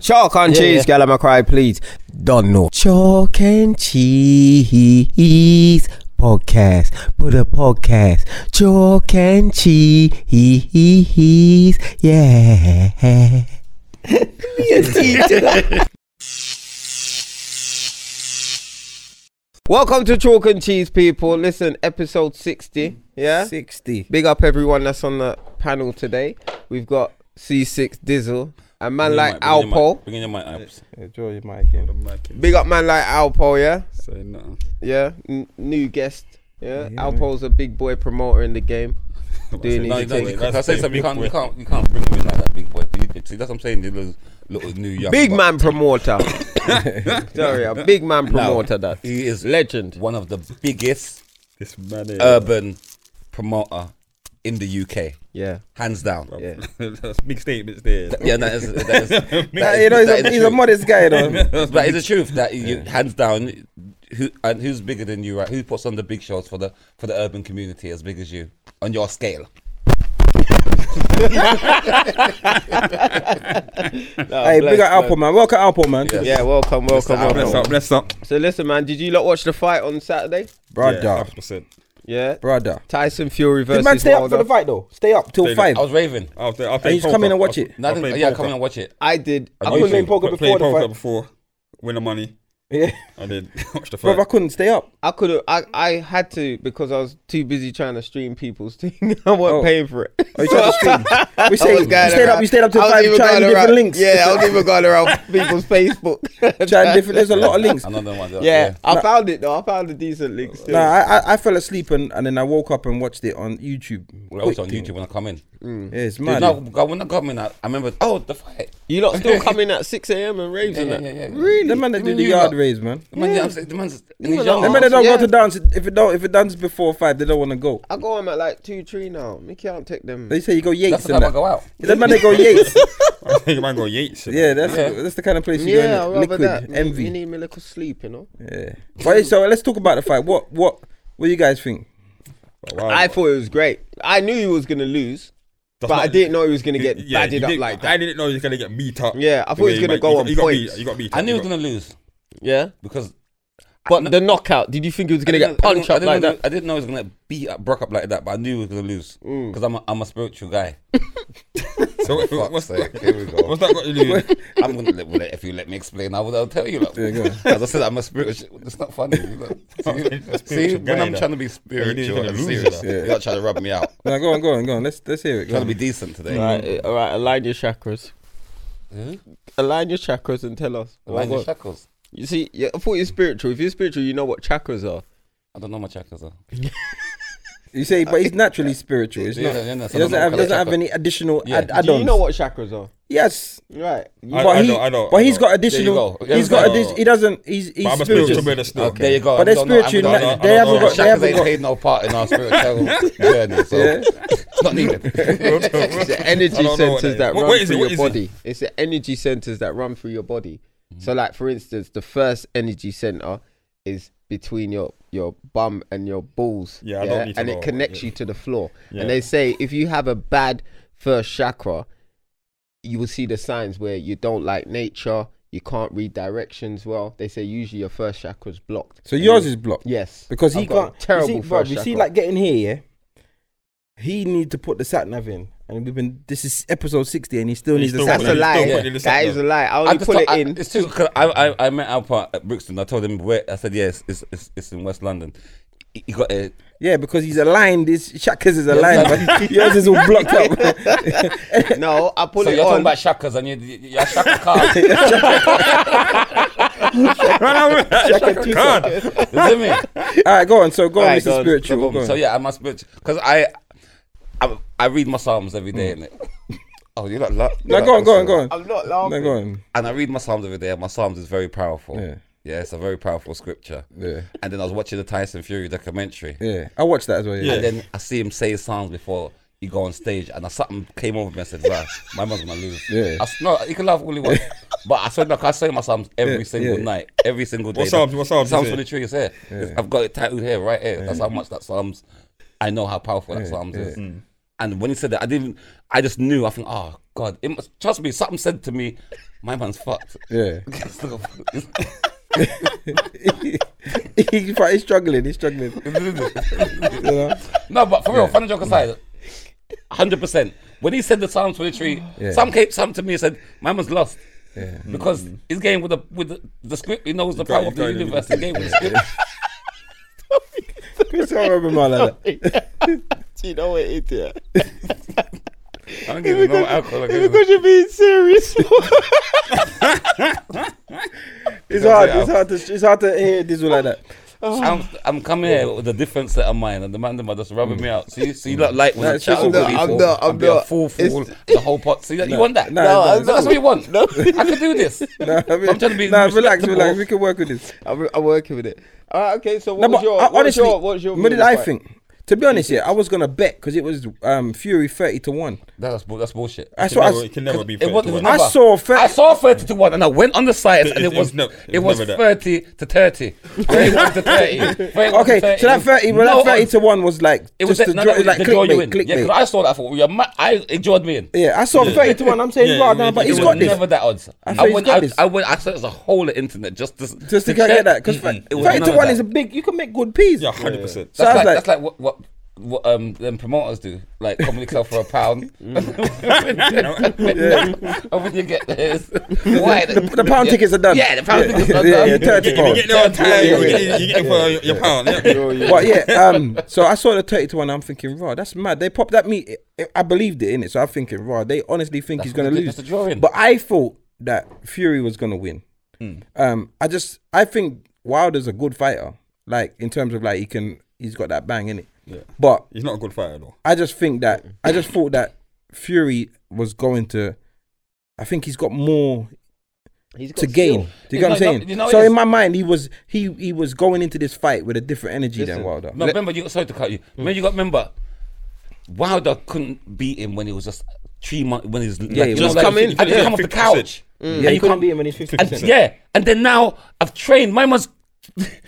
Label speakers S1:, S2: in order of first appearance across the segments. S1: Chalk and
S2: Yeah,
S1: cheese,
S2: yeah.
S1: Gallimacry, please. Don't know. Chalk and cheese podcast. Put a podcast. Chalk and cheese. Yeah. Welcome to Chalk and Cheese, people. Listen, episode 60. Yeah.
S2: 60.
S1: Big up everyone that's on the panel today. We've got C6 Dizzle. A man like Alpo.
S3: Bring in your mic, apps.
S1: Draw your mic in. Big up man like Alpo, yeah?
S3: Say nothing.
S1: Yeah. N- new guest. Yeah? Alpo's a big boy promoter in the game. Doing
S3: No,
S1: his
S3: no,
S1: thing.
S3: if I say something, you can't, you can't, you can't bring him in like that, big boy. You- See, that's what I'm saying. the Little, little new young.
S1: Big
S3: buck.
S1: man promoter. Sorry, a big man promoter that.
S3: He is
S1: Legend.
S3: one of the biggest
S4: This man is.
S3: urban promoter in the UK,
S1: Yeah.
S3: hands down. Yeah,
S1: Yeah.
S4: That's big statements there.
S3: that is. That is that is-
S2: you know, he's,
S3: that
S2: a,
S3: is
S2: he's
S3: the
S2: a
S3: truth.
S2: modest guy, though.
S3: That is the truth. That you, hands down, who and who's bigger than you, right? Who puts on the big shows for the for the urban community as big as you on your scale?
S2: hey, big up Alpo, man. Welcome, Alpo, man.
S3: Yeah.
S1: Yeah, welcome, welcome,
S3: Mr.
S4: Bless up,
S1: welcome.
S4: bless up.
S1: So listen, man, did you lot watch the fight on Saturday?
S2: Brother.
S4: Yeah, 100%.
S1: Yeah.
S2: Brother.
S1: Tyson Fury
S2: Did man
S1: versus
S2: stay up for the
S1: Wilder.
S2: fight, though? Stay up till
S4: Stayed
S2: 5.
S4: up.
S3: I was raving.
S4: I was there. I
S2: And you
S4: played
S2: just come in and watch it.
S3: No, I didn't- yeah, come in and watch it.
S1: I did. I
S2: you
S1: couldn't
S2: played
S1: even-
S2: poker
S4: I played
S2: before the
S4: poker
S2: fight.
S4: before. Win the money.
S2: Yeah.
S4: I did. Watch the
S2: Bro, I
S4: fight.
S2: couldn't stay up.
S1: I could have. I, I had to because I was too busy trying to stream people's thing. I wasn't
S2: Oh.
S1: paying for it.
S2: Oh, you tried to stream. We
S1: I
S2: say,
S1: was
S2: you
S1: going
S2: stayed up,
S1: around-
S2: you stayed up till
S1: I wasn't
S2: 5
S1: even
S2: trying
S1: going
S2: different
S1: around-
S2: links.
S1: Yeah, I was even going around people's Facebook.
S2: Trying different, there's a lot of links.
S3: I know them ones,
S1: Yeah, I found it though. I found a decent link. Still.
S2: No, I, I, I fell asleep and, and then I woke up and watched it on YouTube.
S3: Well, I was on YouTube when I come in.
S2: Yeah, it's
S3: Dude,
S2: mad.
S3: no, God, when I come in, I, I remember. Oh, the fight.
S1: You lot still coming at six a.m. and raves and
S3: yeah,
S1: that.
S3: yeah, yeah.
S1: Really?
S2: Them man that
S3: I
S2: do
S3: mean,
S2: the
S3: you
S2: yard
S3: lot-
S2: raise, man.
S3: The man, yeah. I'm, saying- the man's, and
S1: were
S3: he's
S1: not-
S3: young.
S2: Them man that don't
S1: Yeah.
S2: go to dance. If it don't, if it dances before five, they don't want to go.
S1: I go home at like two, three now. Me can't take them.
S2: They say you go
S3: That's
S2: Yates
S3: the
S2: and
S3: time
S2: that.
S3: I go out.
S2: Them man they go Yates.
S4: I think man got Yates.
S2: Yeah, that's
S3: Yeah.
S2: that's the kind of place you
S1: yeah, I
S2: go.
S1: rather
S2: In, liquid
S1: that. You-
S2: envy.
S1: You need me a little sleep, you know.
S2: yeah. But hey, so let's talk about the fight. What what what you guys think?
S4: Wow.
S1: I thought it was great. I knew he was gonna lose,
S4: That's
S1: but
S4: not-
S1: I didn't know he was gonna
S4: you-
S1: get
S4: yeah,
S1: badded
S4: you
S1: up
S4: didn't-
S1: like
S4: I
S1: that.
S4: didn't know he was gonna get beat up.
S1: Yeah, I thought he was
S4: Yeah,
S1: gonna
S4: man,
S1: go
S4: he-
S1: on
S4: he got
S1: points.
S4: beat- He got beat.
S3: I knew he
S4: he
S3: was gonna lose
S1: Yeah,
S3: because
S1: but the knockout. Did you think he was gonna
S3: I
S1: get
S3: didn't- I
S1: punched
S3: didn't- I
S1: up
S3: didn't
S1: like
S3: know,
S1: that?
S3: I didn't know he was gonna get beat up, broke up like that, but I knew he was gonna lose because I'm a, I'm a spiritual guy.
S4: So what-
S3: Fuck's
S4: what's
S3: sake, here we go.
S4: what's that got to do? with-
S3: I'm gonna let, well, if you let me explain, I will I'll tell you. Like, as I said, I'm a spiritual. It's not funny. you know. See,
S4: Spiritual
S3: when
S4: guy,
S3: I'm
S4: though.
S3: trying to be
S4: he's
S3: spiritual
S4: gonna
S3: and
S4: lose,
S3: serious,
S4: though.
S3: you're not trying to rub me out.
S2: No, go on, go on, go on. Let's let's hear it. Go
S3: Trying to
S2: on.
S3: be decent today.
S1: All right, all right. Align your chakras.
S3: Huh?
S1: Align your chakras and tell us.
S3: Why is
S1: What-
S3: your shackles?
S1: You see, yeah, I thought you're spiritual. If you're spiritual, you know what chakras are.
S3: I don't know my chakras. Though.
S2: You say, but he's naturally spiritual. It's
S3: Yeah,
S2: not.
S3: yeah, yeah, no,
S2: He doesn't
S3: some
S2: have
S3: kind of
S2: doesn't have
S3: chakra.
S2: any additional
S3: Yeah.
S2: ad-
S3: Do
S2: add-ons.
S1: Do you know what chakras are?
S2: Yes,
S1: Right. You-
S4: I-
S2: but
S4: I
S2: he
S4: know, I know,
S2: but
S4: I
S2: he's
S4: know.
S2: got additional.
S3: go. Yeah,
S2: he's
S3: there
S2: got
S3: you
S2: addi-
S3: go.
S2: He doesn't. He's he's
S4: But I'm a
S2: spiritual.
S4: spiritual brother still.
S3: There you go.
S2: But they're
S3: I don't know- I
S2: spiritual.
S3: don't know-
S4: I don't
S2: They
S4: know
S2: haven't
S4: about
S2: got. They
S3: Shaka's
S2: haven't
S3: ain't
S2: got.
S3: played no part in our spiritual journey, so it's not needed.
S1: It's the energy
S4: I don't know what
S1: centers
S4: that
S1: that
S4: is. What-
S1: run
S4: what is it?
S1: through
S4: What
S1: your
S4: is it? Mm-hmm.
S1: body. It's the energy centers that run through your body. So, like for instance, the first energy center is between your your bum and your balls.
S4: Yeah, I don't need to
S1: and
S4: know
S1: it
S4: what-
S1: connects
S4: yeah.
S1: you to the floor.
S4: Yeah.
S1: And they say if you have a bad first chakra, you will see the signs where you don't like nature. You can't read directions well. They say usually your first chakra's blocked.
S2: So yours is blocked.
S1: Yes.
S2: Because he
S1: I've got a
S2: can't.
S1: terrible
S2: you see,
S1: first
S2: bruv, you see,
S1: chakra.
S2: like getting here, yeah. He need to put the sat nav in, and we've been. This is episode sixty, and he still
S4: He
S2: needs
S4: still
S2: the sat
S1: That's
S4: Well,
S1: a
S2: nav.
S4: you
S1: lie.
S4: still got it in the
S1: That
S4: set,
S1: is a
S4: though.
S1: lie. I
S3: I
S1: only
S3: just
S1: put
S3: thought-
S1: it
S3: I-
S1: in.
S3: It's too. Cause I, I I met Alpha at Brixton. I told him where. I said yes. It's it's, it's in West London. He he got it.
S2: Yeah, because he's aligned. His Shakas is aligned, but yours is all blocked up.
S1: No, I put
S3: So
S1: it
S3: you're talking
S1: on.
S3: about shakas and you you- your shaka card. you
S2: Shaka two. All
S3: see me?
S2: right, go on. So go on,
S1: Alright, go
S2: Mr.
S1: on.
S2: Spiritual. Go on.
S3: So yeah, I'm a spiritual. Cause I, I I read my psalms every day. innit? Oh, you're not.
S2: Mm. No, go on, go on, go on.
S1: I'm not
S2: No,
S1: laughing.
S2: go on.
S3: and I read my psalms every day. And my psalms is very powerful.
S2: Yeah.
S3: Yeah, it's a very powerful scripture.
S2: Yeah.
S3: And then I was watching the Tyson Fury documentary,
S2: Yeah, I watched that as well. Yeah.
S3: and then I see him say psalms before he go on stage, and I, something came over me and said, "Right, my man's gonna lose."
S2: Yeah.
S3: I s no, you can laugh all you want, but I said, "Look, I say my psalms every
S2: Yeah,
S3: single
S2: yeah.
S3: night, every single day."
S4: What psalms- what psalms
S3: Psalms
S4: is
S3: for the
S4: it?
S3: trees here. I've got it tattooed here, right here. That's how much that psalms. I know how powerful that psalms is. And when he said that, I didn't. I just knew. I think, oh God, it must, trust me, something said to me, my man's fucked.
S2: Yeah.
S3: This nigga fucked. This-
S2: he's, fi- he's struggling. He's struggling. You know?
S3: no, but for real, funny joke aside, 100%. When he said the Psalms 23,
S2: Yeah.
S3: some came some to me and said, my man's lost.
S2: Yeah. Mm-hmm.
S3: Because he's game with the with the, the script, he knows the
S4: can't-
S3: power
S4: you
S3: of the
S4: can't even
S3: universe.
S4: see
S3: He game with the script.
S2: Chris, I remember my like that.
S1: Do you know what it is? Yeah?
S3: I don't give him no alcohol. I give him-
S1: you're being serious.
S2: It's hard. It's hard to. It's hard to hear this one like that.
S3: I'm, I'm coming here with a different set of mind, and the man them are just rubbing me out. See, see, you look like when I
S2: That's
S3: chat
S2: just-
S3: over
S2: No,
S1: I'm
S3: people,
S1: not- I'm
S3: I'd be a
S1: not.
S3: fool,
S1: It's-
S3: fool, the whole pot. See, that you want that?
S2: no,
S3: That's-
S2: no,
S1: I'm not.
S3: that's what you want.
S1: No.
S3: I could do this.
S2: Nah, I mean,
S3: I'm trying to be
S2: nah, relax,
S3: respectable.
S2: relax. We can work with this.
S1: I'm, I'm working with it. All right, okay. So
S2: No,
S1: what
S2: but
S1: was your,
S2: I-
S1: what was
S2: honestly,
S1: your, what was your?
S2: what
S1: view of
S2: did
S1: the
S2: I
S1: fight?
S2: think? To be honest, yeah, I was gonna bet because it was um, Fury thirty to one.
S3: That's bull- that's bullshit.
S2: That's
S4: Can
S2: what I.
S4: never-
S2: s-
S4: it can never be
S3: It
S4: fair.
S3: was,
S4: to
S3: it was
S4: us.
S2: I
S3: never,
S2: saw thir-
S3: I saw thirty to one, and I went on the sites,
S4: It-
S3: and it
S4: it
S3: was
S4: was nev- it
S3: it was
S4: was never that.
S3: thirty to thirty. Thirty-one to thirty. 31 to
S2: Okay, so that thirty, well,
S3: No
S2: that thirty
S3: odds.
S2: to one was like
S3: It was
S2: just
S3: no,
S2: to
S3: no,
S2: draw,
S3: it was
S2: like
S3: to draw you in.
S2: clickbait,
S3: Yeah,
S2: clickbait.
S3: because I saw that. I thought, you're mad. I it drawed me in.
S2: Yeah, I saw thirty to one. I'm saying,
S4: Yeah,
S2: right
S4: it
S2: now,
S4: was-
S2: but
S4: it
S2: he's
S3: it
S4: was
S2: got
S3: was
S2: this.
S3: never that odds. I,
S2: thought he's
S3: went,
S2: got
S3: I,
S2: this.
S3: I went. I searched the whole internet just to
S2: Just to
S3: check.
S2: get that, because
S3: Mm-mm. It was
S2: thirty to
S3: none of
S2: one
S3: that.
S2: is a big. You can make good peas.
S4: Yeah, hundred percent.
S3: That's
S2: Sounds
S3: like,
S2: like-
S3: that's like what what, what um them promoters do, like comedy club for a pound.
S2: Mm.
S3: And when you get this, why the,
S2: the pound tickets are done.
S3: Yeah, the pound
S2: Yeah.
S3: tickets are
S2: Yeah,
S3: done.
S2: yeah,
S4: You
S2: thirty
S4: get you get there on time.
S2: Yeah,
S4: You
S2: yeah,
S4: get you get it for your- your pound. yeah.
S1: Oh, yeah.
S2: But yeah, um, so I saw the 30 to 1, I'm thinking, raw, that's mad. They popped at me. I- I believed it, innit? So I'm thinking, raw, they honestly think he's
S3: what
S2: going
S3: they
S2: to
S3: did,
S2: lose.
S3: that's a drawing.
S2: But I thought that Fury was going to win.
S3: Hmm.
S2: Um, I just, I think Wilder's a good fighter. Like, in terms of, like, he can, he's got that bang, innit?
S4: Yeah.
S2: But
S4: He's not a good fighter though.
S2: I just think that, I just thought that Fury was going to, I think he's got more
S1: He's got
S2: to gain.
S1: skill.
S2: Do you get what I'm
S3: No, no,
S2: saying?
S3: you know
S2: so
S3: it is-
S2: in my mind, he was he he was going into this fight with a different energy than Wilder.
S3: No, remember you. Sorry to cut you.
S2: Hmm.
S3: Remember you got remember. Wilder couldn't beat him when he was just three months when he's
S2: Yeah, he
S3: you
S2: was
S3: know,
S2: just
S3: like,
S1: come in,
S3: and
S4: yeah,
S3: come off the
S4: 50%.
S3: couch. And
S2: Yeah,
S3: you
S2: you couldn't
S3: can't-
S2: beat him when he's 50%.
S3: And yeah, and then now I've trained. My man's.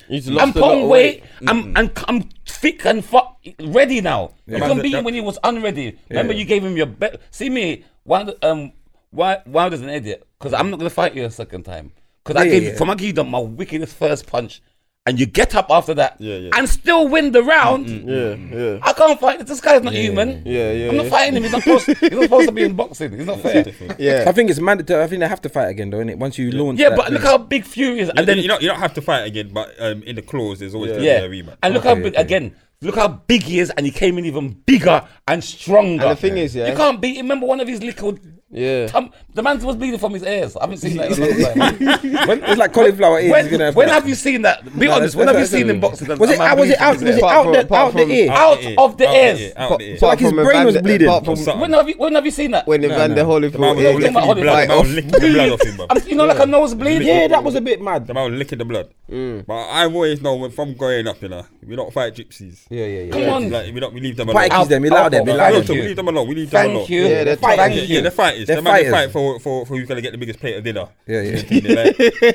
S1: He's
S3: I'm
S1: lost a lot
S3: pong
S1: of
S3: weight. I'm, I'm I'm thick and fu- ready now. You
S4: Man,
S3: can
S4: that-
S3: beat him
S4: that-
S3: when he was unready. Remember, you gave him your best. See me, Wild, um, Wi- Wilder's an idiot because I'm not gonna fight you a second time because I
S2: Yeah,
S3: gave
S2: yeah,
S3: you
S2: yeah.
S3: from I gave you my wickedest first punch, and you get up after that
S4: Yeah, yeah.
S3: and still win the round.
S1: Yeah, yeah.
S3: I can't fight this. This guy's not human.
S1: Yeah, yeah,
S3: I'm not
S1: yeah.
S3: fighting him. He's not supposed. he's not supposed to be in boxing. He's not fair.
S2: I
S1: Yeah.
S2: think it's mandatory. I think they have to fight again, though, innit? Once you launch.
S3: Yeah,
S2: that
S3: but look
S2: thing.
S3: how big Fury is, and
S4: And
S3: then
S4: then you don't you don't have to fight again, but um, in the clause there's always
S3: Yeah,
S4: gonna be a rematch.
S3: and look how big again. Look how big he is, and he came in even bigger and stronger.
S1: And the thing is, yeah.
S3: you can't beat. Remember one of his little.
S1: Yeah.
S3: Tum- the man was bleeding from his ears. I haven't seen that in a long time.
S2: it's like cauliflower ears.
S3: when,
S2: it's gonna have
S3: when have you seen that? Be honest. When have you
S2: that's-
S3: seen
S2: that's-
S3: him boxing? that
S2: was
S3: a
S2: it?
S3: man
S2: out- Was it
S3: bleeding
S2: out?
S3: from his
S2: Was it
S3: ears?
S1: Apart
S2: out
S1: from-
S2: the
S1: apart
S2: out the
S1: from-
S2: ear?
S3: Out of the ears.
S4: Out the ears.
S2: like his
S1: from
S2: brain was
S1: Evander-
S2: bleeding.
S1: apart from-
S4: Something.
S3: When have you? When have you seen that?
S1: When Evander
S4: The man
S1: Holyfield,
S4: was
S1: yeah,
S4: licking the
S3: Holyfield.
S4: blood. The
S2: oh,
S4: man was licking the blood off him, bro.
S3: I'm- you know, like a nosebleed.
S2: Yeah, that was a bit mad.
S4: The man was licking the blood.
S3: Mm.
S4: But I've always known from growing up, you know, we don't fight gypsies.
S2: Yeah, yeah, yeah.
S3: Come on.
S4: Like, we don't we leave them alone.
S2: Fight kids, them. Allow them.
S3: Alpha,
S4: No,
S2: Allow
S3: Thank
S2: them.
S3: alpha.
S4: so we
S3: you.
S4: leave them alone. We leave them alone.
S3: Thank you.
S1: Yeah, they're
S3: Thank
S1: fighting.
S3: you.
S4: Yeah, the fighters.
S2: They're
S4: The man they
S2: fighters.
S4: fight for for for who's gonna get the biggest plate of dinner.
S2: Yeah, yeah.
S4: Like,
S2: They're
S4: like-
S3: I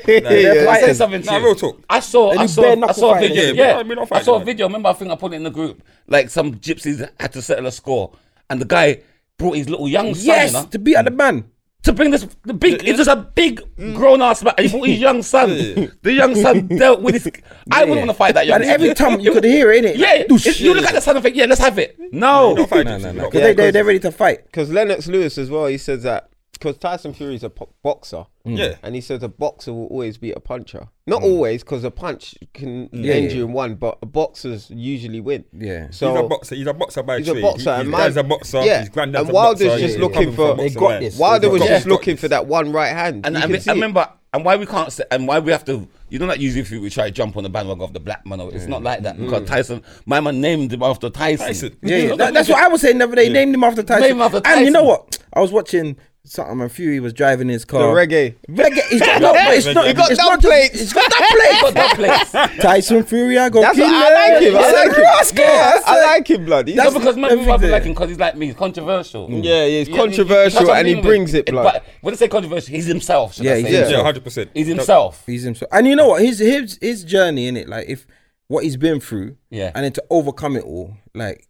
S3: say
S2: fighters.
S3: something to
S4: Nah,
S3: you.
S4: real talk.
S3: I saw,
S2: They
S3: I
S2: do
S3: saw,
S2: bare
S3: I
S2: knuckle
S3: saw a
S2: fighting,
S3: video.
S4: yeah,
S3: Yeah,
S4: but we not
S3: I saw a
S4: fighting.
S3: video. Remember, I think I put it in the group. Like some gypsies had to settle a score, and the guy brought his little young son you
S2: Yes,
S3: know,
S2: to beat at the man.
S3: to bring this the big. It's just a big grown ass man. And he brought his young son. The young son dealt with his. I wouldn't want to fight that young.
S2: And every
S3: son.
S2: time you could hear it, innit?
S3: Yeah,
S2: Like,
S3: it's- you look at the son and think, yeah, let's have it. No,
S4: We don't fight
S2: No,
S4: gypsies,
S2: no, no.
S4: we don't
S2: Because
S4: fight.
S2: they, they, they're ready to fight.
S1: because Lennox Lewis as well. He says that because Tyson Fury is a po- boxer.
S2: Mm.
S3: Hmm.
S4: Yeah.
S1: And he says a boxer will always beat a puncher. Not always, because a punch can end
S2: yeah.
S1: you in one, but boxers usually win.
S2: Yeah. He's
S1: So
S4: he's a boxer. He's a boxer by
S1: he's a
S4: trade.
S1: boxer,
S4: He,
S1: and
S4: his
S1: man-
S4: dad's a boxer.
S1: yeah.
S4: His granddad's
S1: And
S4: a
S1: Wilder's
S4: boxer.
S1: just
S4: he's
S1: looking
S4: coming from
S1: for-
S4: a
S1: They
S4: boxer
S2: got
S4: land.
S2: this.
S1: Wilder
S4: They've
S1: was
S4: got
S1: just
S4: this.
S1: looking for that one right hand.
S3: And
S1: You
S3: I,
S1: can
S3: mean,
S1: see
S3: I
S1: it.
S3: remember, and why we can't, say, and why we have to, you know, like usually if we try to jump on the bandwagon of the black man, or it's not like that
S1: Mm.
S3: because Tyson, my man named him after Tyson.
S4: Tyson.
S2: Yeah, yeah. That- that's what I was saying the other day. Named him after Tyson.
S3: Named him after
S2: And you know
S3: Tyson.
S2: what? I was watching something and Fury was driving his
S1: the
S2: car.
S1: reggae.
S2: Reggae. He's got, no, but it's
S4: Reggae.
S2: not.
S4: He
S1: got
S2: it's
S1: dumb
S2: not just-
S1: plates.
S2: He's got that
S3: Got
S2: plate.
S3: that place.
S2: Tyson Fury, I go
S1: That's
S2: kill
S1: what I like him.
S2: He's
S1: I
S2: a
S1: like him.
S2: rascal.
S1: Yeah,
S2: That's
S1: I
S2: it.
S1: like him, blood. He's
S3: No,
S2: That's-
S3: because my people
S2: everything.
S3: like him because he's like me. He's controversial.
S1: Yeah, yeah, he's
S3: you- you-
S1: Mm. controversial
S3: that's what I
S1: and he
S3: mean with-
S1: brings it, blood.
S3: But when I say controversial, he's himself. Should
S2: Yeah,
S3: I
S2: he's
S3: say.
S1: himself.
S4: Yeah, hundred percent.
S3: He's himself.
S2: He's himself. And you know what? His his his journey in it, like if what he's been through,
S3: Yeah.
S2: and then to overcome it all, like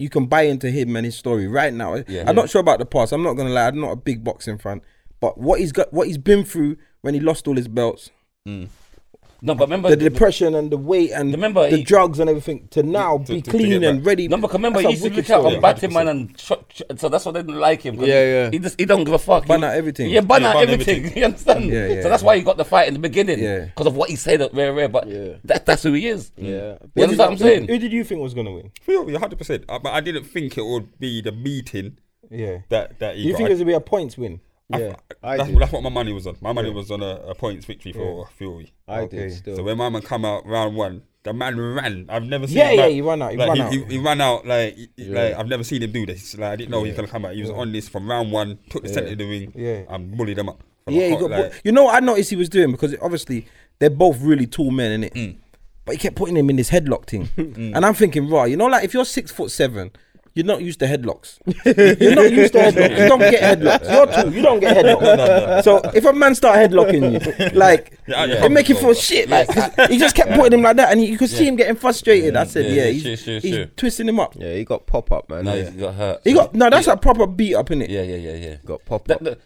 S2: you can buy into him and his story right now.
S3: Yeah.
S2: I'm not sure about the past. I'm not gonna lie. I'm not a big boxing fan, but what he's got, what he's been through when he lost all his belts,
S3: No, but remember,
S2: the depression and the weight and
S3: Remember
S2: the
S3: he-
S2: drugs and everything, to now
S4: to-
S2: be
S4: to- to
S2: clean
S4: get
S2: and
S4: back.
S2: ready.
S3: no, but remember,
S2: That's a
S3: he used to
S2: wicked
S3: look out
S2: story.
S3: on Batman and tr- tr- so that's why they didn't like him. 'cause
S1: Yeah, yeah.
S3: He just he don't give a fuck.
S2: Ban
S3: He-
S2: out everything.
S3: Yeah, ban
S4: Yeah,
S3: out
S4: ban
S3: everything.
S4: everything.
S3: You understand?
S2: Yeah, yeah,
S3: so that's
S2: yeah.
S3: why he got the fight in the beginning.
S2: Yeah. Mm.
S3: because of what he said at Rare Rare. But
S1: Yeah.
S3: that that's who he is.
S1: Yeah.
S3: you understand what I'm saying?
S2: Who did you think was gonna win?
S4: Fury, 100%. Uh, But I didn't think it would be the meeting
S2: Yeah.
S4: that, that he
S2: Do you
S4: got.
S2: think
S4: I-
S2: it's gonna be a points win?
S1: Yeah, I
S4: that's,
S1: did.
S4: that's what my money was on. My money was on a, a points victory for Fury.
S1: I
S2: Okay.
S1: did still.
S4: So when my man come out round one, the man ran. I've never seen.
S2: Yeah,
S4: him
S2: yeah,
S4: out-
S2: he ran out, he
S4: like,
S2: ran
S4: he,
S2: out.
S4: He, he ran out like, he- like I've never seen him do this. Like I didn't know he was gonna come out. He was on this from round one, took the centre of the ring,
S2: Yeah.
S4: and bullied him up. From
S2: Yeah, he
S4: hot,
S2: got.
S4: like,
S2: you know, what I noticed he was doing because obviously they're both really tall men, innit? But he kept putting him in this headlock thing, and I'm thinking, right, you know, like if you're six foot seven. You're not used to headlocks. You're not used to headlocks. You don't get headlocks. You're tall. You don't get headlocks. So if a man start headlocking you, like
S4: Yeah, yeah.
S2: it make you feel shit. Like 'cause he just kept putting him like that, and you could see him getting frustrated. I said,
S3: yeah,
S2: yeah,
S3: yeah,
S2: he's,
S3: sure, sure,
S2: he's
S3: sure.
S2: twisting him up.
S1: yeah, he got pop up, man.
S3: No,
S1: yeah.
S3: he got hurt.
S2: He got no. That's a proper beat up, innit?
S3: Yeah, yeah, yeah, yeah.
S1: got pop
S3: That,
S1: up.
S3: that,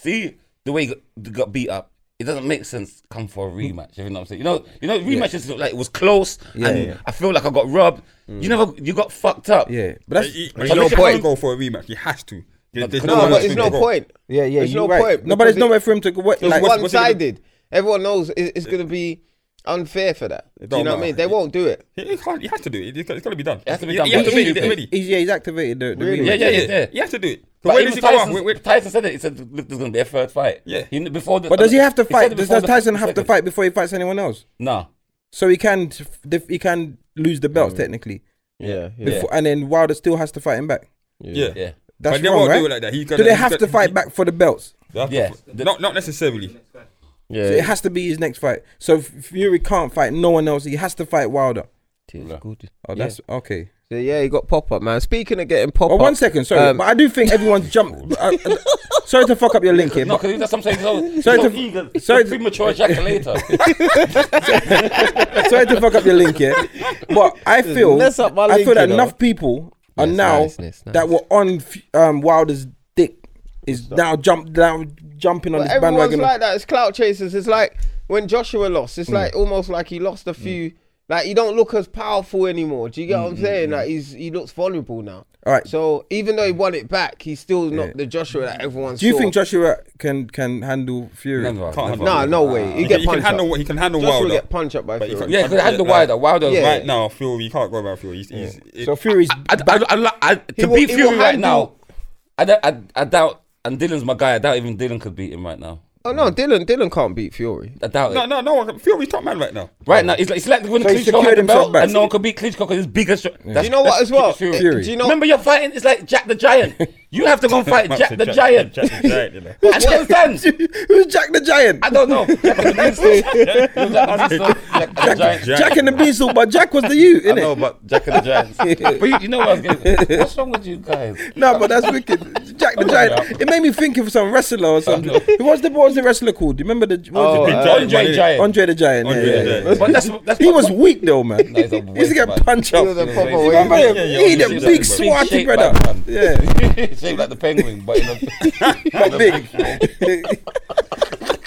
S3: see the way he got, got beat up. It doesn't make sense. Come for a rematch. You know what I'm saying? You know, you know, rematches look like it was close, and
S2: yeah. Mm.
S3: I feel like I got robbed. You never, you got fucked up.
S2: Yeah, but that's
S4: he,
S3: But
S4: he
S3: no
S4: has to
S3: point.
S4: go for a rematch. He has to. There- there's
S3: no,
S1: No,
S4: one
S1: but
S4: else
S1: it's
S4: for
S1: no
S4: him to go.
S1: point.
S2: yeah, yeah.
S1: There's
S2: you're
S1: no
S2: right.
S1: point.
S2: No, but there's
S1: because
S2: nowhere for him to go. What,
S1: It's
S2: like,
S4: what's-
S1: one
S4: what's he gonna-
S1: sided. Everyone knows it- it's going to be unfair for that. Do you
S4: don't
S1: know what I
S4: matter.
S1: mean? They won't do it.
S4: He, he can't. He has to do it. It's got, it's got to be done.
S3: has to be
S4: He-
S3: done.
S4: He has to
S3: He-
S4: be
S3: he-
S4: it already.
S2: He's, yeah, he's activated the, the
S1: Really?
S2: relay.
S3: yeah, yeah, yeah. yeah.
S4: He has to do it. So
S3: But
S4: where
S3: even
S4: does he go out?
S3: Tyson,
S4: Where- where-
S3: Tyson said it. He said "Look, there's going to be a third fight.
S4: Yeah.
S3: He, kn- before the,
S2: But does he have to
S3: said it
S2: fight? Does,
S3: before
S2: does
S3: the
S2: Tyson have to
S3: second.
S2: fight before he fights anyone else?
S3: No.
S2: So he can t- def- he can lose the
S1: Mm.
S2: belt technically,
S1: Yeah. yeah.
S2: before, and then Wilder still has to fight him back.
S4: Yeah.
S3: Yeah.
S2: That's
S4: But they
S2: wrong,
S4: won't
S2: right?
S4: do it like that. He's
S2: Do
S4: gonna-
S2: they
S4: he's
S2: have
S4: gonna-
S2: to fight back for the belts?
S4: They have to
S3: Yeah.
S4: f- Not not necessarily.
S2: So it has to be his next fight. So if Fury can't fight no one else. He has to fight Wilder. Oh, that's okay.
S1: So yeah, he got pop up, man. Speaking of getting pop
S2: Well,
S1: up,
S2: Oh, one second, sorry,
S1: Um,
S2: but I do think everyone's jumped. uh, uh, sorry to fuck up your link here.
S3: No,
S2: But
S3: because that's what I'm saying. So,
S2: Sorry
S3: so
S2: to-
S3: eager.
S2: sorry
S3: Sorry
S2: to-
S3: premature ejaculator.
S2: sorry to fuck up your link here. But I feel
S1: mess up my
S2: I
S1: link,
S2: feel that
S1: you know.
S2: enough people are
S1: Yes,
S2: now
S1: nice, nice, nice.
S2: that were on F- um, Wilder's dick is now jump now jumping on
S1: But
S2: this
S1: everyone's
S2: bandwagon. Mm. of-
S1: like that. It's clout chasers. It's like when Joshua lost. It's like almost like he lost
S2: Mm.
S1: a few. Like he don't look as powerful anymore. Do you get
S2: mm,
S1: what I'm saying? Like he's he looks vulnerable now.
S2: All right.
S1: So even though he won it back, he's still not the Joshua that everyone.
S2: Do you
S1: saw.
S2: think Joshua can can handle Fury?
S3: Never,
S4: Can't
S3: never.
S4: handle
S1: Nah, no way. He
S4: He,
S1: get
S4: he can
S1: punched
S4: handle.
S1: up.
S4: He can handle
S1: Joshua
S4: Wilder.
S1: get punched up by
S4: But he
S1: Fury.
S4: can't-
S3: Yeah, because I had the wider, wilder.
S1: Yeah.
S4: Right now, Fury he can't go about Fury. He's, he's, it-
S2: So Fury's
S3: I, I, I, li- I, to
S1: will-
S3: beat
S1: he
S3: Fury
S1: will
S3: right now,
S1: handle-
S3: I, don't- I, I doubt, and Dylan's my guy, I doubt even Dylan could beat him right now.
S1: Oh no, Dylan Dylan can't beat Fury.
S3: I doubt
S4: no,
S3: it.
S4: no, no one. can- Fury's top man right now.
S3: Right now, it's like, it's like when
S2: So he
S3: Klitschko
S2: secured
S3: had the
S2: himself
S3: belt,
S2: back.
S3: and no one could beat Klitschko because he's bigger. str-
S1: Do you know what as well?
S3: Fury.
S1: Do you know?
S3: Remember, you're fighting, it's like Jack the Giant. You have to go and fight
S4: Man
S3: Jack
S4: said
S3: the Giant.
S4: Jack the Giant. You know.
S3: I don't understand.
S2: who's Jack the Giant?
S3: I don't know. Jack and the Beanstalk. Jack and the Beanstalk. Jack and the Giant.
S4: Jack-
S2: Jack and the Beanstalk, but Jack was the you,
S3: I know,
S2: innit?
S3: but Jack and the Giants. but you, you know what I was getting. What's wrong with you guys?
S2: No, but that's wicked. Jack the Giant. It made me think of some wrestler or something. Who was the what was the wrestler called? Do you remember the what was
S1: Oh,
S2: the
S1: uh,
S4: Giant,
S3: Andre
S4: man,
S3: Giant.
S2: Andre the Giant? yeah,
S4: Andre the
S2: yeah,
S4: Giant.
S2: yeah.
S3: But that's, that's
S2: He
S3: what-
S2: was weak though, man.
S3: No, he's
S2: He
S3: a
S2: used to
S3: waste,
S2: get
S3: man.
S2: punched
S1: He
S2: up.
S1: was a proper
S3: Remember
S1: waver.
S2: Remember him?
S4: yeah,
S2: he
S4: yeah,
S2: that
S4: he's a
S2: big
S4: big
S2: swarthy
S3: shape
S2: brother.
S3: back, man.
S2: Yeah,
S3: shaped like the penguin, but in a,
S2: but big.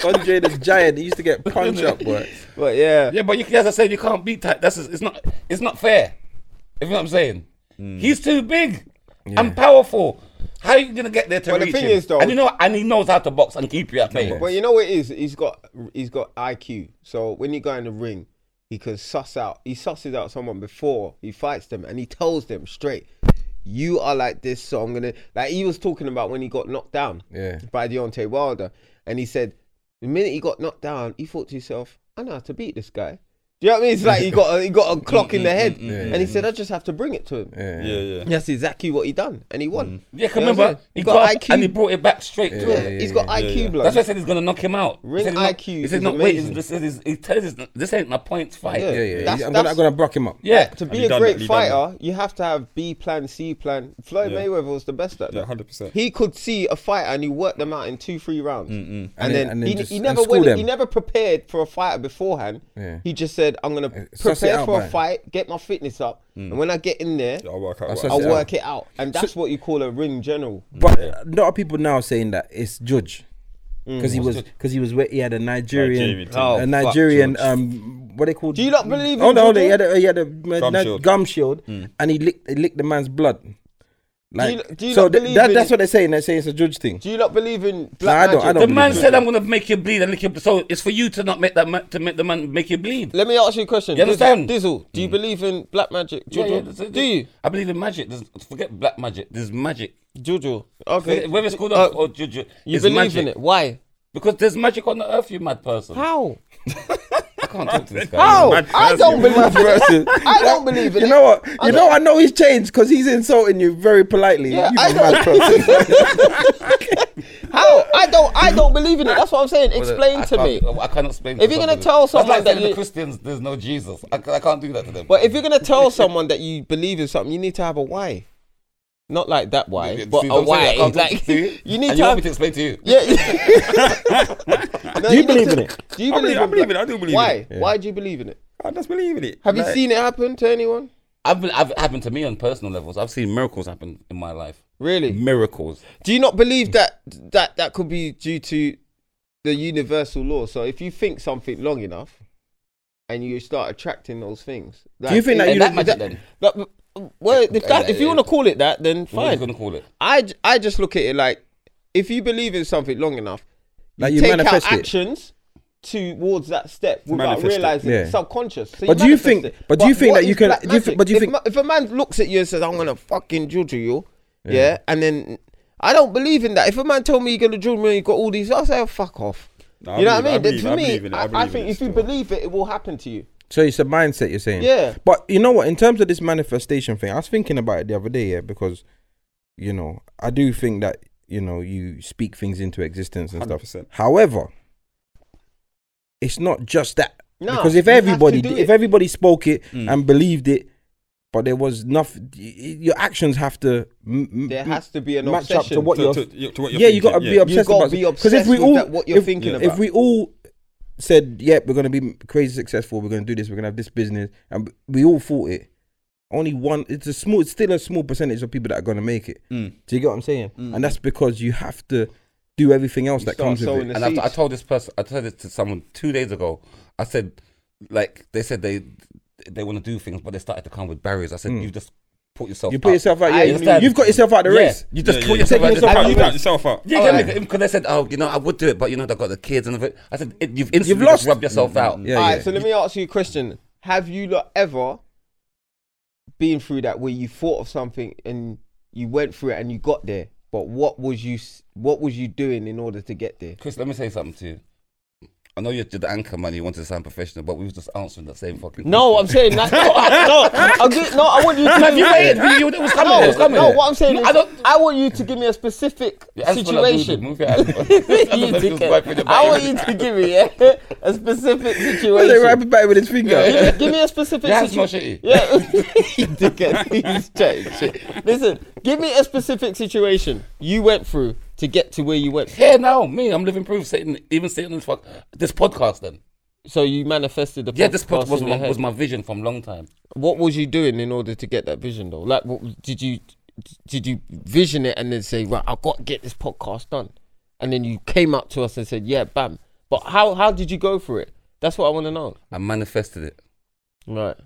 S2: Andre the Giant, he used to get punched up, boy.
S1: But yeah,
S3: yeah. But you, as I said, you can't beat that. That's it's not it's not fair. If you know what I'm saying, he's too big and powerful. How are you gonna get there to
S1: But the
S3: reach
S1: thing
S3: him?
S1: is, though-
S3: and you know, what? and he knows how to box and keep you at bay.
S1: But you know what it is? He's got he's got IQ. So when you go in the ring, he can suss out. He susses out someone before he fights them, and he tells them straight, "You are like this." So I'm gonna like he was talking about when he got knocked down
S2: Yeah.
S1: by Deontay Wilder, and he said the minute he got knocked down, he thought to himself, "I know how to beat this guy." Do you know what I mean? It's like he got a, he got a clock in the head, and he said, "I just have to bring it to him."
S4: Yeah, yeah.
S1: That's exactly what he done, and he won.
S3: Yeah,
S1: You
S3: can
S1: know what I'm
S3: remember
S1: saying?
S3: he got, up and he brought it back straight to
S1: Mm. Yeah,
S3: him.
S1: he's got IQ, blood.
S3: That's why I said he's gonna knock him out. He
S1: Ring
S3: said he's not-
S1: IQ
S3: He
S1: is
S3: said, "No, wait,
S1: amazing.
S3: this, this, he tells us this ain't my points fight."
S1: Yeah.
S2: Yeah, yeah.
S1: That's-
S2: I'm, gonna,
S1: that's-
S2: I'm gonna block him up.
S3: yeah.
S1: to
S4: And
S1: be
S4: he
S1: a
S4: done
S1: great
S4: that, he done
S1: fighter, you have to have B plan, C plan. Floyd
S4: Yeah.
S1: Mayweather was the best at that.
S4: Yeah, 100%.
S1: He could see a fighter and he worked them out in two, three rounds. And, then,
S2: And then- and then
S1: he,
S2: just-
S1: he
S2: and
S1: never
S2: school
S1: went, he
S2: them.
S1: never prepared for a fighter beforehand.
S2: Yeah. Eh,
S1: He just said I'm gonna
S2: suss it
S1: prepare
S2: out,
S1: for a
S2: man.
S1: fight, get my fitness up,
S3: Mm.
S1: and when I get in there,
S4: I'll work out.
S2: That's
S4: what-
S2: what
S1: I'll
S2: it out.
S1: work it out. And that's what you call a ring general.
S2: But a lot of people now are saying that it's Judge because he was because he was where he had a Nigerian,
S4: Nigerian team. Oh,
S2: a
S1: fuck,
S2: Nigerian um what they call.
S1: Do you not believe in
S2: Oh no,
S1: Judge?
S2: he had a, he had a gum
S4: Gum
S2: shield,
S4: shield.
S2: gum shield and he licked he licked the man's blood. Like
S1: do you
S2: so
S1: not
S2: th-
S1: believe
S2: that,
S1: in
S2: that's
S1: it?
S2: what they're saying. They're saying it's a Judge thing.
S1: Do you not believe in black
S2: I don't-
S1: magic?
S2: I don't
S3: The
S2: believe
S3: man
S2: it.
S3: said, "I'm gonna make you bleed and lick you." So it's for you to not make that man, to make the man make you bleed.
S1: Let me ask you a question.
S3: You
S1: Dizzle-
S3: understand? Mm.
S1: Dizzle, do you believe in black magic?
S3: Yeah, yeah,
S1: Jojo,
S3: that's it.
S1: do you?
S3: I believe in magic. There's, forget black magic. There's magic.
S1: Jojo. Okay.
S3: Whether it's called
S1: Uh,
S3: or juju,
S1: you
S3: it's
S1: believe
S3: magic.
S1: in it. Why?
S3: because there's magic on the earth. You mad person.
S1: How?
S3: I can't talk to this guy.
S1: How?
S4: mad
S1: I
S4: person.
S1: don't believe in it.
S2: person.
S1: I don't believe in
S2: You
S1: it.
S2: know what? You know I know he's changed because he's insulting you very politely.
S1: Yeah,
S2: you
S1: I
S2: mad person.
S1: How? I don't I don't believe in it. That's what I'm saying. Explain
S3: I uh,
S1: to me.
S3: can't- I can't explain.
S1: If you're gonna tell someone
S3: like
S1: that
S3: saying the
S1: you-
S3: Christians, there's no Jesus. I, ca- I can't do that to them.
S1: But if you're gonna tell someone that you believe in something, you need to have a why. Not like that why,
S3: See,
S1: but
S3: see
S1: a
S3: what I'm
S1: why.
S3: saying? I can't talk
S1: Like
S3: to you.
S1: you need to
S3: and you want me
S1: have.
S3: to explain to you.
S1: Yeah. No,
S2: Do you
S1: need
S2: believe
S1: to-
S2: in it?
S1: Do you believe
S4: I believe- I
S1: in
S4: believe
S1: black-
S4: it, I do believe in
S1: Why?
S4: it.
S1: Why do you believe in it?
S4: I just believe in it.
S1: Have you
S4: Like,
S1: seen it happen to anyone?
S3: I've, been, I've happened to me on personal levels. I've seen miracles happen in my life.
S1: Really?
S3: Miracles.
S1: Do you not believe that that that could be due to the universal law? So if you think something long enough, and you start attracting those things,
S2: you think that
S1: it-
S2: you-
S3: that magic then?
S1: that- well, if that if you want to call it that, then
S3: What are you
S1: fine.
S3: going to call it?
S1: I, j- I just look at it like if you believe in something long enough,
S2: Like
S1: you,
S2: you
S1: take out
S2: manifest it.
S1: actions towards that step without
S4: Manifest it,
S1: realizing it.
S2: yeah.
S1: subconscious. So
S2: But do you
S1: manifest
S2: think-
S1: it.
S2: but do you think
S1: what
S2: that you
S1: is
S2: can-
S1: black
S2: do you thi-
S1: magic?
S2: but do you
S1: if
S2: think-
S1: ma- if a man looks at you and says, "I'm gonna fucking juju you," yeah. and then I don't believe in that. If a man told me you're gonna juju me, and you got all these, I say, oh, "Fuck off."
S4: No, I
S1: you know
S4: believe- I
S1: what I mean?
S4: believe- I believe
S1: to
S4: in
S1: me,
S4: it, I
S1: I, I
S4: believe in
S1: think
S4: it
S1: if you
S4: still.
S1: believe it, it will happen to you.
S2: So it's a mindset you're saying.
S1: Yeah.
S2: But you know what? In terms of this manifestation thing, I was thinking about it the other day, yeah, because you know I do think that you know you speak things into existence and stuff.
S4: 100%.
S2: However, it's not just that.
S1: No,
S2: because if
S1: you have to
S2: everybody,
S1: do
S2: did-
S1: it.
S2: if everybody spoke it and believed it, but there was nothing. Your actions have to. m- m-
S1: There has to be an
S2: Mm. match up to
S1: obsession.
S2: what
S4: To-
S2: you're.
S4: to- you- to what you're
S2: yeah, you got to
S4: thinking,
S2: be
S4: yeah.
S2: obsessed
S1: gotta
S2: about.
S1: be
S2: Because if
S1: obsessed
S2: we
S1: with
S2: all,
S1: that- what you're
S2: if-
S1: thinking
S2: if
S1: about.
S2: we all said, yeah, we're gonna be crazy successful, we're gonna do this, we're gonna have this business, and we all thought it. Only one. It's a small. It's still a small percentage of people that are gonna make it.
S4: Mm.
S2: Do you get what I'm saying? And that's because you have to do everything else that
S1: start
S2: comes with
S1: sowing
S2: it.
S1: the
S3: And I've,
S1: seeds.
S3: I told this person, I told this to someone two days ago. I said, like, they said they they want to do things, but they started to come with barriers. I said, you've just Hmm. put yourself.
S2: You put
S3: out.
S2: yourself out.
S1: I
S2: Yeah,
S1: understand.
S2: you've got yourself out of the
S3: Yeah,
S2: race.
S3: You just
S4: Yeah,
S3: put
S4: yeah,
S3: yourself
S2: yeah.
S3: out.
S2: Taking
S3: the-
S2: yourself
S4: How
S2: out.
S4: you count yourself out?
S3: Oh, Yeah,
S1: Alright.
S3: because they said, "Oh, you know, I would do it, but you know, they've got the kids and everything." I said, it, "You've Mm, instantly
S2: You've
S3: just
S2: lost.
S3: rubbed yourself out."
S2: Yeah,
S1: All
S2: yeah.
S1: right, so let me ask you a question. Have you lot ever been through that where you thought of something and you went through it and you got there, but what was you s- what was you doing in order to get there?
S3: Chris, let me say something to you. I know you're the anchor man. You wanted to sound professional, but we were just answering the same fucking.
S1: No, I'm saying that. No, I, no, I'm gi- no, I want you to.
S3: Have you waited? We- you- it was coming.
S1: No,
S3: it was coming.
S1: no, what I'm saying is,
S3: I
S1: I,
S3: don't.
S1: want you to give me a specific
S3: Yeah, as for that dude,
S1: situation.
S3: Move your hand.
S1: You
S3: Sometimes you just
S1: dickhead.
S3: wipe with your
S1: I
S3: back.
S1: want you to give me yeah, a specific
S2: Why they wrap
S1: situation.
S2: it back with his finger?
S1: Give me, give me a specific
S3: Your hand's
S1: situation.
S3: not
S1: Yeah,
S3: shitty.
S1: you dickhead. He's chatting shit. Listen, give me a specific situation you went through to get to where you went.
S3: Yeah, no, me. I'm living proof. Sitting, even sitting on this fuck this podcast. Then,
S1: So you manifested the
S3: yeah, this
S1: podcast
S3: podcast was
S1: in your
S3: my,
S1: head.
S3: was my vision from long time.
S1: What was you doing in order to get that vision though? Like, what, did you did you vision it and then say, right, I've got to get this podcast done, and then you came up to us and said, yeah, bam. But how how did you go for it? That's what I want to know.
S3: I manifested it.
S1: Right.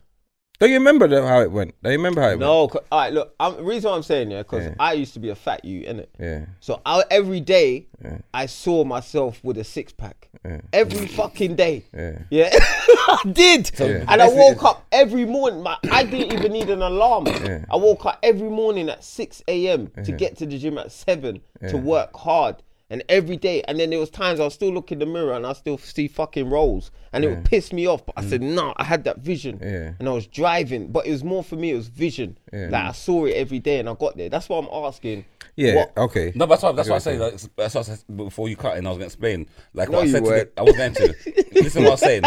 S2: Don't you remember the- how it went? Don't you remember how it
S1: No, 'cause- all right. Look, I'm, the reason why I'm saying yeah, because
S2: Yeah.
S1: I used to be a fat you, innit?
S2: went?
S1: So I, every day,
S2: Yeah.
S1: I saw myself with a six pack.
S2: Yeah.
S1: Every fucking day.
S2: Yeah. Yeah.
S1: Yeah, I did.
S2: Yeah.
S1: And I woke up every morning. My, I didn't even need an alarm.
S2: Yeah.
S1: I woke up every morning at 6 a.m. to get to the gym at 7 to work hard. And every day, and then there was times I was still look in the mirror and I still see fucking rolls, and it would piss me off. But I said, no, I had that vision,
S2: Mm. Yeah.
S1: and I was driving. But it was more for me; it was vision. Like I saw it every day, and I got there. That's why I'm asking.
S2: Yeah.
S1: what-
S2: Okay.
S3: No, but that's what, that's what I say. Like, that's what I said before you cut in. I was going to explain. Like what I
S1: you
S3: said. To the,
S1: weren't.
S3: I was going to listen. What I was saying.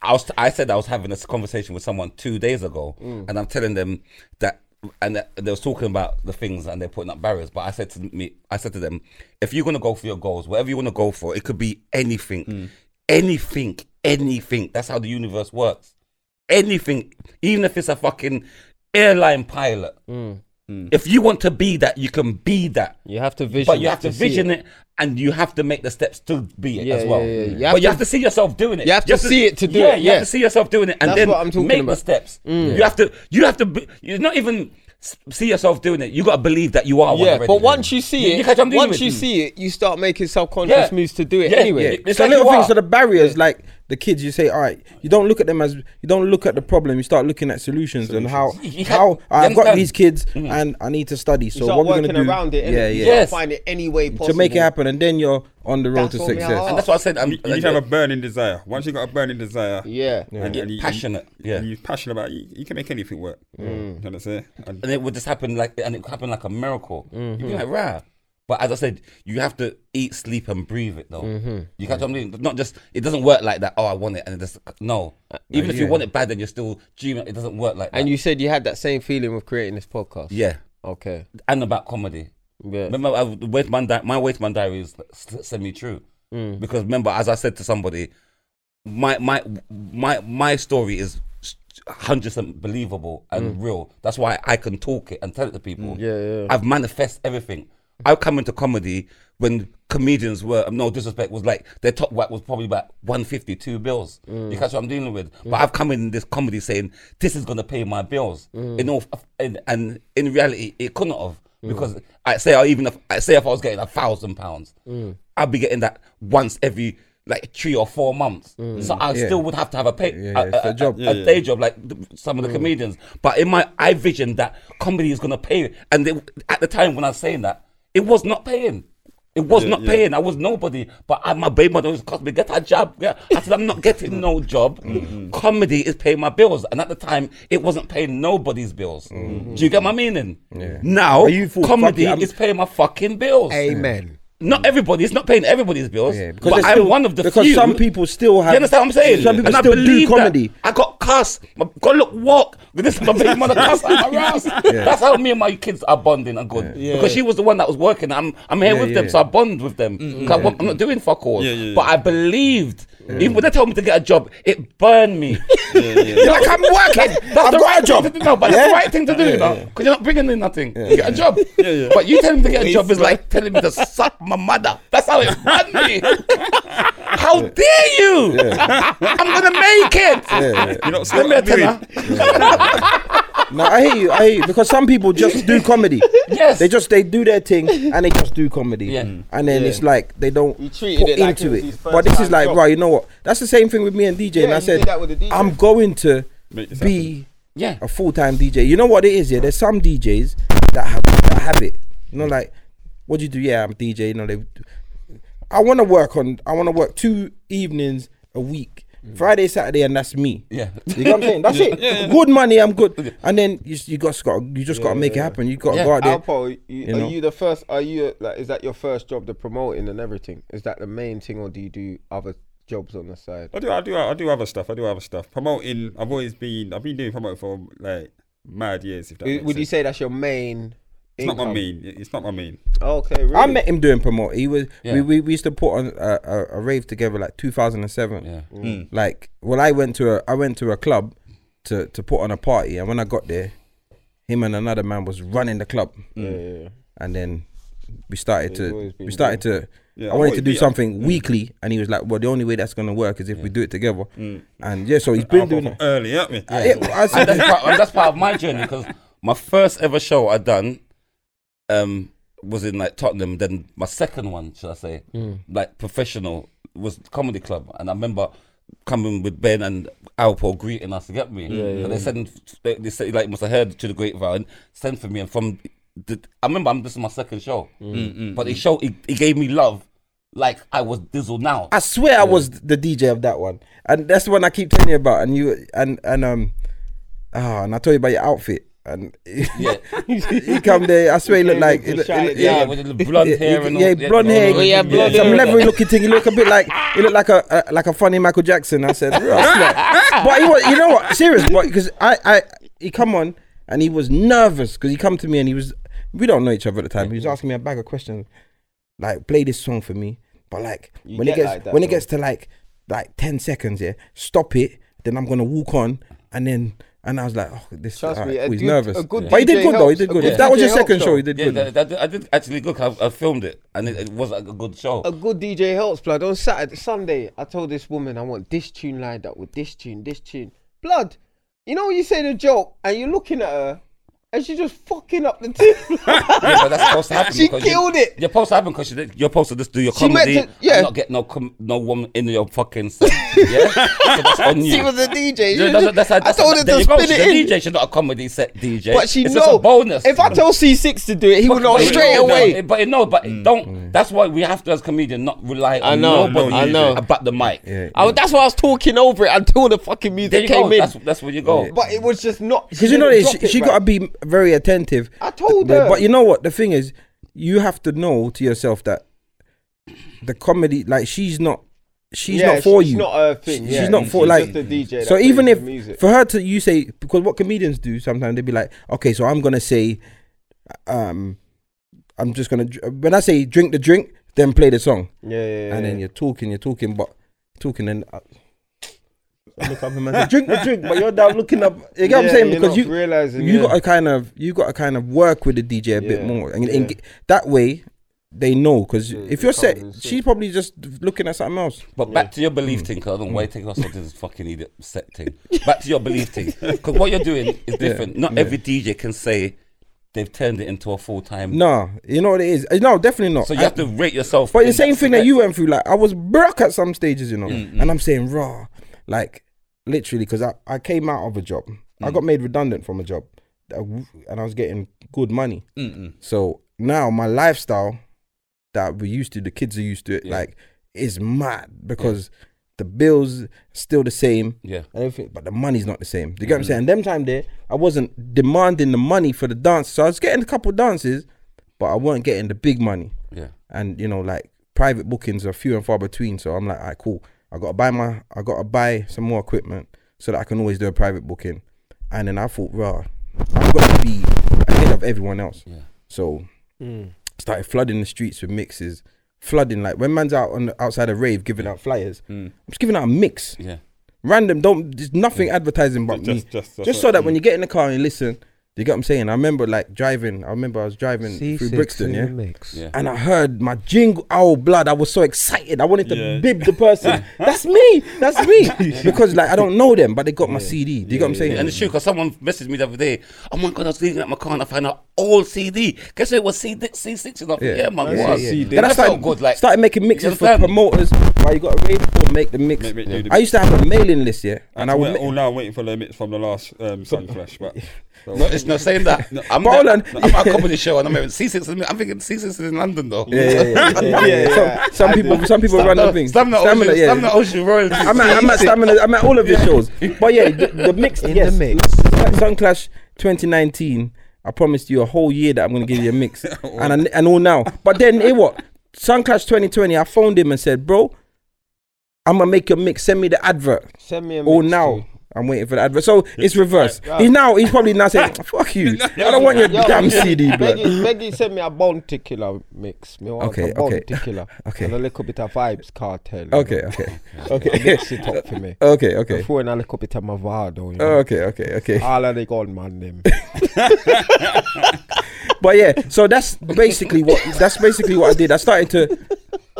S3: I was. I said I was having this conversation with someone two days ago, and I'm telling them that, and that they was talking about the things and they're putting up barriers. But I said to me, I said to them, if you're going to go for your goals, whatever you want to go
S1: Mm.
S3: for, it could be anything, anything, anything. That's how the universe works. anything, even if it's a fucking airline pilot.
S1: Mm.
S4: Hmm.
S3: If you want to be that, you can be that.
S1: You have to vision.
S3: But you have to
S1: see
S3: vision
S1: it.
S3: it. and you have to make the steps to be it
S1: Yeah,
S3: as well.
S1: yeah, yeah. You
S3: but
S1: have
S3: you
S1: to-
S3: have to see yourself doing it.
S1: You have to see it to do
S3: yeah,
S1: it,
S3: You
S1: yeah.
S3: have to see yourself doing it, and
S1: That's
S3: then
S1: what I'm talking
S3: make the
S1: about. Mm.
S3: steps. You have to. You have to. Be, you're not even s- see yourself doing it. You got to believe that you are. one
S1: Yeah,
S3: already.
S1: but once you see
S3: You-
S1: it,
S3: you catch what I'm dealing
S1: once
S3: with?
S1: you
S3: Mm.
S1: see it, you start making subconscious
S3: Yeah.
S1: moves to do it
S3: Yeah,
S1: anyway.
S3: yeah. It's
S2: so
S3: like
S2: little
S3: you
S2: things.
S3: are.
S2: So the barriers, like the kids, you say, all right, you don't look at them as you don't look at the problem. You start looking at solutions, and how
S3: You
S2: how
S3: can't- you
S2: I've got
S3: understand? Mm.
S2: these kids and I need to study.
S1: You
S2: So
S1: start
S2: what we're
S1: working
S2: gonna do?
S1: around it.
S2: yeah,
S1: innit? You
S2: yeah.
S1: gotta
S3: Yes.
S1: find it any way possible
S2: To make it happen, and then you're on the road
S1: That's
S2: to
S1: what we
S2: success.
S1: are.
S3: And that's what I said. I'm,
S4: You, you need to have a burning desire. Once you got a burning desire,
S1: Yeah.
S4: and, and you,
S3: Passionate, yeah.
S4: and you're passionate about it, you, you can make anything work.
S1: Mm.
S4: You know what I'm saying? And
S3: and it would just happen like and it happened like a miracle. You'd be like, rah. But as I said, you have to eat, sleep, and breathe it though. You catch what I'm doing? Not just it doesn't work like that. Oh, I want it, and it just no. Even if you want it bad, then you're still dreaming. It doesn't work like that.
S1: And you said you had that same feeling with creating this podcast.
S3: yeah,
S1: Okay.
S3: and about comedy.
S1: Yeah.
S3: Remember, I, Waste Man Di- my Waste Man Diary is semi true because remember, as I said to somebody, my my my my story is hundred percent believable and real. That's why I can talk it and tell it to people.
S1: yeah, yeah.
S3: I've manifest everything. I come into comedy when comedians were no disrespect was like their top whack was probably about 150 two bills
S2: Mm.
S3: you catch what i'm dealing with but i've come in this comedy saying this is going to pay my bills
S2: Mm.
S3: in all and, and in reality it couldn't have because i say I even if i say if i was getting a thousand pounds
S2: Mm.
S3: i'd be getting that once every like three or four months so i still would have to have a pay
S2: Mm. Yeah, yeah,
S3: a,
S2: it's
S3: a-
S2: a job.
S3: a- a day job like th- some of the comedians. But in my, I visioned that comedy is gonna pay, and they, at the time when I was saying that, it was not paying. It was not paying. I was nobody. But I, my baby mother always cost me get a job. Yeah. I said I'm not getting no job. Comedy is paying my bills, and at the time it wasn't paying nobody's bills. Do you get my meaning? Now
S2: But you thought,
S3: comedy
S2: fuck it, I'm-
S3: is paying my fucking bills.
S1: Amen.
S3: Not everybody. It's not paying everybody's bills.
S2: Yeah,
S3: but
S2: there's
S3: I'm
S2: still-
S3: one of the
S2: because
S3: few.
S2: some people still have.
S3: You understand what I'm saying?
S2: Some people
S3: and
S2: still
S3: I believe
S2: do
S3: that.
S2: comedy.
S3: I got cussed. My, God, look, walk. This is my baby mother cussed out my ass. That's how me and my kids are bonding and good. Because she was the one that was working. I'm I'm here with them,
S2: yeah.
S3: so I bond with them. 'Cause I want- I'm not doing fuck all.
S4: Yeah, yeah, yeah.
S3: But I believed. Even when they told me to get a job, it burned me. You're like, I'm working. That's the right job. No, but that's the right thing to do, you know? Because you're not bringing in nothing. Get a job. But you telling me to get a job is like telling me to suck my mother. That's how it burned me. How dare you? I'm gonna make it.
S4: you know what
S3: Let me
S4: I'm
S3: tell
S4: saying?
S3: her.
S2: No, I hear you. I hear you because some people just do comedy.
S3: Yes.
S2: They just they do their thing and they just do comedy.
S3: Yeah.
S2: And then
S1: Yeah.
S2: it's like they don't
S1: You
S2: put
S1: treated it like it
S2: into
S1: was
S2: it.
S1: his first
S2: But this is
S1: time
S2: like,
S1: job.
S2: right, you know what? That's the same thing with me and DJ. and I
S1: you
S2: said,
S1: did that with the DJ.
S2: I'm going to
S4: Make this
S2: be
S3: Yeah.
S2: a full time DJ. You know what it is? Yeah, there's some DJs that have that have it. You know, like what do you do? Yeah, I'm DJ. You know, they. I want to work on. I want to work two evenings a week, Friday, Saturday, and that's me.
S3: Mm. Yeah.
S2: You know what I'm saying? That's it. Good money, I'm good. And then you, s- you got got you just got to make it happen. You got to
S3: Yeah.
S2: go out there.
S1: Alpo, you, are
S2: know.
S1: you the first? Are you like? Is that your first job, the promoting and everything? Is that the main thing, or do you do other jobs on the side?
S4: I do, I do, I do other stuff. I do other stuff. Promoting. I've always been. I've been doing promoting for like mad years. If that
S1: Would
S4: makes
S1: would you
S4: sense.
S1: say that's your main?
S4: It's not
S1: income?
S4: my main. It's not my main.
S1: Okay, really?
S2: I met him doing promote. He was
S3: Yeah.
S2: we, we we used to put on a, a, a rave together like 2007.
S3: Yeah.
S4: Mm.
S3: Hmm.
S2: Like well, I went to a I went to a club to to put on a party, and when I got there, him and another man was running the club,
S1: Yeah, yeah, yeah.
S2: and then we started
S1: always
S2: to
S1: been
S2: we started to.
S4: Yeah,
S2: I wanted
S4: I've
S2: to do
S4: always been- Mm.
S2: something weekly, and he was like, "Well, the only way that's gonna work is if we do it together."
S3: Mm.
S2: And yeah, so he's been doing
S4: From
S2: it.
S4: early, at me.
S2: Yeah, I
S3: And that's
S2: said,
S3: part, and that's part of my journey because my first ever show I done um, was in like Tottenham. Then my second one, should I say,
S2: Mm.
S3: like professional, was comedy club. And I remember coming with Ben and Alpo greeting us to get me. and they send, they, they say like must have heard through the grapevine, send for me. And from, the, I remember I'm this is my second show,
S2: Mm.
S3: but he show he, he gave me love like I was Dizzle now.
S2: I swear I was the DJ of that one, and that's the one I keep telling you about. And you and and um, ah, and I told you about your outfit, and
S3: yeah,
S2: he come there. I swear he
S1: came
S2: looked like
S1: in to
S2: it-
S1: shine
S2: it-
S1: it down.
S3: yeah, with the blonde
S2: yeah,
S3: hair and all.
S2: yeah, blonde hair,
S3: all-
S1: yeah, blonde
S2: some
S1: hair.
S2: leathery looking thing. He looked a bit like he looked like a, a like a funny Michael Jackson. I said, "Bro, that's not-" but he was, you know what? Serious, but because I I he come on and he was nervous because he come to me and he was we don't know each other at the time. He was asking me a bag of questions, like play this song for me, but like when
S1: get
S2: it gets
S1: like that,
S2: when it
S1: though.
S2: gets to like like ten seconds, yeah, stop it. Then I'm gonna walk on. and then and I was like, oh, this.
S1: Trust
S2: all
S1: me,
S2: right,
S1: a
S2: oh, he's
S1: dude-
S2: nervous.
S1: a good
S2: but he did
S1: DJ
S2: good though. He
S1: helps.
S2: did good.
S1: A
S2: If that was your
S1: DJ
S2: second
S1: helps,
S2: show,
S1: though.
S2: he did
S3: Yeah,
S2: good.
S3: that, that- I did actually look. I, I filmed it, and it, it was like a good show.
S1: a good DJ helps, blood. On Saturday, Sunday, I told this woman I want this tune lined up with this tune, this tune. Blood, you know when you say the joke and you're looking at her and she's just fucking up the tune.
S3: yeah, but that's supposed to happen.
S1: She
S3: because you-
S1: killed it.
S3: You're supposed to happen because you're supposed to just do your
S1: She meant
S3: comedy.
S1: to- yeah.
S3: and not get no com- no woman in your fucking set. Yeah, so that's on you.
S1: she was a DJ.
S3: Yeah,
S1: she
S3: that's-
S1: just-
S3: that's- that's-
S1: I told her
S3: there
S1: to
S3: you go.
S1: spin
S3: She's
S1: it
S3: a
S1: in.
S3: DJ, she's not a comedy set DJ.
S1: But she
S3: it's
S1: know.
S3: just a bonus.
S1: If I tell C6 to do it, he would know
S3: But-
S1: straight
S3: no,
S1: away.
S3: no, but it- no, but it don't. That's why we have to, as comedian, not rely on
S1: Mm, I know,
S3: nobody
S1: I know.
S3: about the mic.
S2: Yeah.
S1: I, that's why I was talking over it until the fucking
S3: There
S1: music
S3: you go.
S1: came in.
S3: That's, that's where you go.
S1: But it was just not.
S2: Because you know,
S1: didn't
S2: this,
S1: drop
S2: she,
S1: it,
S2: she
S1: man.
S2: got to be very attentive.
S1: I told
S2: Th-
S1: her.
S2: But you know what? The thing is, you have to know to yourself that the comedy, like, she's not, she's
S1: Yeah,
S2: not for
S1: she's
S2: you.
S1: not her thing,
S2: She's
S1: yeah.
S2: not for
S1: She's
S2: like.
S1: just a DJ that
S2: so
S1: plays
S2: even
S1: the
S2: if
S1: music.
S2: for her to you say because what comedians do sometimes they be like, okay, so I'm gonna say, um, I'm just gonna dr- when I say drink the drink, then play the song,
S1: Yeah, yeah, yeah.
S2: and then
S1: yeah.
S2: you're talking, you're talking, but talking and. Uh, I look up him and say, drink the drink, but you're down looking up. You get what
S1: Yeah,
S2: I'm saying?
S1: you're
S2: Because
S1: not
S2: you
S1: realizing
S2: you
S1: yeah.
S2: got to kind of you got to kind of work with the DJ a bit
S1: Yeah,
S2: more, and,
S1: yeah.
S2: and that way they know. Because if
S1: they
S2: you're
S1: can't
S2: set,
S1: really see.
S2: she's probably just looking at something else.
S3: But back to your belief
S2: Mm.
S3: thing, 'cause I don't wait take us to this fucking idiot set thing. Back to your belief thing, because what you're doing is different. Not every DJ can say they've turned it into a full time.
S2: No, you know what it is. Uh, No, definitely not.
S3: So you
S2: I-
S3: have to rate yourself.
S2: but
S3: in
S2: the same thing that
S3: respect.
S2: you went through, like I was broke at some stages, you know, and I'm saying raw, like literally, because I, I came out of a job, I got made redundant from a job, that w- and I was getting good money. So now my lifestyle that we're used to, the kids are used to it, like is mad because the bills still the same,
S3: Yeah.
S2: and everything, but the money's not the same. Do you get what I'm saying? Them time there, I wasn't demanding the money for the dance, so I was getting a couple dances, but I weren't getting the big money
S3: Yeah.
S2: and you know like private bookings are few and far between so i'm like all right cool i gotta buy my i gotta buy some more equipment so that i can always do a private booking and then i thought rah i've got to be ahead of everyone else
S3: Yeah.
S2: so started flooding the streets with mixes flooding like when man's out on the outside a rave giving out flyers i'm just giving out a mix
S3: Yeah.
S2: random don't there's nothing advertising but
S4: Just-
S2: me
S4: just-
S2: just,
S4: just
S2: so
S4: like-
S2: that when you get in the car and you listen you get what i'm saying i remember like driving i remember i was driving through brixton yeah
S3: Yeah.
S2: and I heard my jingle. Oh, blood! I was so excited. I wanted to
S4: Yeah.
S2: bib the person. That's me. That's me. because like I don't know them, but they got my CD. Do you get what I'm saying?
S3: And it's true because someone messaged me the other day. Oh my god, I was leaving at my car and I found an old CD. Guess what? It was C C six. Yeah,
S2: Yeah.
S3: yeah, man.
S4: Yeah,
S3: Yeah,
S4: yeah,
S3: yeah,
S4: yeah.
S2: Then I
S3: That
S2: started,
S3: felt good. Like
S2: started making mixes
S3: You
S2: for
S3: understand?
S2: promoters. Right, you got a rave or make the mix.
S4: Make- make- do the
S2: I used to have a mailing list, yeah, and I
S4: I
S2: would.
S4: went
S2: ma-
S4: all now waiting for the mix from the last um, Sun Flash, but
S3: No, it's not saying that. I'm,
S2: But hold
S3: there-
S2: on.
S3: I'm at a comedy show and I'm having C6. I'm thinking C6 is in London though.
S2: yeah, yeah, yeah, yeah, yeah, yeah.
S1: Yeah,
S2: Some, some people, some people run the things.
S3: Slam the
S2: Stamina,
S3: ocean.
S2: yeah.
S3: Slam the ocean royalty.
S2: I'm at, I'm at stamina. I'm at all of your shows. But yeah, the, the mix.
S1: In
S2: yes,
S1: the mix.
S2: Sun Clash 2019. I promised you a whole year that I'm gonna give you a mix, and I, and all now. But then it what? Sun Clash 2020. I phoned him and said, bro, I'm gonna make your mix. Send me the advert.
S1: Send me a
S2: All
S1: mix
S2: now.
S1: too.
S2: I'm waiting for the advert. So it's reverse. He's now. He's probably now saying, "Fuck you. I don't want your
S1: Yo,
S2: damn CD, blood."
S1: Beggy, Beggy sent me a bone tickler mix. Me want
S2: Okay,
S1: a bone
S2: okay.
S1: tickler.
S2: Okay.
S1: And a little bit of vibes cartel.
S2: Okay, okay, okay,
S1: Mix it up for me.
S2: okay, okay,
S1: Throw in a little bit of Movado. You know?
S2: okay, okay, okay. Hmm.
S1: All of the gone man them.
S2: but yeah, so that's basically what that's basically what I did. I started to,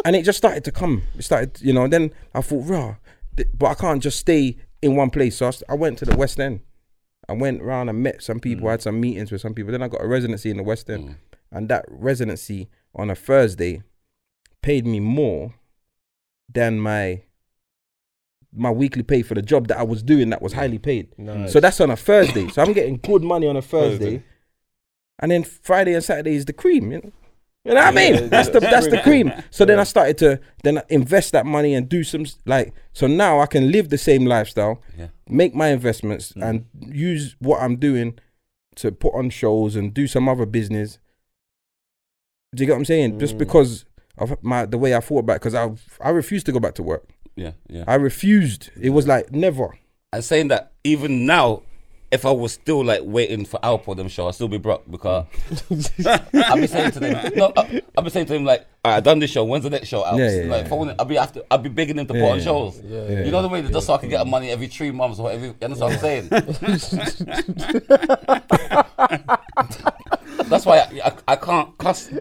S2: and it just started to come. It started, you know. Then I thought, rah, th- but I can't just stay in one place. So I, s- I went to the West End. I went round and met some people. I had some meetings with some people. Then I got a residency in the West End, and that residency on a Thursday paid me more than my my weekly pay for the job that I was doing that was highly paid.
S1: Nice.
S2: So that's on a Thursday. so I'm getting good money on a Thursday.
S4: Thursday.
S2: And then Friday and Saturday is the cream. You know, You know what
S1: Yeah,
S2: I mean?
S1: yeah, yeah.
S2: that's the that's the cream. So then
S1: Yeah.
S2: I started to then invest that money and do some s- like so now I can live the same lifestyle,
S3: Yeah.
S2: make my investments
S1: Mm.
S2: and use what I'm doing to put on shows and do some other business. Do you get what I'm saying?
S1: Mm.
S2: Just because of my the way I thought about because I I refused to go back to work.
S3: Yeah, yeah.
S2: I refused. It was like never.
S3: And saying that even now, if I was still like waiting for Alpo them show, I'd still be broke because I'd be saying to them, no, I, I'd be saying to them like, all right, I done this show. When's the next show? Alps?
S2: Yeah, yeah,
S3: like,
S2: yeah.
S3: if I wanted- I'd be after, I'd be begging them to put on
S2: yeah.
S3: shows. you know the way just so I can get money every three months or every. You understand what I'm saying? That's why I, I, I can't cuss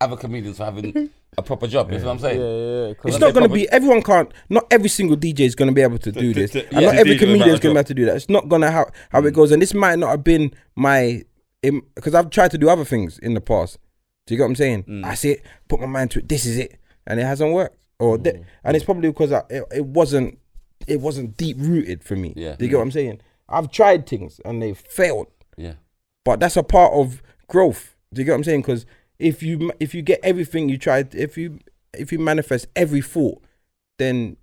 S3: other comedians for having a proper job. You know what I'm saying?
S1: yeah, yeah.
S2: It's
S3: Well,
S2: not going to
S3: they
S2: be everyone can't. Not every single DJ is going to be able to do
S4: to-
S2: this,
S4: to-
S2: and
S4: yeah,
S2: not
S4: to
S2: every
S4: do the
S2: comedian is
S4: amount of
S2: going to have to do that. It's not going to how how
S4: Mm.
S2: it goes, and this might not have been my because I've tried to do other things in the past. Do you get what I'm saying?
S4: Mm.
S2: I see it, put my mind to it. This is it, and it hasn't worked.
S4: Mm.
S2: Or thi- and it's probably because I, it, it wasn't it wasn't deep rooted for me.
S3: Yeah.
S2: Do you get what I'm saying? I've tried things and they've failed
S3: Yeah.
S2: but that's a part of growth. Do you get what I'm saying? Because if you if you get everything you tried, if you if you manifest every thought, then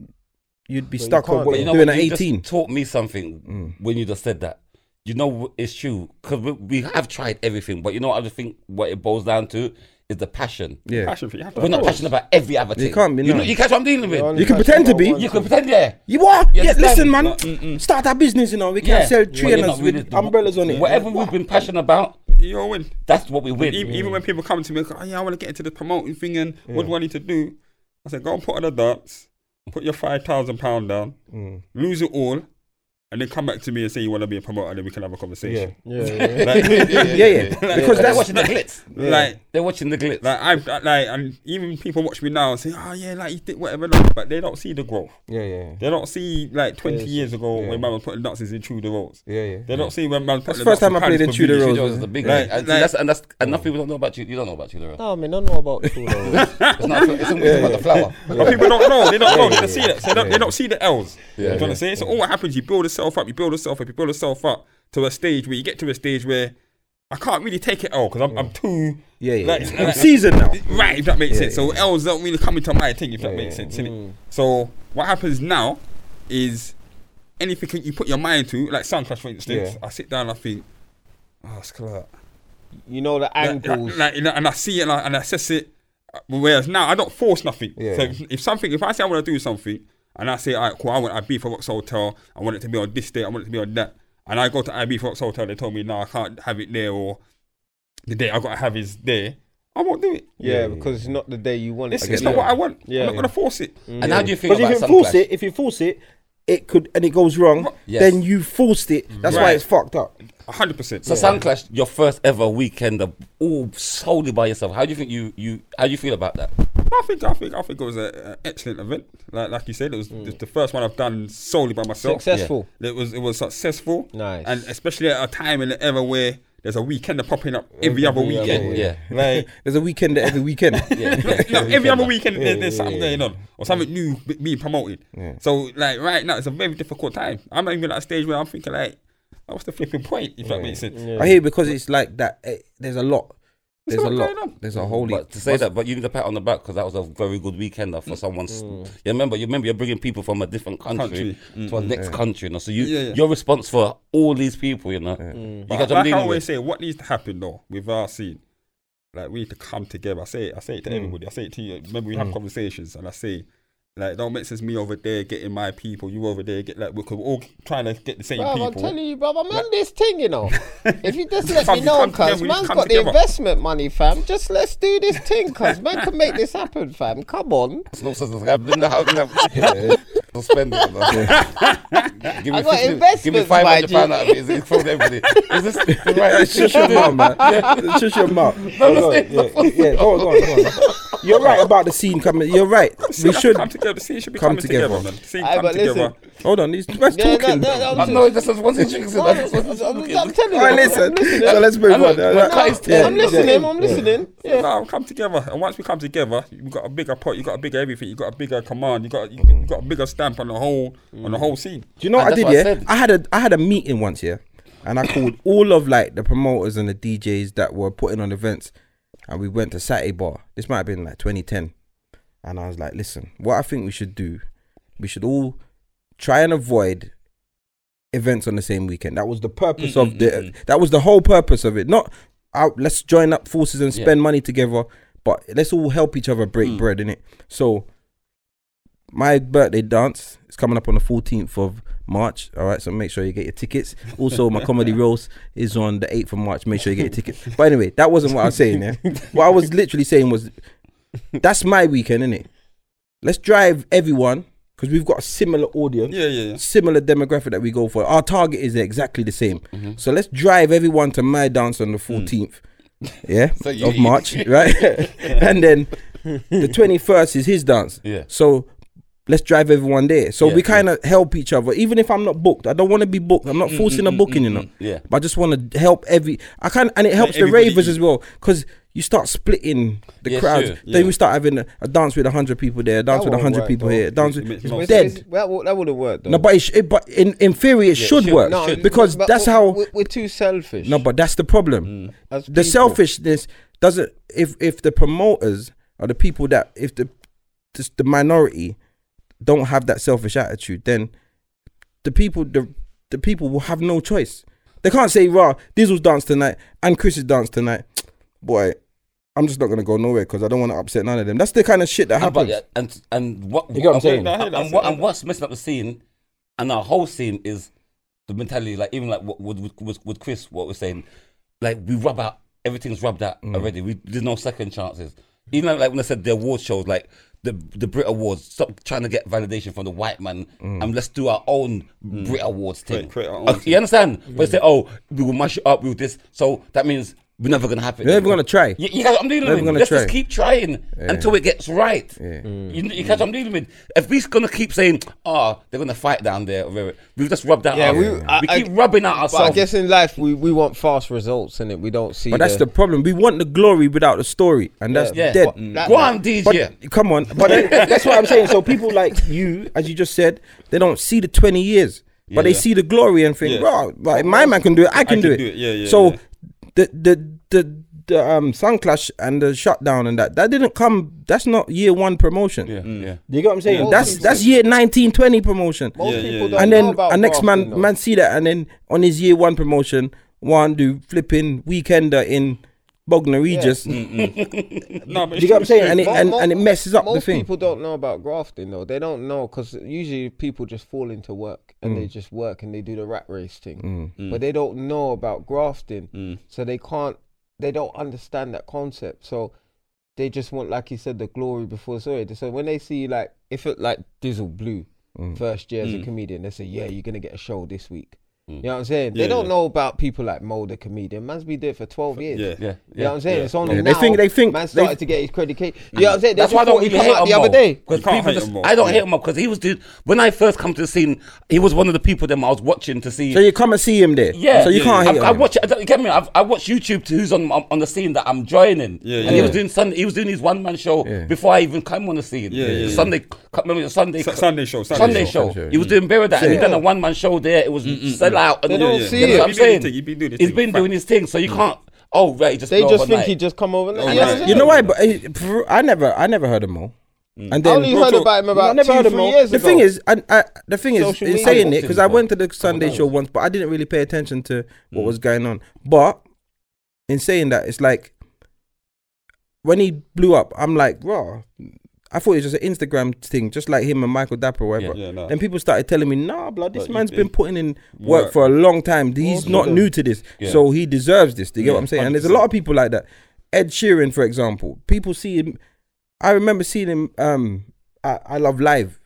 S2: you'd be
S1: But you
S2: stuck on
S1: can't,
S2: what
S1: though.
S2: you're
S1: You
S2: doing Mm. at
S3: what? You
S2: 18.
S3: Just taught me something when you just said that. You know, it's true because we, we have tried everything, but you know what I think what it boils down to is the passion.
S2: yeah,
S4: Passion for you. have to
S3: We're not
S4: have
S3: passionate about every other thing.
S2: can't be,
S3: You,
S2: no.
S3: know, you catch what I'm dealing with?
S2: You can pretend to be.
S3: You can pretend, yeah.
S2: you are.
S3: You
S2: Yeah, listen,
S3: understand?
S2: man.
S3: No,
S2: Start that business, you know. We
S3: Yeah.
S2: can sell
S3: But
S2: tree
S3: you're
S2: and
S3: not
S2: us with
S3: really-
S2: umbrellas on it.
S3: Whatever we've been passionate about,
S4: it. You'll win.
S3: that's what we win.
S4: Even, even when people come to me, go, oh, yeah, I want to get into the promoting thing and what do I need to do? I said, go and put on the darts, put your £5,000 down,
S2: Mm.
S4: lose it all, and then come back to me and say you want to be a promoter, and then we can have a
S2: Yeah,
S4: conversation.
S1: Yeah, yeah.
S2: yeah, yeah. Because
S3: they're
S2: that's
S3: watching the glitz.
S4: Like,
S3: They're watching the glitz.
S4: like I'm I- like, and even people watch me now and say, oh yeah, like you did whatever, like, but they don't see the growth.
S2: yeah, yeah,
S4: They don't see like 20 years ago
S2: yeah.
S4: when man was putting darts in Intruder Rolls.
S2: yeah, yeah.
S4: They don't see when man.
S2: That's the first time I played Intruder
S3: Judy
S2: Rolls.
S3: Jones is the big
S4: Like-
S3: thing. And see,
S4: like-
S3: that's, and that's enough people don't know about you. You don't know about you, Leroy.
S1: No, I mean, I know about Tula.
S3: It's not. It's, it's about the flower.
S4: But people don't know. They don't know. They don't see that. So they, don't, they don't see the L's. you know what I'm saying? So all what happens, you build yourself up, you build yourself up, you build yourself up to a stage where you get to a stage where I can't really take it L because I'm, I'm too.
S2: Yeah, yeah.
S4: Like-
S2: I'm seasoned now.
S4: Right, if that makes sense. So L's don't really come into my thing, if that makes sense. innit?
S2: Mm.
S4: So what happens now is anything you put your mind to, like Sound Clash, for instance,
S2: Yeah.
S4: I sit down and I think, oh, it's clever.
S1: you know the
S4: Like-
S1: angles.
S4: Like, you know, and I see it and I, and I assess it. uh, Whereas now I don't force nothing.
S2: Yeah.
S4: So if, if something, if I say I want to do something, and I say, all right, cool, I want IB for Rox Hotel, I want it to be on this day, I want it to be on that, and I go to IB for Rox Hotel, they told me, no, I can't have it there, or the day I got to have is there, I won't do it.
S1: yeah, because it's not the day you want it.
S4: It's,
S1: to
S4: it's
S1: be.
S4: not what I want.
S1: Yeah,
S4: I'm not
S1: yeah.
S4: going to force it.
S3: And how do you feel
S2: Because if
S3: about
S2: you
S3: Sun
S2: force
S3: Clash?
S2: it, if you force it, it could and it goes wrong.
S3: Yes.
S2: Then you forced it. That's why
S4: Right.
S2: it's fucked up.
S4: 100%.
S3: So Sound Clash, your first ever weekend of all solely by yourself. How do you think you you how do you feel about that?
S4: I think I think I think it was an excellent event. Like like you said, it was the- the first one I've done solely by myself.
S1: Successful.
S4: It was it was successful.
S1: Nice.
S4: And especially at a time in the era where there's a weekend popping up every other
S3: Yeah,
S4: weekend.
S3: yeah.
S4: Like
S2: There's a weekend every weekend.
S3: yeah, yeah.
S4: no, every other weekend there- there's something going on or something new b- being promoted. So like right now it's a very difficult time. I'm even at a stage where I'm thinking like, what's the flipping point? If that makes sense.
S2: I hear because it's like that. eh, there's a lot. There's a
S4: a lot
S2: lot.
S4: going on.
S2: There's a holy.
S3: But to say that, but you need a pat on the back because that was a very good weekend uh,
S4: Mm.
S3: for someone. s- You remember, you remember, you're bringing people from a different country,
S4: Country.
S3: to our next country, you know. So you,
S4: Yeah, yeah.
S3: your response for all these people, you know, you
S4: But
S3: got
S4: like I
S3: dealing
S4: always
S3: with.
S4: say, what needs to happen though with our scene, like we need to come together. I say it, I say it to everybody. I say it to you. Remember, we have conversations, and I say, like, it don't make sense me over there getting my people, you over there get like we're we're all trying to get the same
S1: Bruv, I'm
S4: people.
S1: telling you, bruv, I'm on this thing, you know. if you just let
S4: Come-
S1: me know,
S4: come together,
S1: cuz,
S4: we
S1: man's
S4: come
S1: got the
S4: together.
S1: investment money, fam. Just let's do this thing, cuz, man can make this happen, fam. Come on.
S3: It's no sense of having the house, you know. I'll spend it, you know. Give me
S1: I got
S3: 50 Give me
S1: investments,
S3: five
S1: mind
S3: hundred pounds out of it. It's from everything. Is this the right?
S2: Shush your mouth, man. Shush your mouth. Go on, yeah, yeah, go on, go on, go on. You're right about the scene coming. You're right.
S4: See,
S2: We
S4: that's
S2: should.
S4: come together. See, it should be
S2: come
S4: coming together,
S2: together.
S4: man. See,
S1: Aye,
S4: come
S1: but listen,
S4: together.
S2: Hold on, these man's
S1: Yeah,
S2: talking.
S1: no, no,
S3: Uh,
S1: no,
S3: No, it just says one thing.
S1: I'm telling you.
S2: All right,
S1: I'm
S2: listen.
S1: listening.
S2: So let's move
S3: I know,
S2: on.
S3: but
S2: Right.
S3: guys,
S2: Yeah,
S1: I'm
S2: yeah.
S1: listening. I'm listening. Yeah.
S4: No, come together, and once we come together, you got a bigger pot, you got a bigger everything, you got a bigger command, you got you, you got a bigger stamp on the whole on
S1: Hmm.
S4: the whole scene.
S2: Do you know
S3: And
S2: what I
S3: that's
S2: did?
S3: what I
S2: yeah,
S3: said.
S2: I, had a I had a meeting once, yeah, and I called all of like the promoters and the DJs that were putting on events, and we went to Saturday Bar. This might have been like 2010, and I was like, listen, what I think we should do, we should all try and avoid events on the same weekend. That was the purpose of the. That was the whole purpose of it. Not out. Let's join up forces and spend money together, but let's all help each other break bread in it. So my birthday dance is coming up on the 14th of March. All right, so make sure you get your tickets. Also, my comedy roast is on the 8th of March. Make sure you get your tickets. But anyway, that wasn't what I was saying. Yeah, what I was literally saying was that's my weekend, isn't it? Let's drive everyone because we've got a similar audience
S4: Yeah, yeah, yeah.
S2: similar demographic that we go for. Our target is exactly the same.
S3: Mm-hmm.
S2: So let's drive everyone to my dance on the 14th. Yeah,
S3: Hmm. So you-
S2: of March, right? and then the 21st is his dance.
S3: Yeah.
S2: So let's drive everyone there. So
S3: Yeah,
S2: we kind of help each other. Even if I'm not booked, I don't want to be booked. I'm not forcing a booking, you know.
S3: Mm-hmm. yeah.
S2: But I just want to help every. I can, and it helps the
S4: everybody
S2: ravers
S4: eat.
S2: as well because you start splitting the
S3: Yeah,
S2: crowds.
S3: sure,
S2: Then we start having a, a dance with hundred people there, a dance
S1: That
S2: with
S1: won't
S2: hundred
S1: work,
S2: people
S1: though.
S2: here, a dance
S4: It
S2: with
S4: makes no
S1: It's-
S4: sense.
S2: dead.
S1: it's- That, would- that wouldn't work though.
S2: No, but it, sh- it but in, in theory it should
S3: should.
S2: work
S3: No, should.
S2: because
S1: but
S2: that's
S1: we-
S2: how.
S1: we- we're too selfish.
S2: no, but that's the problem.
S1: as
S2: The
S1: people.
S2: selfishness doesn't. If if the promoters are the people that if the just the minority don't have that selfish attitude, then the people the the people will have no choice. They can't say, "Raw, Diesel's dance tonight and Chris's dance tonight." Boy, I'm just not gonna go nowhere because I don't want to upset none of them. That's the kind of shit that
S3: And, but,
S2: happens.
S3: yeah, and and what
S2: You get what I'm saying?
S3: and-
S4: No, I hear
S3: And,
S4: that.
S3: what, and what's messing up the scene and our whole scene is the mentality. Like even like what with with, with Chris, what we're saying, like we rub out everything's rubbed out
S2: Mm.
S3: already. We there's no second chances. Even like, like when I said the award shows, like the the Brit Awards, stop trying to get validation from the white man
S2: Mm.
S3: and let's do our own Mm. Brit Awards thing.
S4: Create- create our own
S3: Uh,
S4: thing.
S3: you understand? But they say, oh, we will mash it up with this. So that means we're never gonna happen.
S2: We're never gonna try.
S3: You, you guys, what I'm dealing
S2: Never
S3: with.
S2: gonna
S3: Let's
S2: try. Mm.
S3: just keep trying until it gets right. You, you catch what I'm dealing with? If we're gonna keep saying, "Oh, they're gonna fight down there," or whatever, we've just rubbed out.
S1: Yeah,
S3: our,
S1: we-
S3: we
S1: I- I-
S3: keep rubbing out
S1: But I
S3: ourselves.
S1: guess in life we, we want fast results and it we don't see.
S2: But that's the problem. We want the glory without the story, and that's
S3: yeah,
S2: dead.
S1: But that-
S3: go on, DJ.
S2: But come on, but then- that's what I'm saying. So people like you, as you just said, they don't see the 20 years, but they
S4: Yeah.
S2: see the glory and think,
S4: Yeah.
S2: "Wow, like my man can do it, I can, do, it.
S4: Yeah, yeah,
S2: So
S4: yeah.
S2: the the the the um sun clash and the shutdown and that that didn't come. That's not year one promotion.
S3: yeah, yeah.
S2: Mm. You get what I'm saying?
S1: Yeah.
S2: that's that's year 19, 20 promotion.
S1: most
S4: Yeah, yeah,
S1: people
S4: yeah.
S1: don't
S2: and
S1: know
S2: then
S1: about
S2: our next man
S1: fasting, though.
S2: man see that, and then on his year one promotion, one do flipping weekender in Bognor
S1: Mm.
S2: Regis.
S4: No, but
S2: Do you get what I'm saying? And it,
S1: Mo-
S2: and,
S1: mo-
S2: and it messes up the
S1: most
S2: thing.
S1: people don't know about grafting though. They don't know because usually people just fall into work and
S2: Mm.
S1: they just work and they do the rat race thing,
S4: Mm.
S1: but they don't know about grafting, so they can't. They don't understand that concept. So they just want, like you said, the glory before sorry. So when they see like if it like Dizzle Blue
S2: Mm.
S1: first year as
S4: Mm.
S1: a comedian, they say, yeah, you're gonna get a show this week. You know what I'm saying? they
S4: Yeah,
S1: don't
S4: yeah.
S1: know about people like Mo, the comedian. Man's been there for 12 years.
S4: Yeah.
S3: Yeah,
S1: You know what I'm saying?
S4: yeah.
S1: It's only
S2: Yeah, they
S1: now.
S2: think- they think-
S1: Man
S2: they-
S1: started to get his credit. ca- You know what I'm saying? They
S3: That's why I
S1: just
S3: don't
S1: thought he
S3: even
S1: came
S3: hate
S1: out
S3: on
S1: the other
S3: Mo.
S1: day.
S3: 'Cause
S4: You can't
S3: people
S4: hate
S3: just-
S4: on Mo.
S3: I don't hate him because he was dude. When I first come to the scene, he was one of the people that I was watching to see.
S2: So you come and see him there.
S3: Yeah,
S2: So you can't
S3: I,
S2: hate
S3: I
S2: on him.
S3: watch. I don't, get me. I've, I watch YouTube to who's on on the scene that I'm joining.
S4: Yeah,
S3: And he
S4: yeah.
S3: was doing Sunday. He was doing his one man show
S2: Yeah.
S3: before I even come on the scene.
S4: Yeah, yeah,
S3: The
S4: yeah.
S3: Sunday. Remember the Sunday.
S4: Su- Sunday show, Sunday
S3: Sunday
S4: show.
S3: show. He was doing Bury that, and he
S1: Yeah.
S3: done a one man show there. It was sell out. And
S1: They don't
S3: you
S1: see
S3: know
S1: it.
S3: what I'm
S4: He been doing
S3: saying.
S4: his thing, he been doing his
S3: He's
S4: thing,
S3: been doing
S4: fact.
S3: his thing, so you can't. Oh, right. He just
S1: They
S3: go
S1: just think
S3: overnight.
S1: he just come over.
S3: And
S1: You know what I'm
S3: that's-
S1: saying?
S2: You know why? But eh, for- I never, I never heard of Mo. And
S1: I only heard
S4: Bro,
S1: about him about
S2: I never
S1: two,
S2: heard of
S1: three
S2: Mo.
S1: years
S2: the
S1: ago.
S2: thing is, and I, the thing is,
S1: Social
S2: in
S1: media.
S2: saying
S3: I
S2: it
S3: watched
S2: because
S3: him
S2: I
S3: before.
S2: went to the Sunday show once, but I didn't really pay attention to what was going on. But in saying that, it's like when he blew up, I'm like, raw. I thought it was just an Instagram thing, just like him and Michael Dapper, or whatever.
S4: Yeah, yeah, nah.
S2: Then people started telling me, "Nah, blood, this
S4: But you-
S2: man's
S4: it-
S2: been putting in work
S4: Work.
S2: for a long time. He's not new to this,
S3: Yeah.
S2: so he deserves this." Do you get
S4: Yeah,
S2: what I'm saying? And there's a lot of people like that. Ed Sheeran, for example, people see him. I remember seeing him. Um, I, I love live.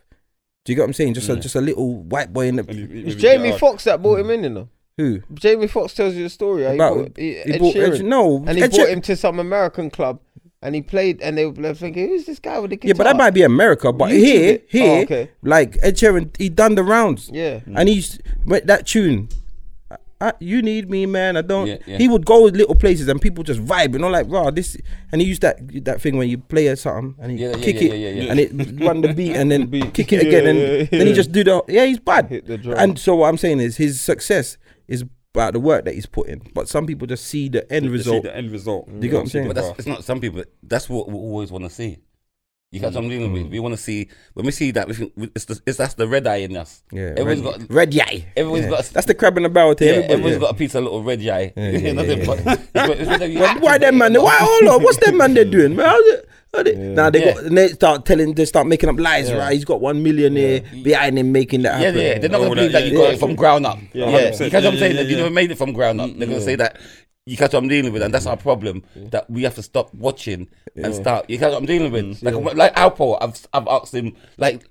S2: Do you get what I'm saying? Just
S4: Mm.
S2: a, just a little white boy in the
S4: And he- he-
S1: It's
S4: he-
S1: Jamie
S4: uh,
S1: Foxx that brought him in, you know.
S2: who
S1: Jamie Foxx tells you the story. how He
S2: Hmm. About-
S1: brought, he,
S2: he
S1: Ed
S2: brought Ed-
S1: Sheeran.
S2: no,
S1: and he
S2: Ed
S1: brought
S2: Sheer-
S1: him to some American club, and he played, and they were thinking, "Who's this guy with the guitar?"
S2: Yeah, but that might be America. But
S1: YouTube
S2: here,
S1: it. Oh,
S2: here,
S1: okay.
S2: like Ed Sheeran, he done the rounds.
S1: Yeah. Mm.
S2: and he's but that tune. I- I, you need me, man. I don't.
S3: Yeah, yeah.
S2: He would go with little places and people just vibe, you know, like raw this. And he used that that thing when you play a something and he
S3: Yeah, yeah,
S2: kick
S3: yeah,
S2: it
S3: yeah, yeah, yeah.
S2: and it run the beat and then
S1: Beat.
S2: kick it
S1: Yeah,
S2: again and
S1: yeah, yeah.
S2: then he just do the yeah. He's bad.
S1: Hit the drum.
S2: And so what I'm saying is his success is about the work that he's put in. But some people just see the end
S4: you see
S2: result.
S4: The end result.
S2: You get what I'm saying?
S3: But that's, it's not some people. That's what we always want to see. You catch what I'm dealing with? We want to see when we see that. We think it's, the, it's that's the red eye in us.
S2: Yeah,
S3: everyone's
S2: red-
S3: got
S2: red yay.
S3: everyone's
S2: Yeah.
S3: got a-
S2: That's the crab in the barrel to
S3: yeah,
S2: everybody.
S3: everyone's
S2: yeah.
S3: got a piece of little red eye.
S2: yeah,
S3: Nothing
S2: yeah,
S3: but- it's whether you
S2: But
S3: act
S2: why
S3: on
S2: them
S3: it
S2: man?
S3: or
S2: Why
S3: not.
S2: hold on? What's them man they're doing? Man, how's it? How they, Now they
S3: Yeah.
S2: got and they start telling they start making up lies. Right, he's got one millionaire behind him making that
S3: Yeah,
S2: happen.
S3: yeah, they're not gonna
S4: Oh, that-
S3: believe that you
S4: yeah,
S3: got
S4: yeah.
S3: it from ground up.
S4: Yeah,
S3: Yeah,
S4: 100%.
S3: you catch what I'm
S4: Yeah,
S3: saying?
S4: yeah,
S3: that You
S4: yeah.
S3: never made it from ground up. They're gonna say that. You catch what I'm dealing with, and that's our problem. That we have to stop watching and start. You catch what I'm dealing
S4: Mm.
S3: with. Like, like Alpo, I've I've asked him like.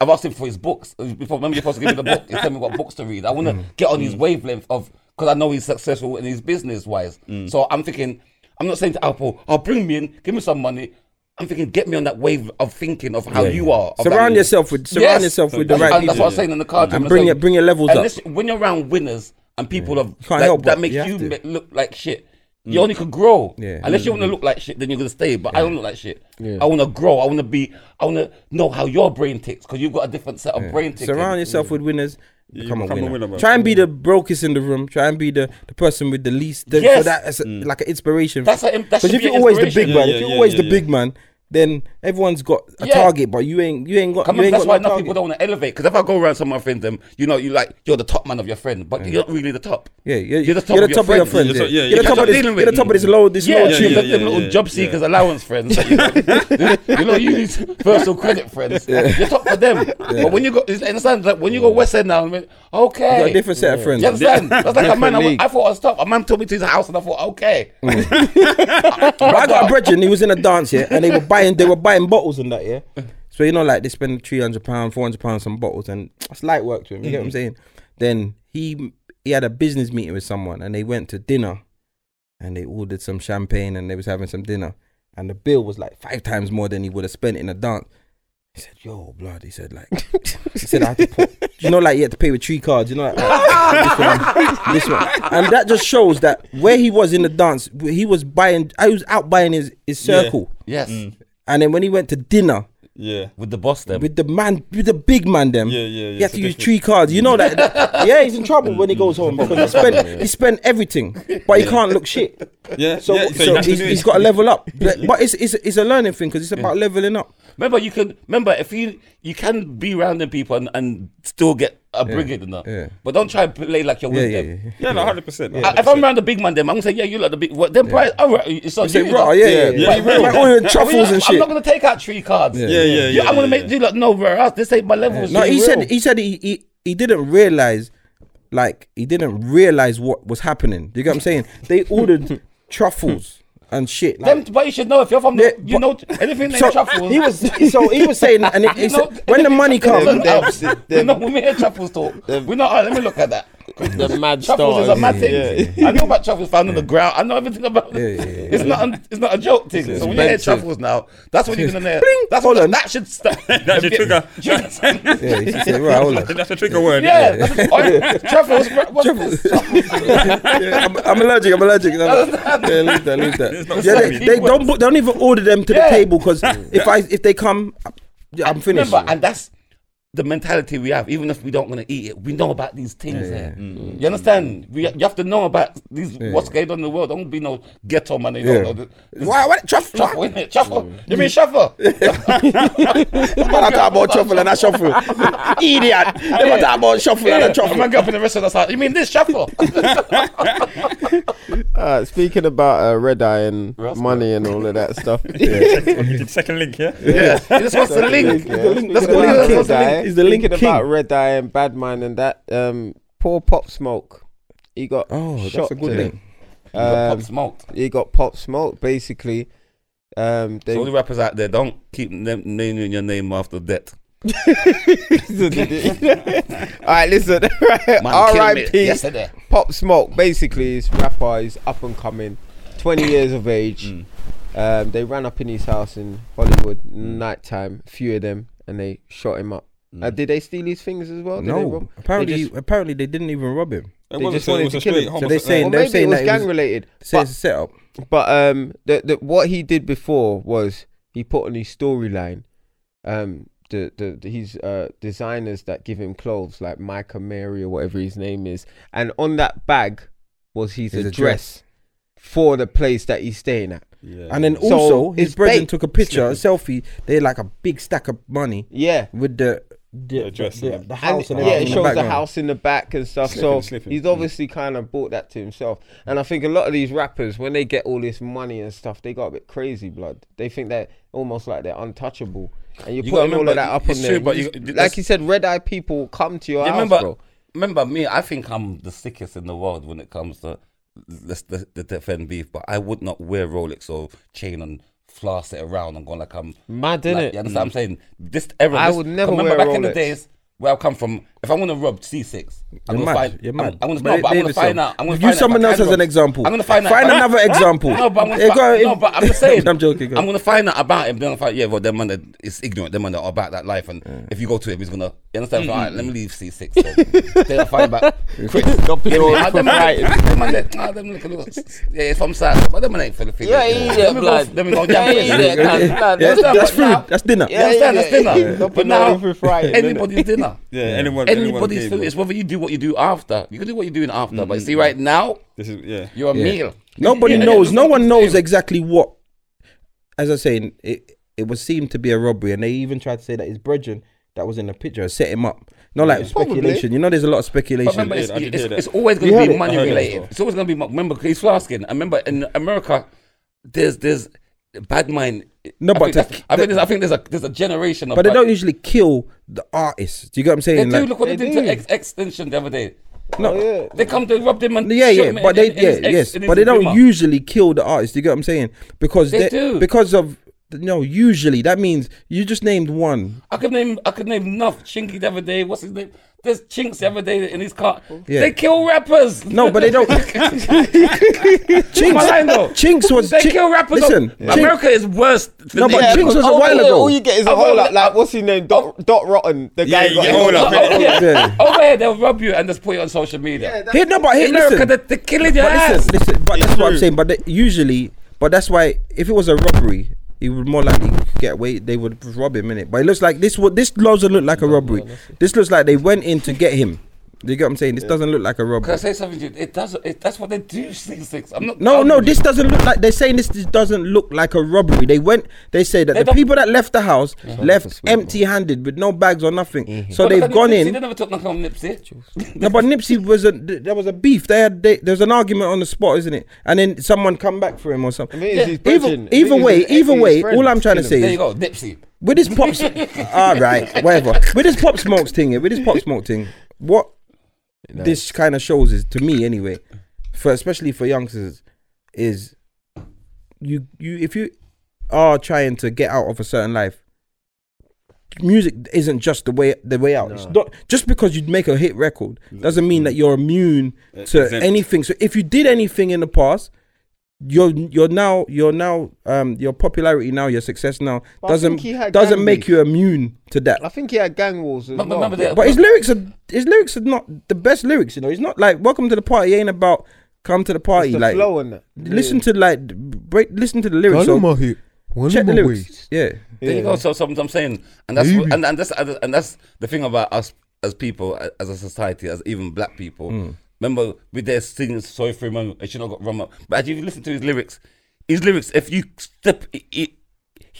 S3: I've asked him for his books. Before, remember, you're supposed to give me the book. You tell me what books to read. I want to
S4: Mm.
S3: get on his wavelength of because I know he's successful in his business wise.
S4: Mm.
S3: So I'm thinking, I'm not saying to Alpo, "Oh, bring me in, give me some money." I'm thinking, get me on that wave of thinking of how you are. of that
S2: Surround
S3: leader.
S2: yourself with surround
S3: Yes.
S2: yourself with the
S3: That's-
S2: right
S3: and That's what
S2: people.
S3: I'm saying in the card.
S2: And bring your- bring your levels up.
S3: When you're around winners and people of
S2: Can't
S3: that,
S2: help
S3: that
S2: but
S3: make
S2: you
S3: you,
S2: have to. Mm.
S3: ma- look like shit. You only could grow.
S2: Yeah. Mm.
S3: Unless you want to look like shit, then you're gonna stay. But I don't look like shit. I want to grow. I want to be. I want to know how your brain ticks because you've got a different set of brain ticking.
S2: Surround yourself with winners. Become,
S4: become
S2: a
S4: a
S2: winner.
S4: winner, bro.
S2: Try and be the brokest in the room. Try and be the, the person with the least. The,
S3: Yes.
S2: So that is a, like an inspiration.
S3: That's a- that should
S2: Because if
S3: be an
S2: you're always the big
S3: inspiration.
S2: man,
S4: Yeah,
S2: if you're
S4: yeah,
S2: always
S4: yeah,
S2: the
S4: yeah.
S2: big man, then everyone's got a
S3: Yeah.
S2: target, but you ain't you ain't got.
S3: Come
S2: you
S3: on,
S2: ain't
S3: that's
S2: got
S3: why
S2: no
S3: enough
S2: target.
S3: people don't want to elevate. Because if I go around some of my friends, them, you know, you like you're the top man of your friend, but you're not really the top.
S2: Yeah, you're,
S3: You're the top of your
S2: of your
S3: friends.
S2: friends. Yeah.
S4: You're the top- yeah,
S2: You're the
S4: yeah.
S2: top of
S3: You're
S2: this.
S3: dealing with-
S2: You're the top of this low. This
S3: Yeah,
S2: low.
S3: yeah,
S2: tube.
S3: yeah,
S4: yeah,
S3: little
S4: yeah,
S3: job
S4: yeah.
S3: seekers allowance friends. you know, you know, you need personal credit friends. You're top for them. But when you go, it's- understand that when you go West End now, I mean, okay.
S2: You got a different set of friends.
S3: You understand? That's like a man. I,
S1: league.
S3: went- I thought I was top. A man took me to his house, and I thought, okay.
S2: Mm. But I got a brethren, he was in a dance, yeah, and they were buying they were buying bottles and that, yeah. So you know, like they spend three hundred pounds, four hundred pounds on bottles, and that's light work to him. You get what I'm saying? Then he he had a business meeting with someone, and they went to dinner, and they ordered some champagne, and they was having some dinner, and the bill was like five times more than he would have spent in a dance. He said, "Yo, blood." He said, "Like, he said I had to put, you know, like you had to pay with three cards. You know, like, this one, and that just shows that where he was in the dance, he was buying. I was out buying his his
S4: Yeah.
S2: circle,
S3: Yes,
S2: and then when he went to dinner
S4: Yeah.
S3: with the boss then.
S2: Mm. with the man, with the big man, them,
S4: Yeah, yeah, yeah,
S2: he had
S4: it's
S2: to
S4: a
S2: use
S4: different-
S2: three cards. You know that, yeah, he's in trouble when he goes home because he spent he spent everything, but he can't look shit.
S4: Yeah.
S2: So,
S4: yeah, you
S2: so
S4: have to
S2: he's,
S4: do it.
S2: he's got to level up, but, but it's, it's it's a learning thing because it's about leveling up.
S3: Remember, you can remember if you you can be around them people and, and still get a brigade in that.
S2: yeah.
S3: But don't try and play like you're
S2: Yeah,
S3: with
S2: yeah,
S3: them.
S2: yeah.
S4: Yeah, no, hundred percent.
S3: I- if I'm around the big man, them I'm gonna say, yeah, you like the big. What, then price, all right, it's on
S2: Say,
S3: you.
S2: bro,
S3: innit?
S2: yeah, yeah,
S4: yeah,
S2: yeah.
S4: you will.
S2: Like, all your
S3: I mean,
S2: truffles and
S3: I'm
S2: shit.
S3: not gonna take out three cards.
S2: Yeah.
S4: Yeah, yeah, yeah.
S3: I'm gonna
S4: yeah,
S3: make you like no where else. This ain't my level.
S2: No, he said he said he, he he didn't realize, like he didn't realize what was happening. Do you get what I'm saying? They ordered truffles and shit.
S3: them,
S2: Like,
S3: but you should know if you're from
S2: Yeah,
S3: the, you know anything they
S2: so
S3: truffles.
S2: he was so he was saying, and it,
S3: you
S2: it's,
S3: know,
S2: when the
S3: anything
S2: money
S3: truffles
S2: comes,
S1: come-
S3: is
S1: Them-
S3: out.
S1: them-
S3: you know when we hear truffles talk, we know. Oh, let me look at that.
S1: The mad
S3: Truffles is a
S1: stars.
S3: mad thing. I know about truffles found on the ground. I know everything about it.
S2: yeah, yeah,
S3: It's not a, it's not a joke thing. so when you hear
S1: bent to-
S3: truffles now, that's what you're gonna hear.
S2: Bling.
S3: That's
S2: Hold
S3: what
S2: on.
S3: that should stop.
S4: That should trigger.
S2: yeah, he said, right, hold on.
S4: That's a trigger word.
S3: Yeah, that's- oh, yeah. truffles. bro, What's
S2: Truffles.
S3: this?
S2: Yeah, I'm, I'm allergic. I'm allergic. No, no. Yeah, leave that. Leave that. Yeah, they, they don't. put- They don't even order them to the
S3: Yeah.
S2: table because if I if they come, yeah, I'm finished.
S3: Remember, and that's the mentality we have. Even if we don't want to eat it, we know about these things. there. You understand? We, you have to know about these what's going on in the world. Don't be no ghetto man. You
S2: Yeah.
S3: don't know. the- this
S2: Why? What? Truffle.
S3: Shuffle, innit? Shuffle. You mean shuffle?
S2: Man, I talk about truffle and I shuffle. Idiot. Never talk about shuffle and I
S3: Yeah.
S2: truffle.
S3: Man, get up in the restaurant. Like, you mean this shuffle?
S1: Uh, speaking about uh, red eye and
S3: Rascal.
S1: money and all of that stuff.
S4: Second link, yeah.
S3: yeah. This what's the link.
S1: Yeah.
S3: That's
S1: Speaking
S3: the
S1: about
S3: link.
S1: Red
S3: That's the
S1: Eye-
S3: link.
S2: He's the link
S1: Speaking
S2: king.
S1: about Red Eye and Bad Mind and that. Um, poor Pop Smoke. He got
S2: Oh, that's
S1: shot
S2: a good
S1: today.
S2: link.
S1: Um,
S3: Pop smoked.
S1: he got Pop Smoke basically. Um, they
S3: So all the rappers out there, don't keep nam- naming your name after death.
S1: all right, listen.
S3: Man, killed me
S1: R.I.P.
S3: Yesterday.
S1: Pop Smoke basically is rapper. He's up and coming, 20 years of age.
S2: Mm.
S1: Um, they ran up in his house in Hollywood nighttime, few of them, and they shot him up. Uh, did they steal his things as well? Did they rob-
S2: Mm. No,
S1: they
S2: apparently,
S1: just-
S2: apparently they didn't even rob him.
S4: It
S1: They
S4: wasn't
S1: just
S4: so-
S1: wanted
S4: it was
S1: to
S4: a
S1: kill
S4: straight
S1: him.
S4: homicide.
S2: So they're saying-
S1: or
S2: they're
S1: maybe
S2: saying
S1: it was
S2: that it was-
S1: gang related.
S2: So
S1: But
S2: it's a setup.
S1: But um, the, the what he did before was he put on his storyline, um, the, the the his uh designers that give him clothes like Micah Mary or whatever his name is, and on that bag was his,
S2: His
S1: address, for the place that he's staying at.
S3: Yeah.
S2: And then
S1: So
S2: also his
S1: it's
S2: brethren
S1: bait.
S2: took a picture, a selfie. They had like a big stack of money
S1: Yeah.
S2: with the the,
S4: The dress
S2: the,
S4: and the-
S2: the
S1: And
S2: house. And,
S1: yeah,
S2: everything
S1: it
S2: in
S1: shows the,
S2: background.
S1: house in the back and stuff. so
S4: Slipping, slipping.
S1: he's obviously kind of bought that to himself. And I think a lot of these rappers, when they get all this money and stuff, they got a bit crazy blood. They think they're almost like they're untouchable. And you're
S3: You gotta
S1: putting all
S3: remember,
S1: of that up
S3: it's
S1: on
S3: true,
S1: there.
S3: but you-
S1: like
S3: that's-
S1: you said, red eye people come to your
S3: Yeah,
S1: house,
S3: remember,
S1: bro.
S3: remember me. I think I'm the sickest in the world when it comes to the the, the defend beef. But I would not wear Rolex or chain and floss it around and go like I'm
S1: Mad,
S3: like,
S1: innit?
S3: You understand what I'm saying? This era.
S1: I
S3: this-
S1: would never
S3: Remember
S1: wear
S3: back in the
S1: Rolex.
S3: days where I come from. If I'm gonna rob C6, I'm
S2: You're
S3: gonna
S2: mad,
S3: find.
S2: you're
S3: I'm-
S2: mad.
S3: I'm, gonna,
S2: But
S3: no, but I'm gonna
S2: Davidson,
S3: find out. I'm gonna
S2: use
S3: find out if
S2: someone
S3: I
S2: else
S3: can
S2: as an
S3: rob.
S2: example.
S3: I'm gonna find out.
S2: Find
S3: if I-
S2: another example.
S3: No, but I'm gonna
S2: Yeah,
S3: find,
S2: go ahead.
S3: no, but I'm just saying.
S2: I'm joking, go
S3: I'm gonna find out about him. Then I find yeah, well, them man that is ignorant. Them man that are about that life, and if you go to him, he's gonna. You understand? So, all right, let me leave C6. Then, then I find back. Quick,
S1: Got people
S3: Ah,
S1: from
S3: them man-
S1: Brighton.
S3: them man that- ah, them look a little- Yeah, it's from South, but them man ain't Filipino.
S5: Yeah, he
S3: Let
S5: there,
S3: me go-
S5: blood.
S3: Let me go.
S5: Yeah, he
S3: down.
S5: there, blood. Blood.
S2: Yeah,
S3: Understand,
S2: that's
S3: but
S2: food.
S3: now-
S2: That's dinner.
S3: you understand?
S1: yeah,
S3: That's
S1: yeah.
S3: dinner.
S1: Don't
S3: But
S1: put that
S3: now,
S1: in for Friday, innit?
S3: anybody's dinner.
S4: Yeah, anyone, anyone
S3: Anybody's
S4: game.
S3: dinner. It's whether you do what you do after. You can do what you're doing after. But see, right now,
S4: This is Mm-hmm. yeah.
S3: you're a
S2: Yeah.
S3: meal.
S2: Nobody
S3: Yeah,
S2: knows.
S3: yeah,
S2: No one knows
S3: same.
S2: exactly what. As I say, it it was seemed to be a robbery, and they even tried to say that his brethren that was in the picture set him up. Not like speculation. You know, there's a lot of
S3: But
S2: speculation.
S3: remember,
S4: I
S3: it's,
S4: did
S3: it's,
S4: hear that.
S3: it's always going
S1: You
S3: to
S1: heard
S3: be
S1: it?
S3: money
S4: I heard it
S3: related.
S4: as well.
S3: It's always going to be mo- remember he's flasking. I remember in America, there's there's bad mind.
S2: No,
S3: I
S2: but
S3: think that's-
S2: the-
S3: I think there's, I think there's a there's a generation of.
S2: but they
S3: bad-
S2: don't usually kill the artists. Do you get what I'm
S3: They
S2: saying?
S3: do.
S2: Like-
S3: Look what they,
S1: They
S3: did
S1: do.
S3: to X Extension the other day.
S2: no,
S1: Yeah.
S3: They come to rob them and
S2: Yeah,
S3: shoot
S2: yeah,
S3: him
S2: but
S3: in-
S2: they,
S3: in his
S2: yeah,
S3: ex-
S2: yes,
S3: in his
S2: but they don't
S3: Beamer.
S2: usually kill the artist. You get what I'm saying? Because
S3: They
S2: they
S3: do.
S2: because of no. Usually, that means you just named one.
S3: I could name I could name Nuff Chinky the other day. What's his name? There's Chinks the other day in his car.
S2: Yeah.
S3: They kill rappers.
S2: No, but they don't.
S3: Am I lying though?
S2: Chinks, Chinks was
S3: They
S2: Chin-
S3: kill rappers.
S2: Listen,
S3: though. America is worse. Than
S2: No, but
S3: England.
S2: Chinks was a
S1: all-
S2: while
S1: all-
S3: Oh.
S2: ago.
S1: All you get is a
S3: I've
S1: hole
S3: got-
S1: up. Like, what's his name? Dot, Dot Rotten. The guy got
S4: you get
S1: his
S4: hole
S1: hole
S4: up,
S1: up.
S3: Oh, yeah.
S2: Yeah.
S3: Over here, they'll rob you and just put it on social media.
S2: Here, no, but here,
S3: In America,
S2: listen.
S3: they're, they're killing your
S2: But
S3: ass.
S2: listen, listen, but that's what I'm
S4: true.
S2: saying. But they, usually, but that's why if it was a robbery, he would more likely get away. They would rob him in it. But it looks like this. What this doesn't look like a robbery. This looks like they went in to get him. You get what I'm saying? This doesn't look like a
S3: Can I
S2: robbery.
S3: say something to you? It does. It, that's what they do. Six six. I'm not.
S2: No,
S3: I'm-
S2: no, this doesn't look like they're saying this, this doesn't look like a robbery. They went, they say that
S3: They
S2: the
S3: don't-
S2: people that left the house left empty handed with no bags or nothing. So
S3: Mm-hmm. But look
S2: they've
S3: at
S2: gone
S3: Nipsey,
S2: in.
S3: They never took nothing on Nipsey.
S2: No, but Nipsey was a th- there was a beef. They had they, there was an argument on the spot, isn't it? And then someone come back for him or something.
S1: I mean, it's his
S2: Either,
S1: brethren. I
S2: either
S1: mean,
S2: way,
S1: it's his-
S2: either
S1: it's his
S2: way,
S1: friend.
S2: all I'm trying to
S1: Kill him.
S2: say
S3: There you
S2: is
S3: go, Nipsey.
S2: with this pops. all right, whatever. With this pop smokes thing, here, with this pop smoke thing, what this kind of shows is to me anyway, for especially for youngsters, is you you if you are trying to get out of a certain life. Music isn't just the way the way out. It's not just because you'd make a hit record doesn't mean that you're immune to
S4: exempt.
S2: anything. So if you did anything in the past, you're you're now you're now um your popularity now your success now
S1: But I
S2: doesn't
S1: think he had
S2: doesn't
S1: gang
S2: make
S1: beef.
S2: you immune to that.
S1: I think he had gang wars as
S3: But
S1: well.
S3: remember that.
S2: But his lyrics are his lyrics are not the best lyrics. You know, it's not like "Welcome to the Party." It ain't about "Come to the Party."
S1: It's the
S2: like,
S1: flow and that.
S2: listen to like break, listen to the lyrics. So check the lyrics. Yeah,
S3: There you go. So, so I'm saying, and that's and, and that's and that's the thing about us as people, as a society, as even black people.
S2: Hmm.
S3: Remember, we there singing "Sorry for a Moment," it should not got run up. But as you listen to his lyrics, his lyrics, if you step, it, it,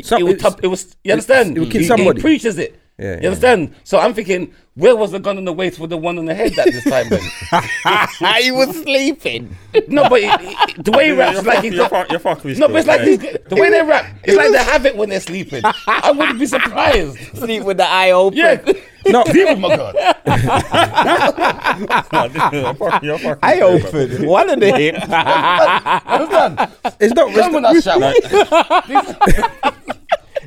S2: Some-
S3: it will
S2: it's-
S3: tub- it was. You understand?
S2: it will kill
S3: He- he
S2: somebody.
S3: preaches it.
S2: Yeah,
S3: you
S2: yeah.
S3: understand? So I'm thinking, where was the gun in the waist with the one on the head at this time? Then?
S5: he was sleeping.
S3: no, but it, it- the way he raps,
S4: You're
S3: like
S4: fucking-
S3: he's
S4: you're
S3: not.
S4: fuck- you're fucking
S3: No, but it's like
S4: still,
S3: these, the way they rap. It's like they have it when they're sleeping. I wouldn't be surprised.
S5: Sleep with the eye open.
S3: Yeah.
S2: No.
S3: Demon, my God.
S4: yeah. You're fucking- you're fucking
S5: Eye
S4: still, bro.
S5: open. One of them.
S3: Understand?
S2: it's not it's,
S3: Come on,
S2: not,
S3: that shout.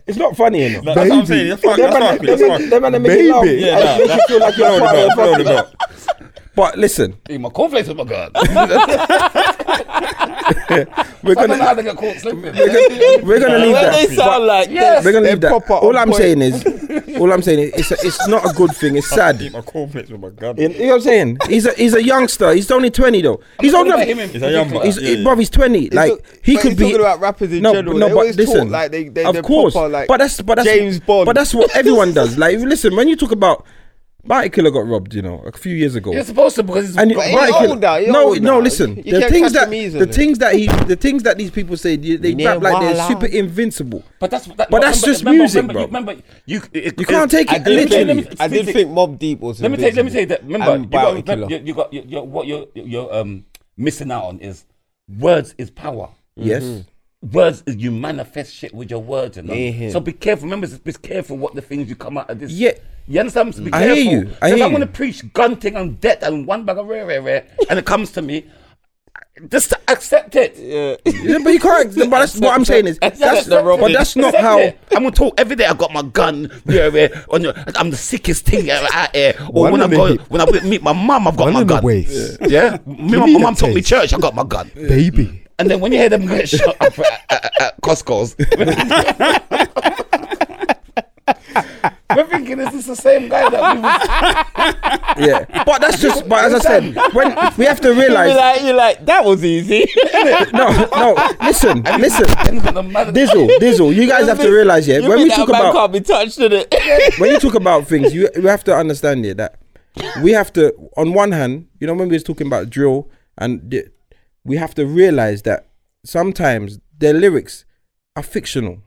S2: it's not funny enough.
S4: That's what I'm saying. You're fucking.
S2: Them
S4: That's
S2: man,
S4: fucking. That's
S2: them man-
S4: fucking.
S2: them man that make it loud.
S4: Yeah, nah,
S2: Make you feel like you're
S4: Blow
S2: part
S4: the
S2: of
S4: belt.
S2: the
S4: Blow the
S2: fucking-
S4: belt.
S2: But listen,
S3: Hey, my cornflakes with my God. I
S2: we're
S3: don't know
S2: gonna
S3: how they get caught slipping. Yeah,
S2: we're gonna leave
S5: Well, they
S2: that.
S5: sound like
S3: Yes.
S2: We're gonna leave
S1: They're
S2: that.
S1: proper
S2: All
S1: on
S2: I'm
S1: point.
S2: saying is, all I'm saying is, it's, a, it's not a good thing. It's sad.
S4: Keep my cornflakes with my gun.
S2: You know what I'm saying? He's a he's a youngster. He's only twenty though. He's old enough.
S3: Him in
S4: He's a young
S3: particular.
S4: man.
S2: He's,
S4: Yeah, yeah.
S2: Bro, he's 20. like, he
S1: but
S2: could
S1: he's
S2: be.
S1: talking about rappers in general. They always talk like they- they-
S2: of
S1: they're
S2: course.
S1: proper, like
S2: but that's, but that's,
S1: James Bond.
S2: But that's what everyone does. Like, listen, when you talk about Marty Killer got robbed, you know, a few years ago.
S3: You're supposed to because it's
S2: And you,
S1: But he's
S2: Marty Killer-
S1: old now, he's
S2: no,
S1: old
S2: no.
S1: now.
S2: Listen,
S1: You
S2: the
S1: can't catch
S2: things that
S1: him
S2: the
S1: easily.
S2: things that he, the things that these people say, they, they rap like they're super invincible.
S3: But that's that,
S2: But that's just music, bro.
S3: Remember, you,
S2: You can't take it literally.
S1: I did think Mob Deep was.
S3: Let me take. Let me
S1: invincible.
S3: say that. Remember,
S1: And
S3: you got,
S1: Bionicular.
S3: you, you got you, you, what you're you're um missing out on is words is power.
S2: Yes.
S1: Mm-hmm.
S3: Words is you manifest shit with your words, and
S1: Yeah.
S3: so be careful. Remember, just be careful what the things you come out of this.
S2: Yeah.
S3: You understand? So be
S2: I hear
S3: careful.
S2: you. I
S3: So if
S2: hear
S3: I'm gonna
S2: you.
S3: preach gunting and debt and one bag of rare, rare, rare, and it comes to me, just accept it.
S2: Yeah, but you can't. But that's what I'm saying is that's
S3: the robbery.
S2: but that's not
S3: Accept
S2: how.
S3: it. I'm gonna talk every day. I got my gun. Yeah, yeah, on your, I'm the sickest thing ever out here. Or
S6: One
S3: when I
S6: in the
S3: go,
S6: hip.
S3: when I meet my mum, I've got
S6: One
S3: my
S6: in the
S3: gun.
S6: waist.
S3: Yeah, me,
S6: Give
S3: my
S6: me
S3: mum
S6: that
S3: took me
S6: taste.
S3: church. I got my gun.
S6: baby.
S3: And then when you hear them get shot up at, at, at Costco's, we're thinking this is the same guy that we was.
S2: Yeah, but that's just. But as I said, when we have to realize,
S5: you're like, that was easy.
S2: no, no. Listen, listen. Dizzle, Dizzle. You guys have to realize, yeah. When we talk about
S5: can't be touched in it.
S2: when you talk about things, you you have to understand here that we have to, on one hand, you know, when we was talking about drill, and the, we have to realize that sometimes their lyrics are fictional.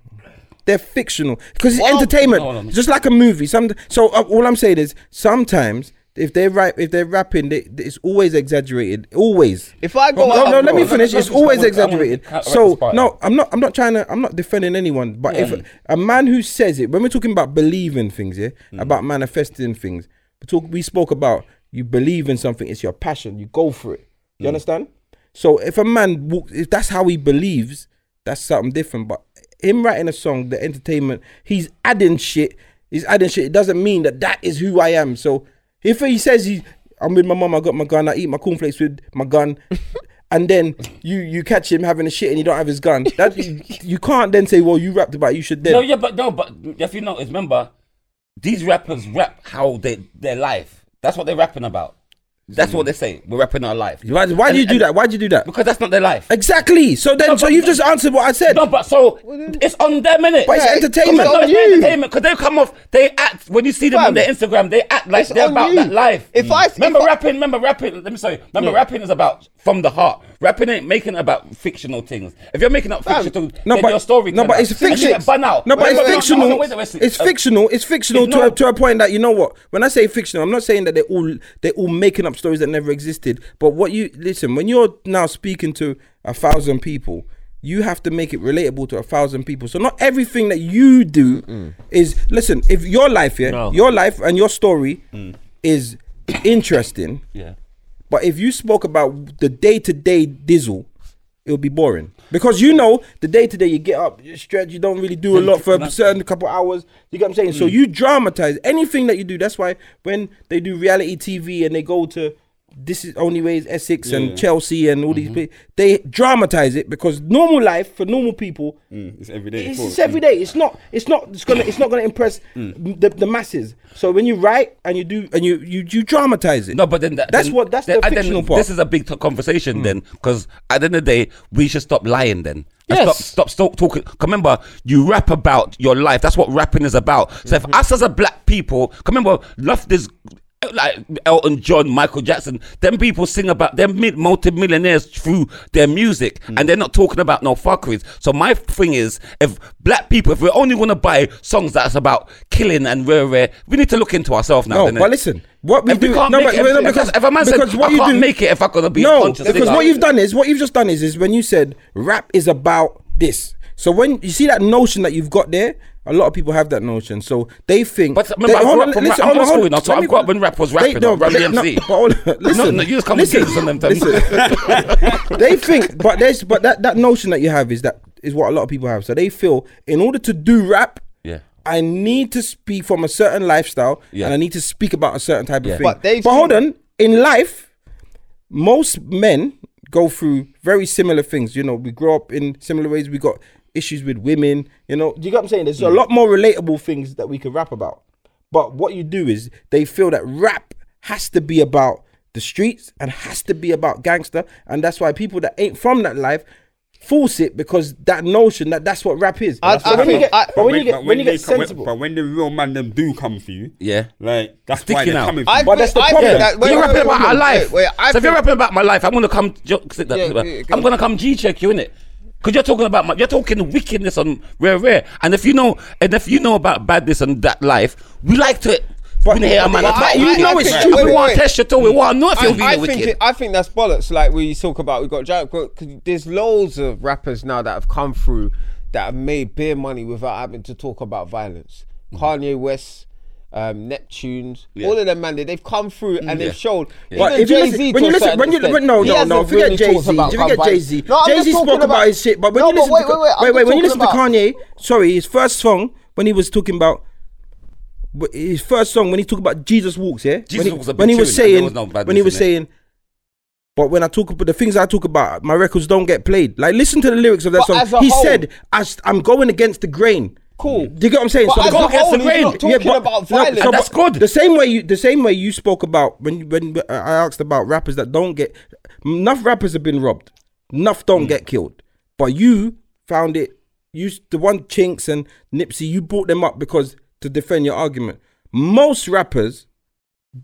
S2: They're fictional because it's entertainment,
S3: no, no, no.
S2: just like a movie. Some so uh, all I'm saying is sometimes if they're rap, if they're rapping, they, it's always exaggerated. Always.
S1: If I go
S2: No,
S1: out,
S2: no, let me
S1: bro,
S2: finish.
S3: let's-
S2: It's
S3: let's-
S2: always
S3: let's- I wanna- I wanna
S2: exaggerated.
S3: cut- wrap
S2: So
S3: this part
S2: no,
S3: up.
S2: I'm not. I'm not trying to. I'm not defending anyone. But if a man who says it, when we're talking about believing things, yeah,
S3: Mm.
S2: about manifesting things, we talk. We spoke about you believe in something. It's your passion. You go for it.
S3: Mm.
S2: You understand? So if a man, walk, if that's how he believes, that's something different. But him writing a song, the entertainment, he's adding shit. He's adding shit. It doesn't mean that that is who I am. So if he says he, I'm with my mum, I got my gun, I eat my cornflakes with my gun, and then you you catch him having a shit and he don't have his gun, that you can't then say, well, you rapped about it, you should then.
S3: No, yeah, but no, but if you notice, remember, these rappers rap how they their life. That's what they're rapping about. That's what they say. We're rapping our life.
S2: Why, why do Mm. you
S3: And-
S2: do
S3: and-
S2: that? Why do you do that?
S3: Because that's not their life.
S2: Exactly. So then,
S3: No,
S2: so
S3: but-
S2: you've just answered what I said.
S3: No, but so it's on them, innit?
S2: But it's Yeah, entertainment. it's
S3: No,
S1: on
S3: it's
S1: you.
S3: entertainment because they come off. They act when you see them on
S1: Fam.
S3: their Instagram. They act like
S1: It's
S3: they're
S1: on
S3: about
S1: you.
S3: that life.
S1: If I- if
S3: remember
S1: I-
S3: rapping, remember rapping. Let me say, remember rapping is about from the heart. Rapping ain't making about fictional things. If you're making up
S1: Fam.
S3: fictional,
S2: No,
S3: then
S2: but
S3: your story.
S2: No,
S3: can-
S2: but it's
S3: and you
S2: fictional.
S3: get Bun out.
S2: No, but
S3: Wait,
S2: it's
S3: wait, wait,
S2: fictional.
S3: wait, wait, wait, wait.
S2: it's
S3: Uh,
S2: fictional. It's fictional
S3: it's
S2: to a,
S3: not-
S2: to a point that you know what. When I say fictional, I'm not saying that they all they all making up stories that never existed. But what you listen when you're now speaking to a thousand people. You have to make it relatable to a thousand people. So not everything that you do is listen. If your life, yeah, your life and your story
S3: Mm.
S2: is interesting,
S3: Yeah.
S2: but if you spoke about the day to day dizzle, it would be boring because you know the day to day you get up, you stretch, you don't really do a lot for a certain couple hours. You get what I'm saying?
S4: Mm.
S2: So you dramatize anything that you do. That's why when they do reality TV and they go to this is only ways Essex and Chelsea and all
S4: Mm-hmm.
S2: these people, they dramatize it because normal life for normal people
S4: Mm, it's every day.
S2: it's
S4: full.
S2: just every day. It's not. It's not. It's gonna. It's not gonna impress
S4: Mm.
S2: the, the masses. So when you write and you do and you you you dramatize it.
S3: No, but then that,
S2: That's
S3: then-
S2: what- that's
S3: then-
S2: the
S3: and then
S2: fictional part. Mm.
S3: This is a big t- conversation then, because at the end of the day, we should stop lying then. And
S5: Yes.
S3: Stop, stop, stop talking. 'Cause Remember, you rap about your life. That's what rapping is about. So
S2: Mm-hmm.
S3: if us as a black people, 'cause remember, love this. Like Elton John, Michael Jackson, them people sing about them mid multi-millionaires through their music,
S2: Mm.
S3: and they're not talking about no fuckeries. So my thing is, if black people, if we only want to buy songs that's about killing and rare, rare, we need to look into ourselves now.
S2: No,
S3: innit?
S2: but listen, what we
S3: If
S2: do.
S3: we can't
S2: no,
S3: make
S2: but,
S3: it,
S2: no,
S3: if-
S2: because
S3: if a man said,
S2: because what
S3: "I
S2: you
S3: can't
S2: do,
S3: make it if I gotta be
S2: no,
S3: conscious
S2: because
S3: nigga."
S2: what you've done is what you've just done is is when you said rap is about this. So when you see that notion that you've got there, a lot of people have that notion. So they think.
S3: But remember,
S2: they-
S3: I grew
S2: hold
S3: up
S2: on,
S3: from-
S2: listen,
S3: I'm
S2: hold on,
S3: old school
S2: hold on,
S3: now, so
S2: let
S3: I
S2: me
S3: grew up
S2: go-
S3: when rap was
S2: They-
S3: rapping
S2: no,
S3: or
S2: but
S3: Run
S2: they- no,
S3: DMC.
S2: but hold on, Listen,
S3: no, you just come with
S2: listen,
S3: gigs on them times.
S2: listen. they think, but there's but that that notion that you have is that is what a lot of people have. So they feel in order to do rap.
S3: Yeah.
S2: I need to speak from a certain lifestyle
S3: Yeah.
S2: and I need to speak about a certain type of thing.
S1: But they
S2: but hold
S1: think-
S2: on, in life, most men go through very similar things. You know, we grow up in similar ways. We got issues with women. You know, do you get what I'm saying? There's
S1: Mm.
S2: a lot more relatable things that we could rap about. But what you do is they feel that rap has to be about the streets and has to be about gangster, and that's why people that ain't from that life force it because that notion that that's what rap is.
S1: I,
S2: That's
S1: I
S2: what
S1: think
S2: rap-
S1: I,
S4: But
S1: when you get
S4: but
S1: when you
S4: they
S1: get
S4: come-
S1: sensible.
S4: But when the real man them do come for you,
S3: Yeah.
S4: like that's why
S3: Sticking
S4: they're
S3: out.
S4: coming.
S1: I
S4: for you.
S2: But that's the
S1: think- I think
S2: problem.
S1: that- wait,
S3: you're
S1: wait,
S3: rapping
S1: wait,
S3: about
S1: wait,
S3: our
S1: wait,
S3: life.
S1: wait, I
S3: so if you're
S1: think-
S3: rapping about my life, I'm gonna come. jo- sit that-
S1: Yeah,
S3: sit that.
S1: yeah, go
S3: I'm gonna come G check you in it. Cause you're talking about my, you're talking wickedness on rare rare, and if you know and if you know about badness and that life, we like to. But, we hear our man
S1: but
S3: attack.
S1: I-
S3: you
S1: I-
S3: know
S1: I
S3: it's
S1: think-
S3: true.
S1: wait,
S3: We
S1: wait,
S3: want
S1: wait.
S3: to test your toe. We want to know if
S1: I,
S3: you're being
S1: I
S3: wicked.
S1: think it- I think that's bollocks. Like we talk about, we got Jack. Because there's loads of rappers now that have come through that have made beer money without having to talk about violence.
S2: Mm-hmm.
S1: Kanye West. Um, Neptunes, all of them, man, they- they've come through and they've shown. Even
S2: But if you
S1: Jay
S2: listen-
S1: Z,
S2: when you listen- when you- when- no, no, no, forget Jay-Z, forget Jay-Z. Jay-Z spoke about his shit, but when you listen
S1: wait,
S2: to-
S1: wait, wait, I'm
S2: wait, wait,
S1: just
S2: when you listen
S1: talking
S2: to
S1: about-
S2: Kanye, sorry, his first song when he was talking about wh- his first song when he talked about Jesus walks, yeah,
S3: Jesus
S2: when he,
S3: Walks was a big
S2: when he was
S3: tune, and there
S2: saying,
S3: was no badness
S2: when he was
S3: in it.
S2: saying. But when I talk about the things I talk about, my records don't get played. Like, listen to the lyrics of that
S1: But as a
S2: song. He
S1: whole-
S2: said, as, "I'm going against the grain."
S1: Cool.
S2: Do you get what I'm saying?
S1: But
S2: So
S1: as
S2: the-
S1: a
S3: go against
S1: whole,
S3: the
S1: he's
S3: grain.
S1: not
S2: yeah,
S1: talking
S2: but-
S1: about
S2: no,
S1: violence.
S2: so
S3: that's
S2: but
S3: good.
S2: The same way you, the same way you spoke about when when uh, I asked about rappers that don't get enough rappers have been robbed, enough
S1: Hmm.
S2: don't get killed, but you found it. You s- the one Chinks and Nipsey, you brought them up because to defend your argument. Most rappers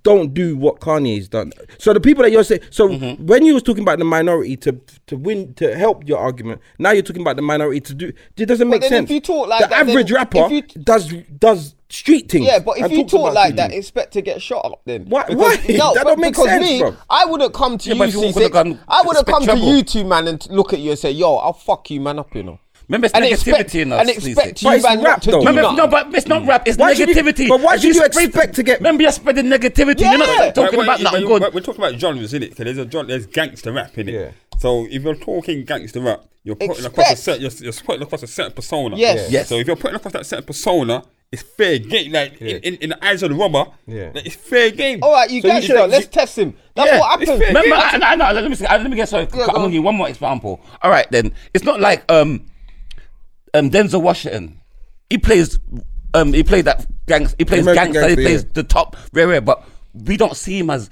S2: don't do what Kanye's done. So the people that you're saying, so
S1: Mm-hmm.
S2: when you was talking about the minority to to win to help your argument, now you're talking about the minority to do. It doesn't make
S1: then if
S2: sense.
S1: you talk like
S2: the
S1: that, then
S2: average
S1: if
S2: rapper
S1: you-
S2: does does street things.
S1: Yeah, but if
S2: and
S1: you
S2: talks
S1: talk
S2: about
S1: like
S2: street
S1: that,
S2: things.
S1: expect to get shot up then.
S2: Why-
S1: Because-
S2: why?
S1: No,
S2: That
S1: but
S2: don't make
S1: because
S2: sense,
S1: me,
S2: bro.
S1: I wouldn't come to
S3: Yeah,
S1: you,
S3: but if you walk with a
S1: C6.
S3: gun,
S1: I wouldn't
S3: expect
S1: come
S3: trouble.
S1: to you two, man, and look at you and say, yo, I'll fuck you, man, up, you know.
S3: Remember, it's
S1: and
S3: negativity
S1: expect,
S3: in us,
S1: And
S3: C6.
S1: expect
S2: But
S1: you,
S2: it's
S1: man,
S2: rap,
S1: not to
S2: though.
S1: do
S3: Remember,
S1: nothing.
S3: no, but it's not rap. It's
S2: Why should you-
S3: negativity.
S2: but why
S3: If
S2: should you
S3: spread-
S2: expect to get-
S3: Remember, you're spreading negativity. You're
S1: Yeah.
S3: not talking
S4: But-
S3: about
S4: but- but
S3: nothing
S4: you-
S3: good.
S4: but We're talking about genres, innit? Because there's a genre, there's gangster rap, innit?
S2: Yeah.
S4: So if you're talking gangster rap, you're putting across a
S1: Expect.
S4: certain, you're, you're putting across a certain persona.
S1: Yes. Yeah.
S3: Yes.
S4: So if you're putting across that certain persona, it's fair game. Like in, in, in the eyes of the robber,
S2: Yeah.
S4: like, it's fair game.
S1: All right, you
S4: So
S1: get
S4: it's
S1: shit up.
S4: like-
S1: Let's test him. That's
S4: Yeah,
S1: what
S4: it's
S1: happened.
S4: fair.
S3: Remember, I, I, I, let me see, I, let me get sorry.
S1: Yeah, go
S3: I'm gonna
S1: on.
S3: give you one more example. All right, then it's not like um, um Denzel Washington. He plays um he played that gangs he plays
S2: American
S3: gangster,
S2: Gangster,
S3: he plays
S2: yeah.
S3: the top rare rare, but we don't see him as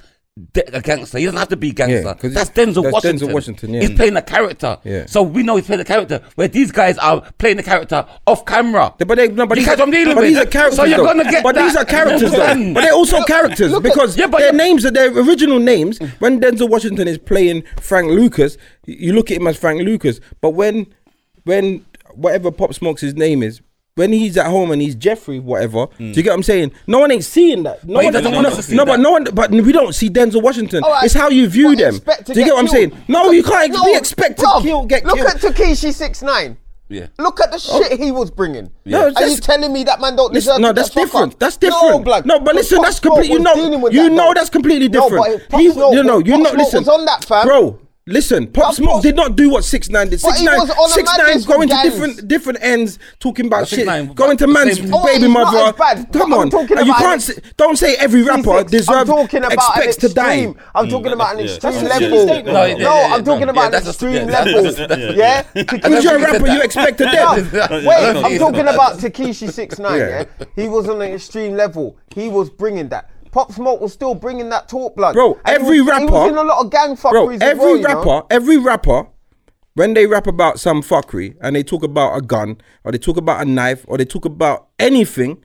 S3: de- a gangster. He doesn't have to be
S2: Yeah,
S3: gangster.
S2: 'cause
S3: that's
S2: he-
S3: Denzel
S2: that's
S3: Washington.
S2: Denzel Washington, yeah.
S3: He's playing a character.
S2: Yeah.
S3: So we know he's playing a character. Where these guys are playing the character off camera.
S2: Yeah, But they, no, but
S3: you
S2: these,
S3: catch what I'm dealing
S2: but
S3: with.
S2: these are characters.
S3: So you're
S2: though.
S3: gonna get
S2: But
S3: that.
S2: these are characters, though.
S3: Understand?
S2: But they're also characters
S1: look at-
S2: because
S3: yeah, but
S2: their
S3: you're-
S2: names are their original names. When Denzel Washington is playing Frank Lucas, y- you look at him as Frank Lucas. But when, when whatever Pop Smokes his name is. When he's at home and he's Jeffrey, whatever, do you get what I'm saying? No one ain't seeing that. No
S3: But he
S2: one,
S3: doesn't
S2: no,
S3: want us to see
S2: no,
S3: that.
S2: but no one, but we don't see Denzel Washington.
S1: All right,
S2: It's how you
S1: but
S2: view them. Do you
S1: expect to
S2: get, what I'm saying?
S1: killed.
S2: No,
S1: Look
S2: you
S1: at-
S2: can't ex-
S1: no,
S2: be expected
S1: bruv,
S2: to kill, get
S1: Look
S2: killed.
S1: at Takeshi six nine.
S3: Yeah.
S1: Look at the shit he was bringing.
S2: No,
S1: Are you
S2: that's-
S1: telling me that man don't
S2: Listen,
S1: deserve
S2: no,
S1: to
S2: that's
S1: get fucked
S2: different.
S1: up?
S2: That's different.
S1: No, blood.
S2: No, but listen,
S1: Pop
S2: that's
S1: Smoke
S2: completely. You
S1: was dealing
S2: know,
S1: with
S2: you
S1: that,
S2: know
S1: though.
S2: that's completely
S1: No, but
S2: different.
S1: if Pop
S2: He-
S1: Smoke
S2: you know,
S1: was-
S2: you
S1: Pop
S2: know.
S1: Smoke was
S2: Listen,
S1: on that, fam.
S2: bro. Listen, Pop
S1: Pop
S2: Smoke
S1: Smoke-
S2: did not do what Six Nine did.
S1: But
S2: Six
S1: he
S2: Nine,
S1: was on a
S2: Six Nine
S1: madness
S2: going to
S1: gangs.
S2: different different ends, talking about
S3: Six
S2: shit,
S3: Nine-
S2: going to
S3: but
S2: man's
S3: same-
S1: Oh,
S2: baby
S1: he's not
S2: mother.
S1: as bad.
S2: Come
S1: I'm
S2: on,
S1: talking
S2: you
S1: about
S2: can't.
S1: an-
S2: Say, don't say every rapper
S1: T6. I'm
S2: deserves
S1: talking about
S2: expects
S1: an
S2: to die.
S1: extreme. I'm talking about an
S4: yeah,
S1: extreme
S4: that's a
S1: level.
S4: serious statement.
S1: No,
S4: No, yeah,
S3: yeah,
S1: I'm talking
S3: yeah, no,
S1: about
S3: yeah,
S1: an
S3: that's a-
S1: extreme
S3: yeah, that's-
S1: level.
S3: that's- yeah,
S1: yeah.
S2: Because you're a
S1: Takeshi-
S2: rapper, you expect to
S1: No,
S2: death.
S1: wait,
S4: no,
S1: I'm
S4: no.
S1: talking about Takeshi Six Nine.
S2: Yeah.
S1: Yeah. he was on an extreme level. He was bringing that. Pop Smoke was still bringing that talk blood.
S2: Bro,
S1: And he
S2: every
S1: was- he
S2: rapper-
S1: was in a lot of gang fuckeries.
S2: Bro,
S1: as
S2: every
S1: well, you know?
S2: rapper, every rapper, when they rap about some fuckery and they talk about a gun or they talk about a knife or they talk about anything,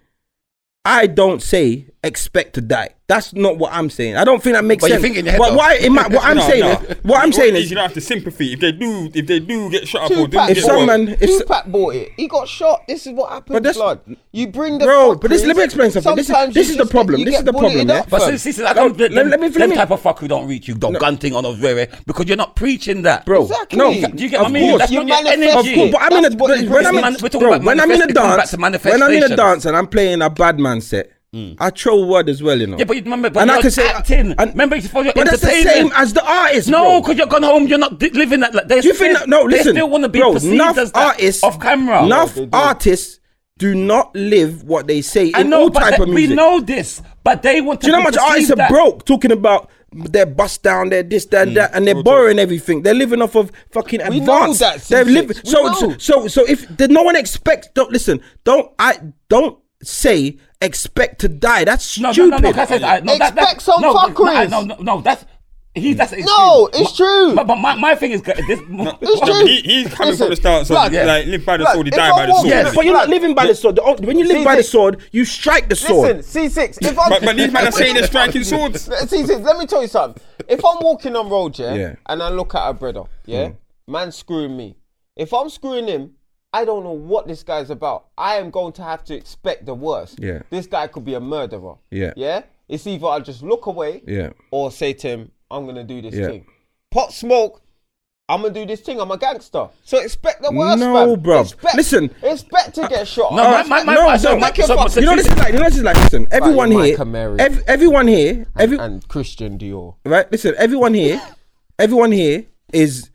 S2: I don't say expect to die. That's not what I'm saying. I don't think that makes
S3: But you
S2: sense.
S3: think in your head
S2: But
S3: though.
S2: why? In my, what I'm
S4: No,
S2: saying
S4: no.
S2: is, what I'm
S4: It
S2: saying
S4: is
S2: is,
S4: you don't have to sympathy if they do. If they do get shot up or do
S1: Tupac
S4: get
S2: If
S1: bought
S2: some
S4: robbed.
S2: man-
S1: it.
S2: if s-
S1: Tupac bought it. He got shot. This is what happened.
S2: But that's-
S1: blood. You bring the
S2: Bro, but this-
S1: fuckeries.
S2: let me explain something. This is-
S1: Sometimes
S2: this
S1: you
S2: is the
S1: just-
S2: problem.
S1: you
S2: This is
S1: get
S2: the
S1: bullied
S2: problem, yeah?
S1: up,
S3: But
S1: fam.
S3: since, since I
S2: No,
S3: don't, them,
S2: let- let me- let
S3: them
S2: me-
S3: type of fuckery don't reach you. Don't gun thing on us very because you're not preaching that,
S2: bro,
S1: Exactly.
S2: no,
S1: You-
S3: Do you get what
S2: of
S3: I mean?
S2: course.
S3: That's
S1: You
S3: not your
S1: manifest
S3: energy.
S2: Of course, but I'm in a,
S1: That's what
S2: but
S1: it
S2: when
S1: brings.
S2: I'm in,
S1: Man-
S3: we're talking
S2: bro,
S3: about
S2: when I'm in a
S3: manifest- it comes back
S2: dance,
S3: to
S2: when I'm in a
S3: manifestation. Hmm.
S2: dance and I'm playing a bad man set, I throw word as well, you know.
S3: Yeah, but you remember, but
S2: and
S3: you're
S2: I can say,
S3: acting.
S2: and-
S3: remember, it's for your
S2: but that's the
S3: entertainment.
S2: same as the artist.
S3: no,
S2: bro.
S3: because you're gone home. You're not di- living that. Like,
S2: Do you think that, no? Listen,
S3: they still want to be
S2: bro,
S3: perceived
S2: enough
S3: as that
S2: artists
S3: off camera.
S2: Enough
S1: they do.
S2: artists do not live what they say
S3: I
S2: in
S3: know,
S2: all
S3: but
S2: type
S3: that-
S2: of
S3: we
S2: music.
S3: know this, but they want to.
S2: do you know
S3: be
S2: how much
S3: perceived
S2: artists are
S3: that.
S2: broke talking about their bust down, their this, that, and that, and they're borrowing everything. They're living off of fucking
S1: know
S2: advance.
S1: that,
S2: they're
S1: Simpsons.
S2: living.
S1: We
S2: So, so,
S1: know.
S2: so, so if there, no one expects, don't listen. Don't I? Don't say expect to die. That's
S3: No,
S2: stupid.
S3: no, no, no, 'cause I said, I, no, that,
S1: Expect
S3: that,
S1: some
S3: no, no,
S1: fuckeries.
S3: No, no, no, that's He, that's his
S1: No,
S3: thing.
S1: it's true.
S3: But, but my, my thing is, this,
S1: It's true.
S4: He, he's coming
S1: Listen,
S4: from the stance of
S1: blood,
S3: yeah.
S4: like live by the
S1: Blood,
S4: sword, you
S1: if
S4: die
S1: I
S4: by the
S1: walk-
S4: sword.
S1: Yes,
S4: innit?
S2: but you're not
S1: Like,
S2: living by the sword. The- When you live by the
S1: See,
S2: sword, you strike the
S1: Listen,
S2: sword.
S1: C6. If I'm
S4: But, but these men are saying they're striking swords.
S1: C6, let me tell you something. If I'm walking on road, yeah,
S2: Yeah. Hmm.
S1: and I look at a brother, yeah, man screwing me. If I'm screwing him, I don't know what this guy's about. I am going to have to expect the worst.
S2: Yeah.
S1: This guy could be a murderer.
S2: Yeah.
S1: Yeah. It's either I just look away
S2: Yeah.
S1: or say to him, I'm gonna do this
S2: Yeah.
S1: thing. Pot smoke. I'm gonna do this thing. I'm a gangster, so expect the worst.
S2: No,
S1: man.
S2: bruv.
S1: Expect-
S2: Listen.
S1: expect to get shot.
S3: No, my, my, my,
S2: No,
S3: my,
S2: no,
S3: so my,
S1: fucking
S3: so my,
S1: fuck.
S3: so
S2: You know this is like. You know this is like. Listen, everyone
S1: Mike
S2: here.
S1: and Mary.
S2: ev- everyone here. Every
S1: and Christian Dior.
S2: right. Listen, everyone here. Everyone here is.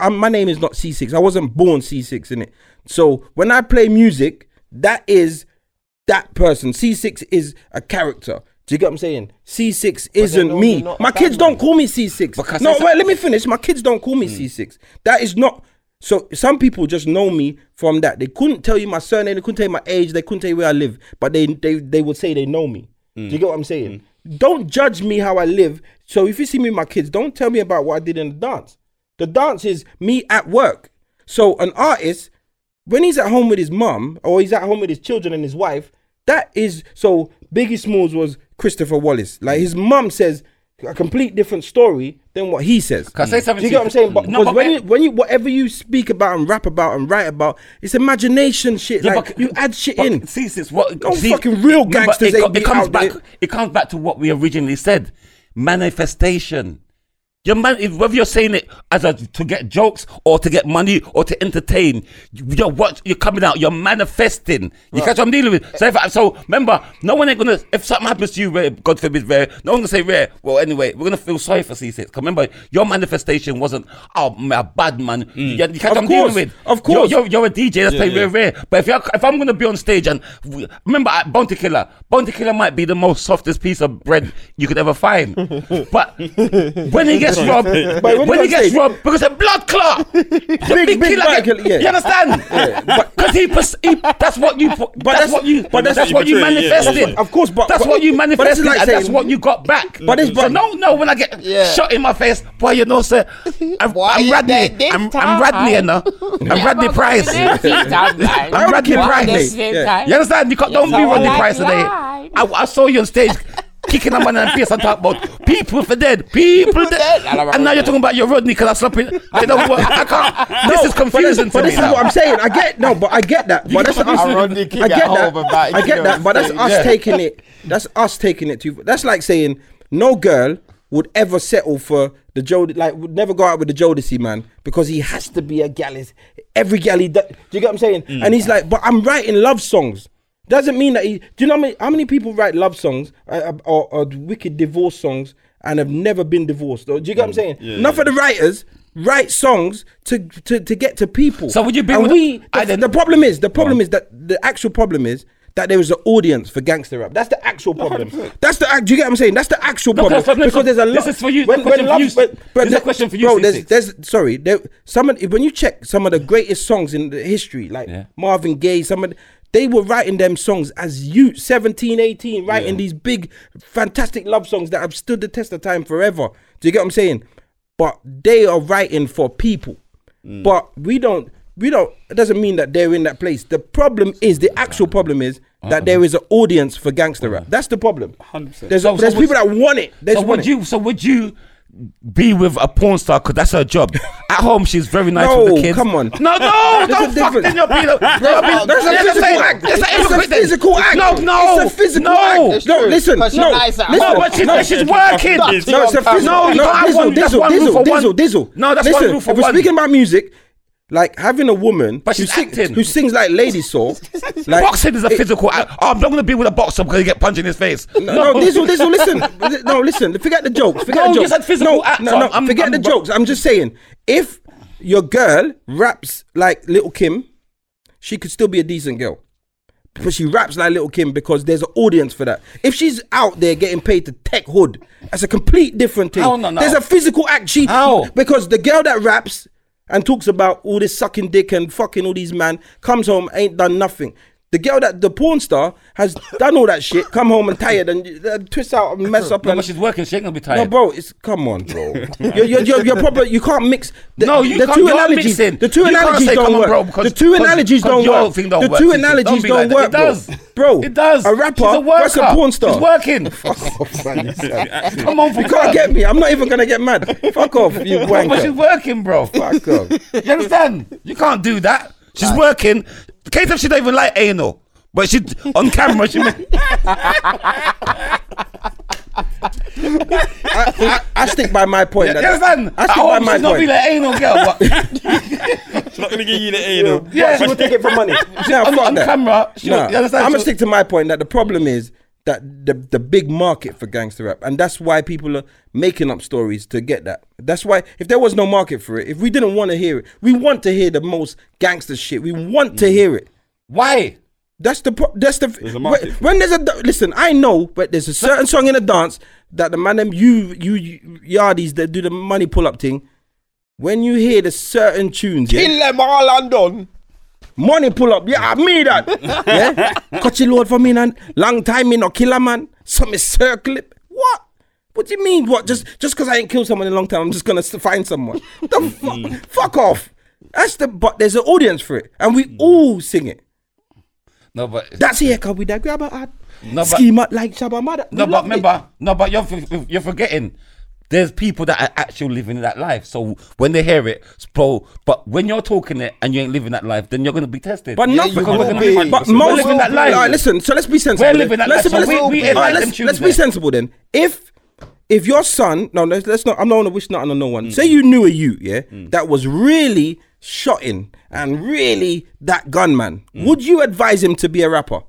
S2: I'm, my name is not C6. I wasn't born C6 in it. So when I play music, that is that person. C6 is a character. Do you get what I'm saying? C6
S1: no,
S2: isn't me.
S1: you're not
S2: My
S1: a
S2: kids
S1: bad man.
S2: don't call me C6.
S3: Because
S2: no,
S3: it's-
S2: wait, let me finish. My kids don't call me
S1: Hmm.
S2: C6. That is not. So some people just know me from that. They couldn't tell you my surname. They couldn't tell you my age. They couldn't tell you where I live. But they they, they would say they know me.
S1: Hmm.
S2: Do you get what I'm saying? Don't judge me how I live. So if you see me with my kids, don't tell me about what I did in the dance. The dance is me at work. So an artist, when he's at home with his mum or he's at home with his children and his wife, that is so Biggie Smalls was Christopher Wallace. Like his mum says a complete different story than what he says.
S3: Can I say something
S2: Do you get
S3: to you?
S2: what I'm saying? But
S3: No,
S2: because
S3: but
S2: when
S3: wait.
S2: you when you whatever you speak about and rap about and write about, it's imagination shit.
S3: Yeah,
S2: like
S3: but-
S2: you add shit
S3: but
S2: in.
S3: See, sis, what?
S2: Don't
S3: see-
S2: fucking real
S3: No, but
S2: gangsters
S3: it,
S2: ain't
S3: co-
S2: be
S3: it comes
S2: out
S3: back.
S2: there.
S3: It comes back to what we originally said: manifestation. Your man, if- whether you're saying it as a, to get jokes or to get money or to entertain, you- you're what you're coming out. You're manifesting. You catch what I'm dealing with. So, if I, so remember, no one ain't gonna. If something happens to you, rare, God forbid, rare, no one gonna say rare. Well, anyway, we're gonna feel sorry for C6. 'Cause remember, your manifestation wasn't oh, I'm a bad man. You, you
S2: Mm.
S3: catch
S2: Of
S3: what I'm dealing
S2: course,
S3: with.
S2: of
S3: You're-
S2: course.
S3: you're you're a DJ that's playing rare, rare. But if you're, if I'm gonna be on stage and w- remember I, Bounty Killer, Bounty Killer might be the most softest piece of bread you could ever find. but when he gets robbed,
S2: But
S3: when,
S2: when he
S3: he gets
S2: on stage-
S3: robbed, because a blood clot, big,
S2: big bad killer, yeah.
S3: You understand? Because he, pers- he, that's what you, but that's,
S2: that's-
S3: what you,
S2: but
S3: but
S2: that's
S3: that's,
S4: what
S3: what
S4: you
S3: you
S4: portray, yeah,
S3: manifested.
S4: yeah, yeah.
S2: Of course, but-
S3: that's
S2: but-
S3: what you
S2: but this is
S3: manifested,
S2: like
S3: and that's
S2: saying-
S3: what you got back.
S2: But this-
S3: so
S2: but-
S3: no, no, when I get shot in my face, boy, you know, sir, I'm,
S5: Why
S3: I'm
S5: you
S3: Radney,
S5: dead this
S3: I'm, I'm
S5: time?
S3: Radney, you know, I'm Radney Price.
S5: I'm
S3: I'm
S2: I
S3: Rodney
S2: reckon
S3: Price.
S2: Rodney, yeah.
S3: You understand? You can't, don't be
S5: I
S3: Rodney
S5: like
S3: Price today. I,
S5: lies.
S3: I saw you on stage kicking a man in the face and talk about people for dead, people dead. And now you're talking about your Rodney because I'm slapping. I don't work. I can't. this is confusing
S2: But
S3: to
S2: this
S3: me.
S2: is what I'm saying. I get no, but I get that. But that's us.
S5: I'm running
S2: I
S5: the
S2: get
S5: kid at home and
S2: that.
S5: back,
S2: I
S5: you
S2: get
S5: know,
S2: that. But that's
S5: saying,
S2: us
S5: yeah.
S2: taking it. That's us taking it to. That's like saying no girl would ever settle for the Jody. Like would never go out with the Jodeci man because he has to be a gal. Is every gal he do, do you get what I'm saying?
S3: Mm.
S2: And he's like, but I'm writing love songs. Doesn't mean that he. Do you know how many, how many people write love songs uh, or, or wicked divorce songs and have never been divorced? Do you get what
S3: Mm.
S2: I'm saying? Enough of the writers write songs to, to to get to people.
S3: So would you be
S2: And
S3: with-
S2: we?
S3: I
S2: The,
S3: didn't-
S2: the problem is the problem is that the actual problem is. That there is an audience for gangster rap. That's the actual problem. That's the. act- Do you get what I'm saying? That's the actual
S3: No,
S2: problem.
S3: that's not-
S2: because there's a lot.
S3: this is for you- question for you,
S2: but- but
S3: this is a question for you,
S2: Bro, there's,
S3: C6.
S2: there's sorry. There, some of, when you check some of the greatest songs in the history, like
S3: Yeah.
S2: Marvin Gaye, some of the- they were writing them songs as you 17, 18, writing these big, fantastic love songs that have stood the test of time forever. Do you get what I'm saying? But they are writing for people.
S3: Mm.
S2: But we don't. We don't. It doesn't mean that they're in that place. The problem is the actual problem is
S3: Uh-uh.
S2: that there is an audience for gangster rap. That's the problem.
S4: 100%.
S2: There's,
S3: So- so
S2: there's
S3: would-
S2: people that want it. They
S3: So
S2: just want
S3: would
S2: it.
S3: you? So would you? Be with a porn star because that's her job. At home, she's very nice with
S2: No,
S3: the kids.
S2: come on.
S3: No, no,
S2: There's a
S3: don't fuck.
S2: difference.
S3: Then you'll be. You'll be
S2: That's a
S3: Yeah,
S2: physical
S3: same.
S2: act.
S3: It's,
S2: It's a
S3: everything.
S2: physical act.
S3: No, no,
S2: It's a physical
S3: no.
S2: act. No, listen, no,
S1: Because you're nice at
S2: listen.
S1: home.
S3: No, but she's,
S2: no.
S3: she's working.
S1: No,
S2: No, it's a physical.
S3: No, you don't have
S2: Dizzle,
S3: one- that's
S2: Dizzle,
S3: one rule
S2: Dizzle,
S3: for one.
S2: Dizzle, Dizzle.
S3: No, that's one
S2: Listen,
S3: rule for
S2: if we're
S3: one.
S2: speaking about music, like having a woman
S3: But
S2: who,
S3: she's
S2: sing-
S3: acting.
S2: who sings like Lady Soul, like
S3: Boxing is a physical act. Oh, I'm not going to be with a boxer because you get punched in his face.
S2: No, no, Dizzle, Dizzle, listen. No, listen. Forget the jokes. Forget
S3: No,
S2: the
S3: you
S2: jokes.
S3: said physical
S2: no,
S3: act,
S2: no,
S3: so
S2: no.
S3: I'm-
S2: forget
S3: I'm-
S2: the jokes. I'm just saying, if your girl raps like Little Kim, she could still be a decent girl. But she raps like Little Kim because there's an audience for that. If she's out there getting paid to tech hood, that's a complete different thing.
S3: How no, no?
S2: There's a physical act. She
S3: How?
S2: because the girl that raps and talks about all this sucking dick and fucking all these man comes home ain't done nothing. The girl that the porn star has done all that shit, come home and tired and uh, twist out and mess up.
S3: No,
S2: and,
S3: but she's working. She ain't gonna be
S2: no,
S3: tired.
S2: bro, it's come on, bro. you're, you're, you're, you're proper. You can't mix. The,
S3: No, you
S2: the
S3: can't-
S2: two
S3: you're
S2: analogies.
S3: mixing.
S2: The two
S3: You can't
S2: analogies
S3: say,
S2: don't
S3: "Come on,
S2: work.
S3: bro," 'cause-
S2: the two
S3: 'cause-
S2: analogies
S3: 'cause
S2: don't
S3: your
S2: work.
S3: thing don't
S2: the
S3: work,
S2: two
S3: Cece. Don't
S2: analogies
S3: be
S2: don't
S3: like that.
S2: work,
S3: It does.
S2: bro.
S3: It does.
S2: A rapper.
S3: She's a worker.
S2: That's a porn star. Oh,
S3: She's working. Come on, for
S2: You can't get me. I'm not even gonna get mad. Fuck off, you
S3: But she's
S2: wanker.
S3: working, bro.
S2: Fuck off.
S3: You understand? You can't do that. She's working. Kate, if she don't even like anal, but she on camera she.
S2: I, I stick by my point.
S3: You
S2: that-
S3: understand?
S2: I
S3: I
S2: stick by
S3: hope
S2: my
S3: she's not be
S2: point.
S3: like anal girl, but
S4: She's not gonna give you the A though.
S3: yeah,
S2: She will take it for money. Yeah,
S3: on,
S2: fuck
S3: on
S2: that.
S3: camera. She,
S2: Nah,
S3: you understand?
S2: I'm gonna
S3: She'll-
S2: stick to my point that the problem is that the the big market for gangster rap, and that's why people are making up stories to get that. That's why if there was no market for it, if we didn't want to hear it, we want to hear the most gangster shit. We want
S3: Mm.
S2: to hear it.
S3: Why?
S2: That's the pro- that's the
S4: a
S2: when,
S4: market for it.
S2: when there's a da- listen. I know, but there's a certain song in a dance that the man them you you, you yardies that do the money pull up thing. When you hear the certain tunes, yeah,
S1: In them all London.
S2: Money pull up, yeah, me that. yeah, catch you load for me, man. Long time me not kill a man. Some is circle it. What? What do you mean? What? Just just because I ain't killed someone in a long time, I'm just gonna s- find someone. the
S4: Mm.
S2: fuck, fuck off. That's the but there's an audience for it, and
S4: Mm.
S2: we all sing it.
S3: No, but
S2: That's here, cause we that grab a ad.
S3: No, but-
S2: Scheme up like Shabba Mother.
S3: No, but remember, no, but you're f- you're forgetting. There's people that are actually living that life. So when they hear it, s- bro, but when you're talking it and you ain't living that life, then you're gonna be tested.
S2: But not
S3: because we're
S1: will
S3: gonna
S1: be.
S3: live-
S2: But
S3: we're
S2: most
S3: living that life.
S2: Alright, listen. So let's be sensible. then.
S3: living that
S2: let's
S3: life, so
S2: let's-
S3: we- we ain't
S2: alright,
S3: like them
S2: let's,
S3: tunes
S2: let's be
S3: there.
S2: sensible then. If if your son, no, let's, let's not. I'm not gonna wish nothing on no one. Say you knew a you, yeah,
S3: Mm.
S2: that was really shotting and really that gunman.
S3: Mm.
S2: Would you advise him to be a rapper?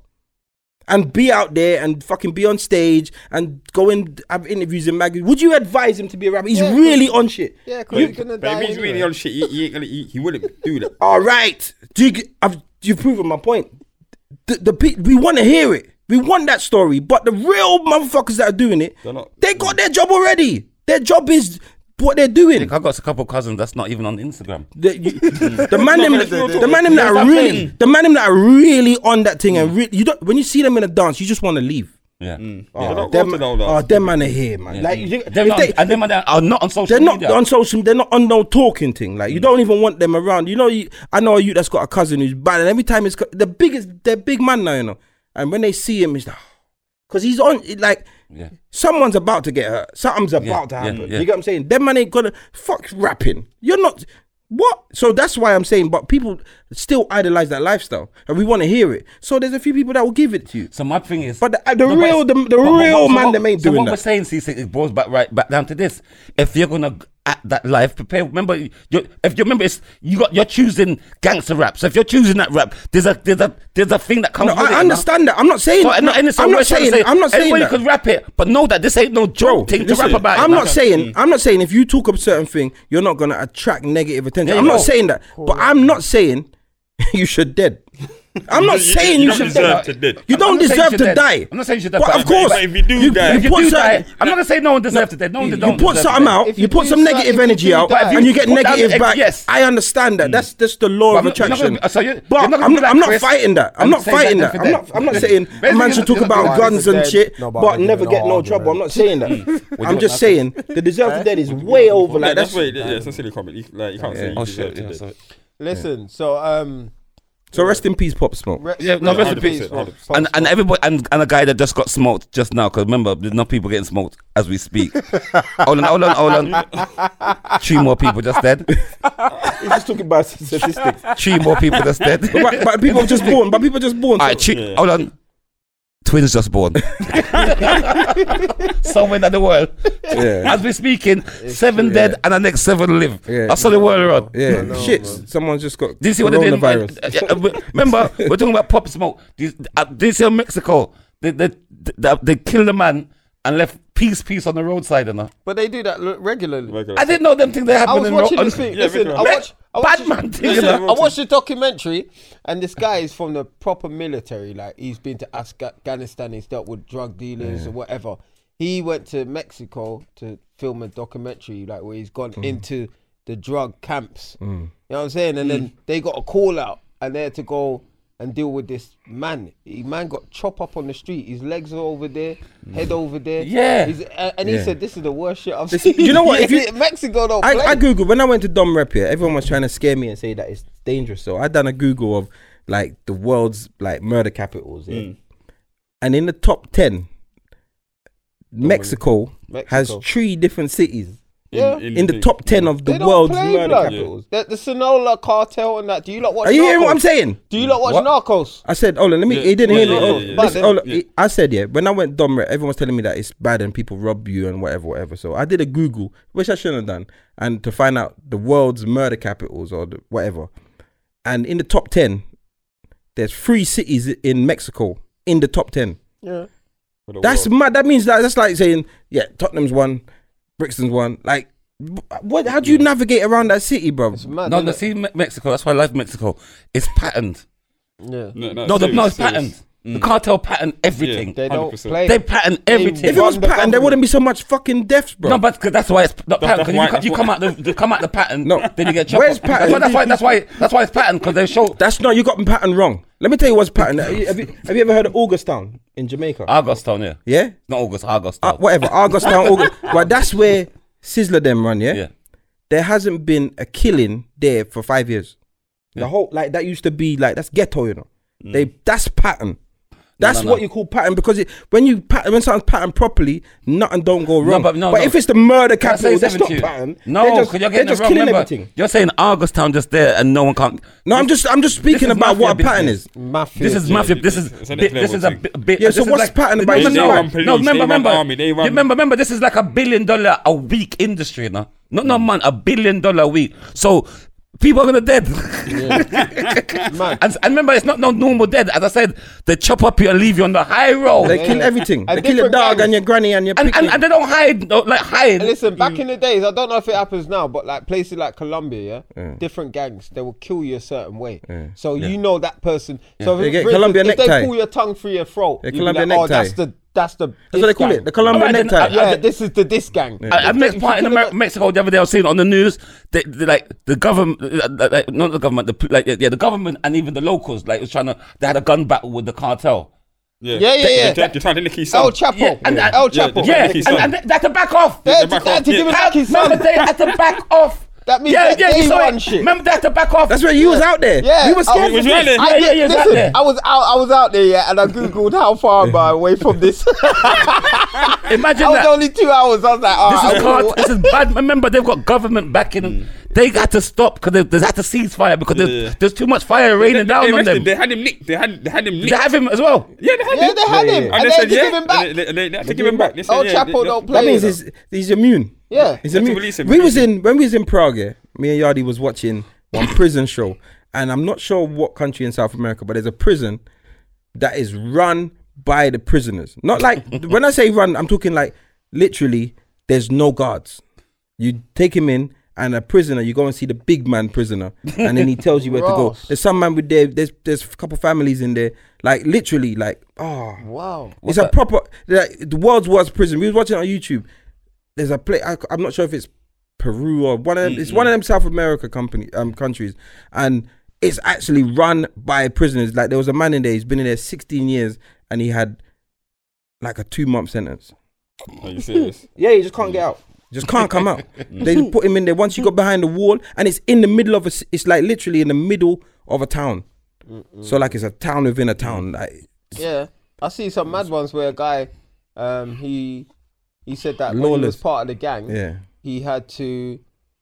S2: And be out there and fucking be on stage and go and have interviews in magazines. Would you advise him to be a rapper? He's
S1: Yeah,
S2: really on shit.
S1: Yeah, because
S4: But
S1: he's gonna die.
S4: if he's
S1: anyway.
S4: really on shit, he, he ain't gonna. He, he wouldn't do that.
S2: All right. Do you, g- I've, you've proven my point. The, the pe- we want to hear it. We want that story. But the real motherfuckers that are doing it,
S4: They're not-
S2: they got their job already. Their job is what they're doing.
S3: I got a couple of cousins that's not even on Instagram.
S2: The, you- the man, them,
S4: but they-
S2: the man them that are
S3: that's
S2: really,
S3: it.
S2: the man them that are really on that thing, and re- you don't. When you see them in a dance, you just want to leave.
S3: Yeah,
S4: They're
S2: Oh,
S4: not
S2: them,
S4: wanted all that.
S2: oh, them man are here, man. Like, you-
S3: they're
S2: if
S3: not,
S2: they-
S3: and them are- are not on social
S2: they're not
S3: media.
S2: on social. They're not on no talking thing. Like you
S3: Mm.
S2: don't even want them around. You know, you, I know you that's got a cousin who's bad, and every time it's co- the biggest, they're big man now, you know. And when they see him, it's like, because he's on it like
S3: yeah.
S2: someone's about to get hurt. Something's about to
S3: yeah,
S2: happen.
S3: yeah.
S2: You get what I'm saying? Them man ain't gonna fuck rapping. You're not what? So that's why I'm saying. But people still idolize that lifestyle, and we want to hear it. So there's a few people that will give it to you.
S3: So my thing is,
S2: But the- the real-
S3: it's-
S2: the- the real
S3: what-
S2: man
S3: what-
S2: them ain't
S3: so
S2: doing
S3: what
S2: that.
S3: we're saying, C6, it boils back right back down to this. If you're gonna act that life, prepare. Remember, you if you remember, it's you got you're choosing gangster rap. So if you're choosing that rap, there's a there's a there's a thing that comes.
S2: No,
S3: with it,
S2: I
S3: man.
S2: understand that. I'm not saying.
S3: So, and, and it's
S2: I'm
S3: what
S2: not
S3: trying to
S2: saying.
S3: say.
S2: I'm not saying
S3: Everybody
S2: that.
S3: could rap it, but know that this ain't no joke thing to
S2: Listen,
S3: rap about.
S2: I'm
S3: it, Mm.
S2: not
S3: man.
S2: saying I'm not saying if you talk up certain thing, you're not gonna attract negative attention.
S3: There you
S2: I'm not
S3: go.
S2: saying that, but I'm not saying you should dead. I'm not
S4: You- you-
S2: saying
S4: you
S2: you,
S4: don't
S2: should
S4: deserve
S2: dead.
S4: to dead.
S2: You
S3: I'm not
S2: don't
S3: saying you
S2: deserve
S3: should
S2: to
S3: dead.
S2: die.
S3: I'm not saying you should die,
S2: But
S3: but-
S2: of course,
S4: but if you do
S3: If
S4: die- You
S3: you
S2: put
S3: do
S2: certain-
S3: die, I'm not gonna say no one deserves to death. No one
S2: you,
S3: don't
S2: you put
S3: deserve
S2: something
S3: to death.
S2: out,
S1: If
S2: you,
S1: you
S2: put
S1: do
S2: some
S1: something-
S2: negative
S1: if you
S2: energy
S1: do
S2: out,
S1: die-
S2: and you get
S3: Put down-
S2: negative
S3: ex-
S2: back.
S3: yes.
S2: I understand that. That's just the law of
S3: But I'm not- you're not
S2: attraction.
S3: gonna be- so you-
S2: but
S3: you're not gonna
S2: I'm
S3: be
S2: not,
S3: like
S2: I'm not
S3: Chris
S2: fighting that. I'm
S3: and
S2: not
S3: say that
S2: fighting that.
S3: they're
S2: I'm not.
S3: dead.
S2: I'm not saying
S3: Basically,
S2: a man should talk
S3: you're not-
S2: about
S3: you're
S2: guns
S1: not-
S2: and shit,
S1: No,
S2: but,
S1: but I'm not
S2: never
S1: giving
S2: get
S1: no
S2: no trouble. I'm
S1: argument.
S2: not saying that. I'm
S3: not
S2: just saying the deserve to dead is way over.
S4: Like,
S2: Like
S4: that's
S2: that's
S4: why. Yeah, it's a silly comment. You, like you can't say. You
S3: Oh
S4: deserve
S3: shit!
S4: to
S3: yeah,
S4: death.
S3: sorry.
S1: Listen, so um,
S2: So rest in peace, Pop Smoke.
S1: re-
S3: Yeah, no,
S1: rest in
S4: 100%,
S1: peace,
S4: 100%.
S1: Pop
S3: and and everybody and, and a guy that just got smoked just now because remember there's no people getting smoked as we speak. hold on, hold on, hold on. Three more people just dead.
S2: He's just talking about statistics.
S3: Three more people just dead. All
S2: but, but people just born. But people just born.
S3: right, three, hold on. Twins just born. Somewhere in the world.
S2: yeah,
S3: As we're speaking, seven dead and the next seven live.
S2: Yeah.
S3: That's how the world around.
S2: yeah.
S1: know,
S2: Shit,
S1: man.
S2: someone's just got
S3: Do you see what they did?
S2: coronavirus.
S3: Uh, yeah, uh, w- remember, we're talking about pop smoke. Do you, uh, do you see in Mexico? They, they, they, they killed a man and left peace, peace on the roadside and that.
S1: But they do that l- regularly.
S4: Regular.
S3: I didn't know them things that
S1: I
S3: happened
S1: was
S3: in Ro-
S1: watching
S3: on-
S1: this thing.
S4: Yeah,
S1: listen, I
S4: Vicar.
S1: watch. I watch
S3: Bad man thing,
S1: Listen,
S3: you
S1: I
S3: know.
S1: watched the documentary, and this guy is from the proper military. Like he's been to Afghanistan. He's dealt with drug dealers or whatever. He went to Mexico to film a documentary, like where he's gone
S2: Mm.
S1: into
S2: Mm.
S1: the drug camps. You know what I'm saying? And then they got a call out, and they had to go and and deal with this man. He man got chop up on the street. His legs are over there, head over there.
S3: Yeah.
S1: He's- uh, and he
S2: Yeah.
S1: said, "This is the worst shit I've
S2: This-
S1: seen."
S2: you know what, if you-
S1: Mexico don't
S2: I,
S1: play.
S2: I googled when I went to Dom Rep here. Everyone was trying to scare me and say that it's dangerous. So I done a Google of like the world's like murder capitals, yeah?
S1: Mm.
S2: and in the top ten, Mexico,
S1: Mexico.
S2: has three different cities
S1: yeah.
S4: in-
S2: in the
S4: thing.
S2: top ten of
S1: they
S2: the
S1: don't
S2: world's
S1: play,
S2: murder
S1: blood.
S2: capitals.
S1: The, the Sinaloa cartel and that. Do you not watch?
S2: Are you
S1: Narcos?
S2: hearing what I'm saying?
S1: Do you not watch
S2: What?
S1: Narcos?
S2: I said, Ola, let me.
S4: Yeah,
S2: he didn't
S4: yeah,
S2: hear me.
S4: yeah,
S2: Oh,
S4: yeah, yeah.
S2: listen,
S1: But
S2: Ola,
S4: then-
S2: I said, yeah. When I went dumb, right, everyone was telling me that it's bad and people rob you and whatever, whatever. So I did a Google, which I shouldn't have done, and to find out the world's murder capitals or the, whatever. And in the top 10, there's three cities in Mexico in the top 10.
S1: Yeah.
S4: for the
S2: That's
S4: world.
S2: mad. That means that that's like saying, yeah, Tottenham's one, Brixton's one. Like, b- what? How do you navigate around that city, bro?
S1: It's mad.
S3: No,
S1: isn't
S3: no,
S1: it?
S3: see Me- Mexico. That's why I love Mexico. It's patterned.
S1: Yeah.
S4: No,
S3: No, the,
S4: serious,
S3: no, it's
S4: serious.
S3: patterned. The cartel pattern everything.
S1: They don't
S4: 100%.
S1: play.
S3: they pattern everything.
S2: If it
S1: Run
S2: was
S1: the
S2: pattern, there
S1: government.
S2: wouldn't be so much fucking deaths, bro.
S3: No, but 'cause that's why it's not pattern.
S4: that's
S3: 'cause
S4: why-
S3: you, ca- you
S4: that's
S3: come out the you come out the pattern.
S2: No.
S3: then you get chopped.
S2: Where's
S3: up. That's
S2: pattern?
S3: why, that's why that's why that's why it's pattern because they show
S2: That's not you got pattern wrong. Let me tell you what's pattern. have, you, have you- have you ever heard of Augustown in Jamaica?
S3: August on yeah.
S2: yeah,
S3: Not August, August.
S2: uh, whatever. Augustown, August. But that's where Sizzler them run. Yeah?
S3: Yeah.
S2: there hasn't been a killing there for five years. The whole like that used to be like that's ghetto, you know. They that's pattern. That's
S3: Mm. no,
S2: what
S3: no.
S2: you call pattern because it, when you pattern when something's patterned properly, nothing don't go wrong.
S3: but no, no.
S2: if it's the murder
S3: Can I say
S2: capital, that's
S3: something
S2: not
S3: to you?
S2: pattern.
S3: No,
S2: they're
S3: 'cause
S2: just,
S3: you're
S2: they're
S3: getting
S2: just
S3: it wrong.
S2: killing
S3: Remember,
S2: everything.
S3: you're saying August Town just there and no one can.
S2: No, I'm just I'm just speaking
S3: is
S2: about
S3: mafia
S2: what a pattern
S3: business.
S2: is.
S1: Mafia.
S3: This is mafia. This is
S4: It's a
S3: bi-
S4: next
S3: this
S4: level
S3: is a
S4: thing.
S3: bi- bi-
S2: Yeah,
S3: this
S2: so
S3: is
S2: what's pattern about-
S3: this
S2: They
S3: is
S2: run
S3: like-
S4: police,
S3: No,
S4: they
S3: remember,
S4: run
S3: remember,
S4: army, they
S3: You
S4: run-
S3: remember, remember. This is like a billion dollar a week industry now. Not no man, a billion dollar a week. So people are gonna dead.
S1: Mad.
S3: and, and remember, it's not no normal dead. As I said, they chop up you and leave you on the high road.
S2: They
S1: Yeah,
S2: kill
S1: yeah.
S2: everything.
S1: And
S2: they kill your
S1: different
S2: dog
S1: gangs.
S2: and your granny and your
S3: and, and,
S2: picnic.
S3: and they don't hide, no, like hide.
S1: Listen, back in the days, I don't know if it happens now, but like places like Colombia, yeah,
S2: Mm.
S1: different gangs, they will kill you a certain way. So you know that person. So
S2: They
S1: if,
S2: get
S1: for
S2: Colombia
S1: instance, if
S2: necktie.
S1: they pull your tongue through your throat,
S2: Yeah,
S1: you'd be
S2: Colombia
S1: like, oh,
S2: necktie.
S1: that's the that's the.
S2: That's what they call it. The Colombian
S3: Alright, then,
S2: necktie.
S3: uh,
S1: yeah, this is the this gang.
S3: I, I met
S1: If
S3: part in
S1: you could've
S3: Amer-
S1: got-
S3: Mexico the other day. I was seeing it on the news. They, they like the government, like, like, not the government, the, pl- like yeah, the government and even the locals. Like was trying to, they had a gun battle with the cartel.
S4: Yeah,
S1: Yeah, yeah,
S4: They-
S1: yeah.
S4: They're, they're trying to nick his son.
S1: El Chapo.
S3: Yeah, and that-
S1: El
S4: yeah,
S1: Chapo.
S4: yeah,
S3: Yeah,
S4: back his
S3: and,
S4: son.
S3: and they they had to back off.
S1: They had
S4: back
S1: to- they had to
S4: off.
S1: give him
S4: Yeah.
S1: back his
S3: remember
S1: son.
S3: they had to back off.
S1: That means
S3: yeah,
S1: that
S3: yeah,
S1: day
S3: you saw
S1: one
S3: it.
S1: shit.
S3: Remember they had to back off.
S2: That's where you was
S1: Yeah.
S2: out there.
S1: Yeah,
S2: you were
S1: I
S2: scared.
S1: was
S2: of
S4: out
S2: this.
S4: there.
S1: I
S3: Yeah, yeah,
S1: did,
S3: yeah, it's out
S1: listen,
S3: there.
S1: I was out. I was out there, yeah, and I googled how far am I away from this.
S3: Imagine
S1: I was
S3: that.
S1: only two hours. I was like, all
S3: This
S1: right,
S3: is
S1: I will-
S3: hard. This is bad. Remember, they've got government backing them. They had to stop because they, they had to cease fire because there's,
S4: Mm. Yeah.
S3: there's too much fire
S4: They,
S3: raining down
S4: they,
S3: on
S4: arrested-
S3: them.
S4: they had him nicked. They had, they had him nicked.
S3: They have him as well.
S4: yeah, they had
S1: Yeah,
S4: him.
S1: they had
S2: Yeah,
S1: him,
S2: yeah,
S1: and,
S4: And they
S1: then
S4: said,
S1: they
S4: yeah.
S1: give him back.
S4: and They, they, they, they had to give him back. They said,
S1: El
S4: yeah,
S1: Chapo
S4: they- they-
S1: don't play.
S2: That means
S1: Yeah.
S2: he's, he's immune.
S1: Yeah.
S2: he's
S4: You have to
S2: immune.
S4: release him,
S2: We was
S4: release
S2: in when we was in Prague. Yeah, me and Yardi was watching one prison show, and I'm not sure what country in South America, but there's a prison that is run by the prisoners. Not like when I say run, I'm talking like literally. There's no guards. You take him in, and a prisoner. You go and see the big man prisoner, and then he tells you where to go.
S1: Ross.
S2: There's some man with there. There's there's a couple families in there. Like literally, like oh
S1: Wow.
S2: it's a proper like, the world's worst prison. We was watching it on YouTube. There's a place I, am not sure if it's Peru or one of them. It's one of them South America company um countries, and it's actually run by prisoners. Like there was a man in there. He's been in there 16 years, and he had like a two month sentence.
S4: Are you serious?
S2: Yeah, he just can't get out. Just can't come out. they put him in there. Once you got behind the wall, and it's in the middle of a. c- It's like literally in the middle of a town. So like it's a town within a town. Like
S1: Yeah, I see some mad ones where a guy, um, he he said that when he was
S2: Lawless.
S1: part of the gang,
S2: yeah.
S1: he had to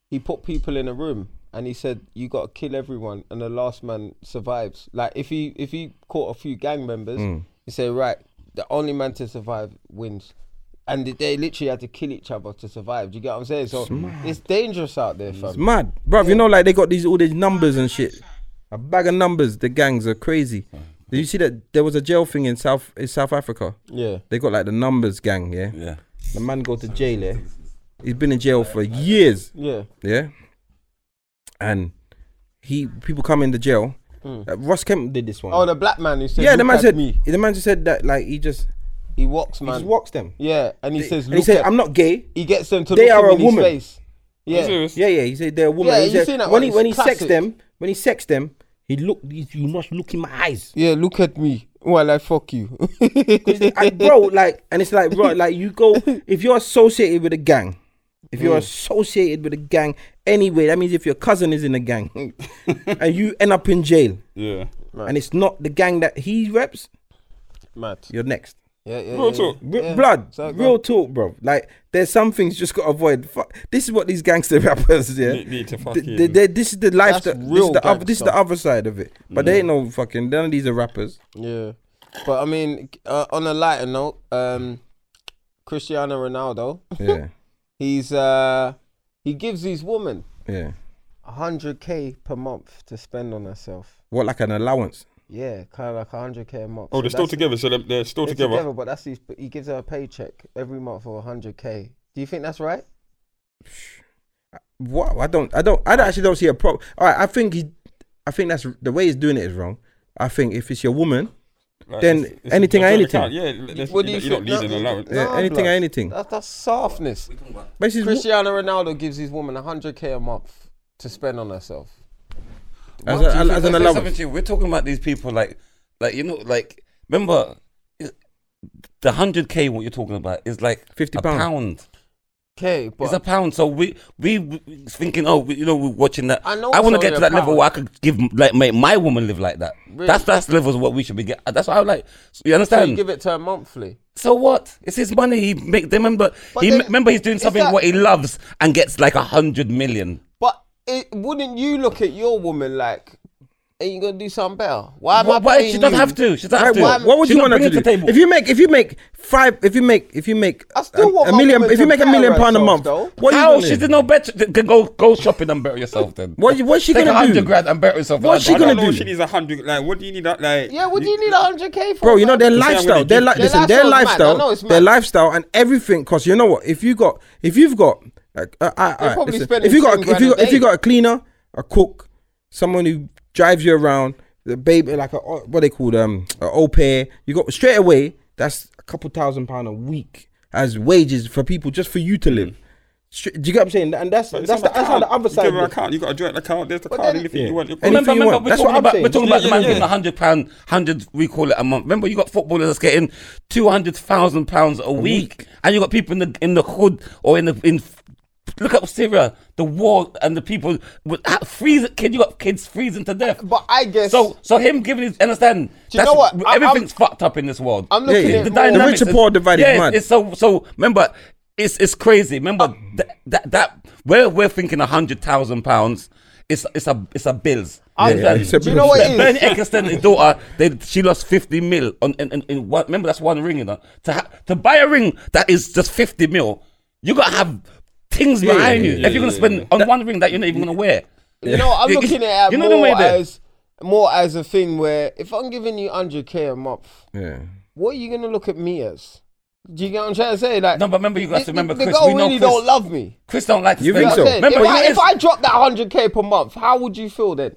S1: he put people in a room and he said you got to kill everyone and the last man survives. Like if he if he caught a few gang members,
S2: Hmm.
S1: he said right, the only man to survive wins. And they- they literally had to kill each other to survive. Do you get what I'm saying? So it's dangerous out there,
S2: It's
S1: fam.
S2: mad, bruv. You know, like they got these all these numbers and shit. A bag of numbers. The gangs are crazy. Did you see that there was a jail thing in South in South Africa?
S1: Yeah.
S2: They got like the numbers gang. Yeah,
S3: Yeah.
S2: the man go to jail. Yeah, he's been in jail for years.
S1: Yeah.
S2: Yeah, and he people come into jail. Uh, Ross Kemp did this one.
S1: Hmm. Oh, the black man who said,
S2: yeah, the
S1: "Look
S2: man
S1: at
S2: said
S1: me."
S2: the man just said that like he just
S1: He walks,
S2: he just
S1: man.
S2: walks them.
S1: Yeah, and he says,
S2: and he
S1: "Look
S2: said,
S1: at
S2: "I'm not gay."
S1: He gets them to
S2: They
S1: look
S2: are
S1: him
S2: a
S1: in
S2: woman.
S1: his face.
S4: Are you
S1: Yeah.
S4: serious?
S2: Yeah, yeah. He said they're a woman.
S1: Yeah,
S2: He
S1: you
S2: said
S1: seen that
S2: when
S1: one,
S2: he
S1: it's
S2: when he
S1: classic.
S2: sexed them when he sexed them, he He looked. You you must look in my eyes,
S1: Yeah, look at me while I fuck you.
S2: 'Cause they- and bro. Like, and it's like, bro, like you go if you're associated with a gang. If you're
S1: Mm.
S2: associated with a gang anyway, that means if your cousin is in a gang and you end up in jail
S4: Yeah.
S2: and it's not the gang that he reps,
S1: Mad.
S2: you're next.
S1: Yeah, yeah,
S4: Real
S1: yeah,
S4: talk.
S1: yeah.
S2: R-
S1: Yeah.
S2: Blood,
S1: So,
S2: real talk, bro. Like, there's some things you just gotta avoid. Fuck, this is what these gangster rappers, yeah.
S4: Need- need to
S2: Th-
S4: fucking-
S2: they- they- this is the life.
S1: That's
S2: That, this,
S1: real
S2: is the other, this is the
S1: gangster.
S2: other side of it. But they ain't no fucking. None of these are rappers.
S1: Yeah, but I mean, uh, on a lighter note, um, Cristiano Ronaldo,
S2: Yeah,
S1: he's uh, he gives these women
S2: yeah.
S1: hundred k per month to spend on herself.
S2: What like an allowance?
S1: Yeah, kind of like hundred k a month.
S4: Oh,
S1: So
S4: they're still
S1: that's-
S4: together. So they're, they're still
S1: they're
S4: together.
S1: But that's his, he gives her a paycheck every month for hundred k. Do you think that's right?
S2: Wow, I don't, I don't, I don't- actually don't see a problem. All right, I think he, I think that's the way he's doing it is wrong. I think if it's your woman,
S4: Like,
S2: Then
S4: it's- it's a
S2: anything or
S4: joint
S2: anything.
S4: account, Yeah. There's,
S1: What
S4: you,
S1: do you
S4: you don't
S1: think?
S4: need
S1: No,
S4: an
S1: no,
S4: allowance.
S1: no.
S2: yeah, anything or
S1: blood.
S2: anything.
S1: That, that's softness.
S2: But she's,
S1: Cristiano Ronaldo gives his woman hundred k a month to spend on herself.
S2: as,
S3: What
S2: a-
S3: do you
S2: as
S3: think-
S2: an
S3: I said something
S2: allowance.
S3: to you, We're talking about these people like, like you know, like remember, it- the hundred k what you're talking about is like
S2: 50
S3: a
S2: pound.
S3: pound.
S1: Okay, but
S3: It's a pound. So we we, we thinking, oh, we, you know, we're watching that.
S1: I know
S3: I
S1: it's
S3: want
S1: only
S3: to get
S1: a
S3: to that level
S1: pound.
S3: where I could give like make my woman live like that. That's that's levels what we should be getting. That's what I would like. You
S1: so
S3: understand?
S1: you give it to her monthly.
S3: So what? It's his money. He make. They remember.
S1: But
S3: He
S1: then-
S3: m- remember he's doing
S1: is
S3: something
S1: that-
S3: what he loves and gets like a hundred million.
S1: But it, wouldn't you look at your woman like, ain't you gonna do something better? Why am
S3: Why-
S1: I
S3: why-
S1: paying
S3: she doesn't
S1: you?
S3: have to. She doesn't have
S2: Right,
S3: to.
S2: what,
S1: Why-
S2: what would
S3: She's
S2: you
S3: not
S2: want her to do?
S3: bringing the table.
S2: If you make, if you make five, if you make, if you make
S1: I still
S2: a,
S1: want
S2: a
S1: my
S2: million,
S1: woman
S2: if you
S1: to
S2: make a
S1: bear
S2: million pound a
S1: herself,
S2: month,
S1: though.
S2: what are
S3: How
S2: you
S3: she
S2: doing?
S3: did no better. th- Can go go shopping and better yourself then.
S2: What- what's she
S3: Take
S2: gonna
S3: a
S2: do?
S3: hundred grand and better yourself.
S2: What's she
S4: I don't
S2: gonna
S4: know if
S2: do?
S4: she needs a hundred. Like, what do you need that? Like,
S1: Yeah, what do you need hundred k for?
S2: Bro, you know their
S1: man?
S4: I'm
S2: lifestyle,
S4: gonna
S2: their
S4: do.
S2: li-
S4: Their
S2: listen, their
S1: lifestyle's mad. I know
S2: lifestyle,
S1: it's
S2: their
S1: mad.
S2: lifestyle, and everything. Cause you know what? If you got, if you've got, like, uh, I, I,
S1: probably
S2: listen,
S1: spending
S2: if you got,
S1: 10
S2: if
S1: grand
S2: you
S1: a
S2: got, if you
S1: day.
S2: got a cleaner, a cook, someone who drives you around, the baby, like a what they called um, a au pair, you got straight away. That's a couple thousand pound a week as wages for people just for you to live. Stra- Do you get what I'm saying? And that's
S4: But it's
S2: that's the,
S4: on
S2: that's how the other
S4: You
S2: side.
S4: give her
S2: works.
S4: account. You got a joint account. There's the
S1: But
S4: card.
S1: then-
S4: Anything you want. you
S2: Anything
S4: got-
S2: Anything
S3: Remember,
S2: you
S3: remember
S2: want.
S3: we're
S2: That's
S3: talking
S2: what I'm
S3: about
S2: saying.
S3: we're talking about
S4: Yeah,
S3: the man
S4: yeah,
S3: getting
S4: yeah.
S3: a hundred pound, hundred we call it a month. Remember, you got footballers that's getting two hundred thousand pounds a week, and you got people in the in the hood or in the in. Look up Syria, the war, and the people with ah, freezing. Kid, you got kids freezing to death.
S1: But I guess
S3: So, so him giving his understand.
S1: Do you
S3: that's-
S1: know what? I-
S3: Everything's fucked up in this world.
S1: I'm looking
S2: yeah.
S1: at
S2: The
S1: it more-
S2: dynamic-
S3: dynamics
S2: rich and
S3: is-
S2: poor divided,
S3: Yeah,
S2: man.
S3: it's so so. Remember, it's it's crazy. Remember
S2: Uh,
S3: that that that where we're thinking a hundred thousand pounds. It's it's a it's a bills.
S1: I'm-
S3: You understand?
S2: it's a
S1: Do you know what it
S3: Bernie
S1: is?
S3: Ecclestone, his daughter, they, she lost 50 mil on in, in, in one. Remember, that's one ring, you know. To ha- to buy a ring that is just 50 mil, you gotta have things
S2: Yeah,
S3: behind
S2: yeah,
S3: you. if you're gonna spend on one ring that you're not even gonna wear,
S1: You know, I'm
S3: You-
S1: looking at it
S3: you know the
S1: more
S3: way that-
S1: as more as a thing where if I'm giving you hundred k a month,
S2: Yeah.
S1: what are you gonna look at me as? Do you get what I'm trying to say? Like,
S3: No, but remember, you guys
S1: the-
S3: remember,
S1: the
S3: Chris,
S1: girl
S3: we know
S1: really
S3: Chris-
S1: don't love me.
S3: Chris don't like to
S2: You
S3: spend.
S2: think
S1: You know
S2: so?
S1: what I'm saying?
S3: Remember,
S1: if,
S3: you
S1: I,
S3: is-
S1: if I drop that hundred k per month, how would you feel then?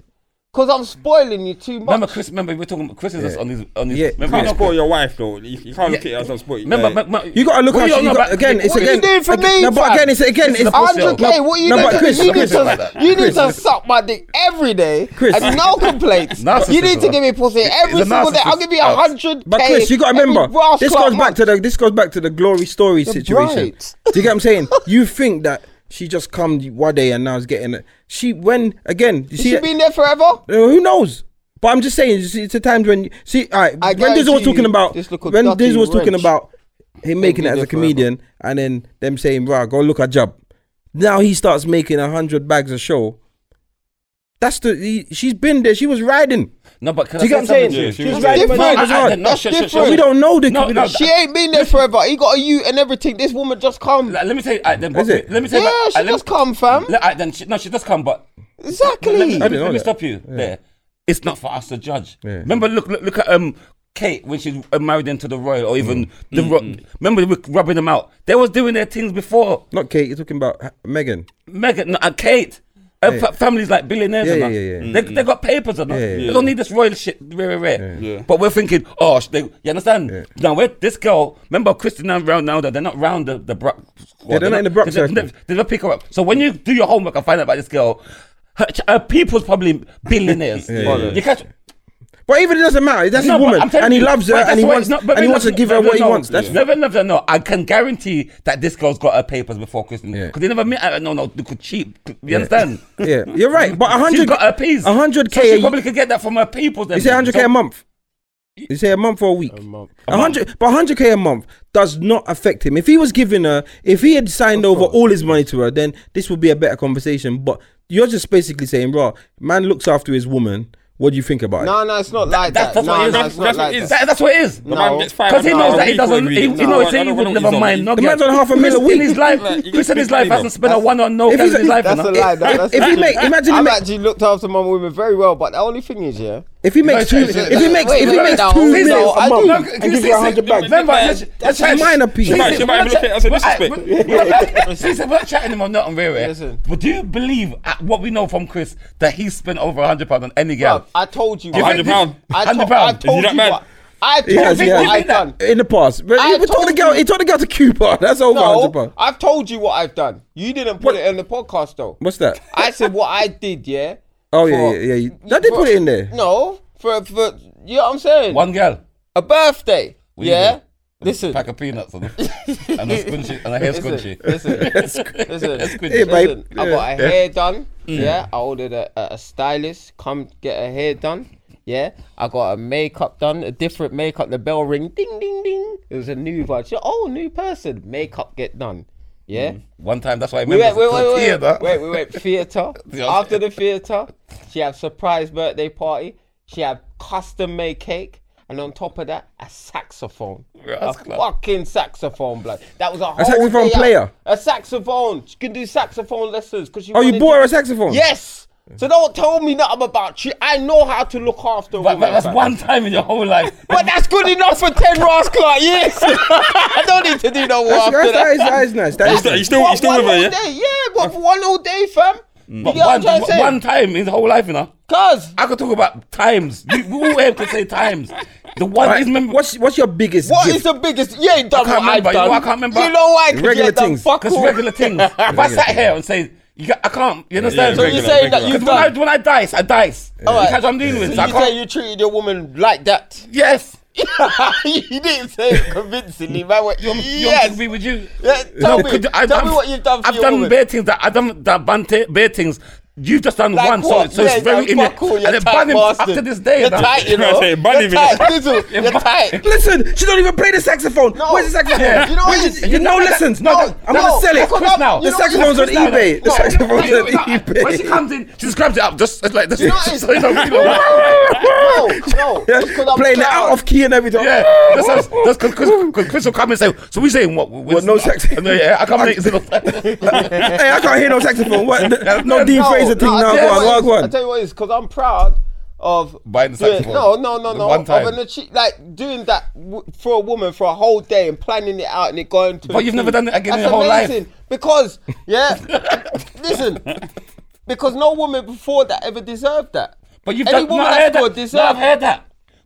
S1: Because I'm spoiling you too much.
S3: remember, Chris. Remember, we we're talking. about Chris is just on his on his.
S2: Yeah,
S4: You
S3: remember,
S4: can't
S3: you know,
S4: spoil your wife though. You you can't look at
S3: Yeah.
S4: it as I'm spoiling.
S3: remember,
S4: like,
S3: remember-
S2: You gotta look
S3: what
S2: at
S3: do you
S2: you
S3: know
S2: got,
S3: about-
S2: again. It's
S1: What
S2: again.
S1: are you doing for
S2: again-
S1: me?
S2: no, but
S1: fam?
S2: again, it's again. It's
S3: the for sale.
S1: 100k. What are you
S2: no,
S1: doing?
S2: but
S1: to
S2: Chris,
S1: me? you need
S2: Chris,
S1: to, you need to suck my dick every day
S2: Chris.
S1: and no complaints.
S3: Narcissism.
S1: you need to give me pussy every
S3: a
S1: single day. I'll
S3: narcissist.
S1: give you 100k.
S2: But Chris, you gotta
S1: every
S2: remember
S1: brass
S2: this
S1: clock
S2: goes back
S1: month.
S2: to the this goes back to the glory story situation.
S1: bright.
S2: Do you get what I'm saying? you think that she just come one day and now is getting it. She when again, you
S1: Has
S2: see
S1: she
S2: that-
S1: been there forever?
S2: uh, who knows? But I'm just saying, you see, it's a times when see, all right,
S1: I
S2: when Dizzle was
S1: guarantee
S2: talking
S1: you,
S2: about
S1: this look a
S2: when
S1: dirty
S2: Dizzle was talking
S1: wrench.
S2: about him making it as a
S1: there forever.
S2: comedian and then them saying, "Right, go look at job." Now he starts making a hundred bags a show. That's the he, she's been there. She was riding.
S3: No, but can
S2: Do you get what
S3: I
S2: I'm
S3: say
S2: saying?
S3: something to you?
S2: She was
S1: It's
S2: riding when
S1: different.
S2: it was
S1: I- I-
S2: hard.
S1: no, That's sure, sure, different.
S2: But we don't know the.
S3: No,
S2: we
S3: no,
S2: don't-
S1: She ain't been there forever. He got a you and everything. This woman just come.
S3: Like, let me tell you. alright, then,
S2: Is it?
S3: Let me tell
S1: yeah,
S3: you. about-
S1: she
S3: alright, let me-
S1: just come, fam.
S3: Let- alright, then she, no, she does come, but
S1: exactly.
S3: let me, let me,
S2: didn't know
S3: let me
S2: that.
S3: stop you there. It's not for us to judge.
S2: Yeah.
S3: Remember, look, look, look at um Kate when she's uh, married into the royal, or
S2: Mm.
S3: even the. Ro- remember, we we're rubbing them out. They was doing their things before
S2: Not Kate. You're talking about Megan.
S3: Megan no, uh, Kate. Her
S2: Yeah.
S3: fa- family's like billionaires
S2: Yeah,
S3: and
S2: yeah,
S3: that.
S2: yeah, yeah.
S3: They, they got papers and that.
S2: Yeah, yeah,
S3: They don't need this royal shit. Rare, rare.
S4: Yeah. Yeah.
S3: But we're thinking, oh, sh- they, you understand? Now, where this girl, remember Christina Ronaldo, they're not round the, the Brock. squad.
S2: Yeah, they're not in the Brock
S3: they-
S2: circle.
S3: They, they don't pick her up. So when you do your homework and find out about this girl, Her, ch- her people's probably billionaires.
S2: yeah, yeah.
S3: You catch?
S2: But even it doesn't matter. That's
S3: No,
S2: his
S3: but
S2: woman,
S3: I'm telling
S2: and he
S3: you,
S2: loves her,
S3: but
S2: and
S3: that's
S2: he
S3: why
S2: wants,
S3: it's not-
S2: and he
S3: no,
S2: wants to
S3: no,
S2: give
S3: no,
S2: her what he
S3: no.
S2: wants. That's
S3: never, never, no. I can guarantee that this girl's got her papers before Christmas
S2: Yeah.
S3: because they never met her. No, no, they could cheat. You understand?
S2: yeah. You're right, but
S3: She's
S2: 100
S3: got her piece.
S2: 100K
S3: So
S2: a
S3: she
S2: ye-
S3: probably could get that from her people. Then
S2: You say
S3: man.
S2: 100k a
S3: So-
S2: month. You say a month or a week. A
S1: month.
S2: 100, but 100k a month does not affect him. If he was giving her, if he had signed over all his money to her, then this would be a better conversation. But you're just basically saying, "Raw, man looks after his woman. What do you think about it?"
S1: No, no, it's not like that.
S3: That's, that's
S1: no,
S3: what it is.
S1: no, it's not
S4: That's what
S1: like
S4: it is.
S1: that.
S3: That- that's what it is.
S4: The
S1: No.
S4: man gets five
S3: Because he
S4: and a
S3: knows
S4: half
S3: that
S4: a
S3: he
S4: week
S3: doesn't.
S4: when
S3: He,
S4: we-
S3: he
S4: No, I
S3: knows. Say he
S4: don't
S3: would
S4: know
S3: never
S4: what he's on.
S3: mind. No,
S2: The man's
S3: girl.
S2: on half a mil a
S3: Chris
S2: week.
S3: In his life,
S4: Like, you
S3: Chris in
S4: can
S3: his
S4: speak
S3: life
S4: to
S3: hasn't
S4: him.
S3: spent a one on no
S2: If
S3: girl in
S2: he's-
S3: his life.
S1: That's
S3: you
S1: a
S3: know.
S1: lie. That, that's
S2: If
S1: not
S2: he
S1: true.
S2: make, imagine he
S1: I've
S2: make,
S1: actually looked after my women very well, but the only thing is, yeah,
S2: if he makes two,
S3: it's- it's-
S2: if he makes,
S1: wait,
S2: if he
S1: wait,
S2: makes
S1: no,
S2: two
S1: wait,
S2: mil
S1: no, I
S2: a
S1: do.
S2: month,
S1: I
S2: and give you a hundred bags.
S3: Remember,
S4: That's-
S2: that's a minor piece. She
S4: might- she might look at it as a disrespect.
S3: She said, we're not chatting him on not on Rere.
S1: Listen.
S3: But do you believe uh, what we know from Chris that he spent over £100 on any
S1: Bruv,
S3: girl?
S1: I told you,
S4: Give
S1: what-
S4: it £100.
S1: I told,
S3: £100.
S1: I
S3: Is
S1: told
S4: he that
S1: you
S4: mad?
S1: what. I told
S2: Yes,
S1: you
S2: yes.
S1: what I've done.
S2: in the past, but
S1: I
S2: he told the
S1: told
S2: girl,
S1: you-
S2: he told the girl to Cuba. That's over hundred
S1: No,
S2: pounds.
S1: I've told you what I've done. You didn't put
S2: What-
S1: it in the podcast though.
S2: What's that?
S1: I said what I did, yeah.
S2: Oh, yeah, yeah, yeah, you- that did
S1: for-
S2: put it in there.
S1: No, for for you know what I'm saying.
S3: One girl.
S1: A birthday,
S3: do you
S1: yeah.
S3: do?
S1: Listen,
S3: Pack of peanuts and a, and a squinchy and a hair
S1: listen,
S3: squinchy.
S1: listen, listen,
S3: That's Mm. good.
S2: Hey, babe.
S1: listen. I got a hair done. Yeah, I ordered a, a, a stylist. Come get a hair done. Yeah, I got a makeup done, a different makeup. The bell ring, ding, ding, ding. It was a new version. Oh, new person. Makeup get done. Yeah.
S3: One time, that's why I
S1: We went,
S3: remember.
S1: wait, wait, wait,
S3: theater.
S1: wait, wait, we went theater.
S3: Yeah.
S1: After the theater, she had surprise birthday party. She had custom made cake, and on top of that, a saxophone,
S3: That's
S1: a
S3: class.
S1: fucking saxophone, blood. That was a, whole
S2: saxophone
S1: day out.
S2: player?
S1: A saxophone. She can do saxophone lessons because
S2: Oh, you bought her a saxophone.
S1: Yes. So don't tell me nothing about you. I know how to look after
S3: But, but
S1: women.
S3: that's
S1: fam.
S3: one time in your whole life.
S1: But that's good enough for ten rascal years. I don't need to do no more
S2: That's,
S1: after
S2: that's,
S1: that.
S2: that is that is nice. That is
S4: He's
S2: nice.
S4: still,
S1: What,
S4: he's still
S1: one
S4: with her,
S1: all
S4: yeah? Mm.
S1: day, yeah, but for one all day, fam. You
S3: But
S1: get
S3: one,
S1: what I'm trying to
S3: one
S1: say?
S3: time in the whole life, you know.
S1: Cause
S3: I could talk about times. You, we all have to say times. The one
S2: Right,
S3: is remember.
S2: What's what's your biggest
S1: what
S2: gift?
S1: is the biggest? Yeah, you done
S3: I can't
S1: what I've
S3: remember, you know,
S1: done.
S3: I can't remember.
S1: You know why? 'Cause you
S2: Regular
S1: ain't done
S2: things.
S1: Fuck
S3: Because
S1: all.
S3: regular things. if I sat here and say, you got, I can't, you understand?
S1: So you're
S4: Regular,
S1: saying that
S4: regular.
S1: you've
S3: Because when I,
S1: done?
S3: when I dice, I dice.
S1: Alright.
S3: You catch what I'm dealing with?
S1: So
S3: I
S1: you
S3: can't.
S1: say you treated your woman like that?
S3: yes.
S1: you didn't say it convincingly, man. What-
S3: You want, me- you want me to
S1: yes.
S3: be with you?
S1: Yeah, tell me,
S3: could-
S1: tell me what you've done for
S3: I've
S1: your
S3: done
S1: woman.
S3: bare things that I've done that ban- t- bare things. You've just done
S1: Like
S3: one,
S1: what?
S3: so, so
S1: Yeah,
S3: it's very
S1: like,
S3: in
S1: fuck all, you're
S3: And then
S1: tight
S3: ban him up
S1: bastard.
S3: to this day.
S1: You're
S3: now.
S1: tight, you
S4: You're
S1: know.
S4: saying,
S1: You're
S4: bunny,
S1: tight.
S4: man.
S1: Listen, you're tight.
S2: Listen, she don't even play the saxophone.
S1: No.
S2: Where's the saxophone?
S1: You know what
S2: Where's
S1: it
S2: the-
S1: is?
S2: you know,
S3: No, that-
S2: lessons.
S3: no,
S2: No, I'm
S1: no,
S2: gonna sell it.
S1: that's
S3: Chris now.
S2: The
S1: You know what-
S2: saxophone's on
S1: Chris now.
S2: eBay. The
S1: No.
S2: saxophone's
S3: You
S2: on
S3: know, when she
S2: eBay.
S3: comes in, she just grabs it up, just it's like this.
S1: You know what it is?
S3: So you don't- you don't-
S1: No, no. It's 'cause I'm
S2: Playing it
S1: proud.
S2: out of key and everything.
S3: Yeah, that's us. That's because Chris, 'cause Chris will come and say, "So we saying what? What?
S2: no sex."
S3: No, yeah, I can't make it.
S2: Hey, I can't hear no saxophone. What? No
S3: No,
S2: Dean Fraser thing.
S1: I tell
S2: Now
S1: you
S2: go on,
S1: what it
S2: go on,
S1: is-
S2: go
S1: I
S2: on.
S1: tell you what it is, because I'm proud of
S3: Buying the
S1: doing-
S3: saxophone.
S1: No, no, no,
S3: The
S1: no.
S3: one
S1: Of
S3: time.
S1: an achie- like doing that w- for a woman for a whole day and planning it out and it going to.
S3: But you've never done it again in your whole life.
S1: Because yeah, listen, because no woman before that ever deserved that.
S3: But you've
S1: Any
S3: done. No,
S1: woman
S3: I
S1: that's
S3: heard
S1: got
S3: that. No,
S1: deserve
S3: I've heard that.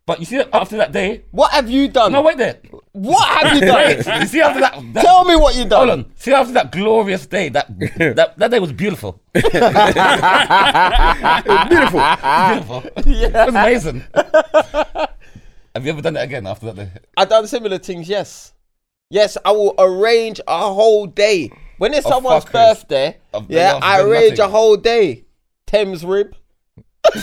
S3: But you see, after that day,
S1: What have you done?
S3: no, wait there.
S1: What have you
S3: Wait,
S1: done?
S3: you see after that. that
S1: Tell me what you done.
S3: Hold on. See after that glorious day, that that, that day was beautiful.
S2: Beautiful.
S3: Beautiful. It was amazing. Have you ever done that again after that day?
S1: I've done similar things, yes. Yes, I will arrange a whole day. When it's someone's
S3: fuckers.
S1: birthday,
S3: Of the
S1: yeah,
S3: love,
S1: I
S3: the
S1: arrange a
S3: nothing.
S1: whole day. Thames rib.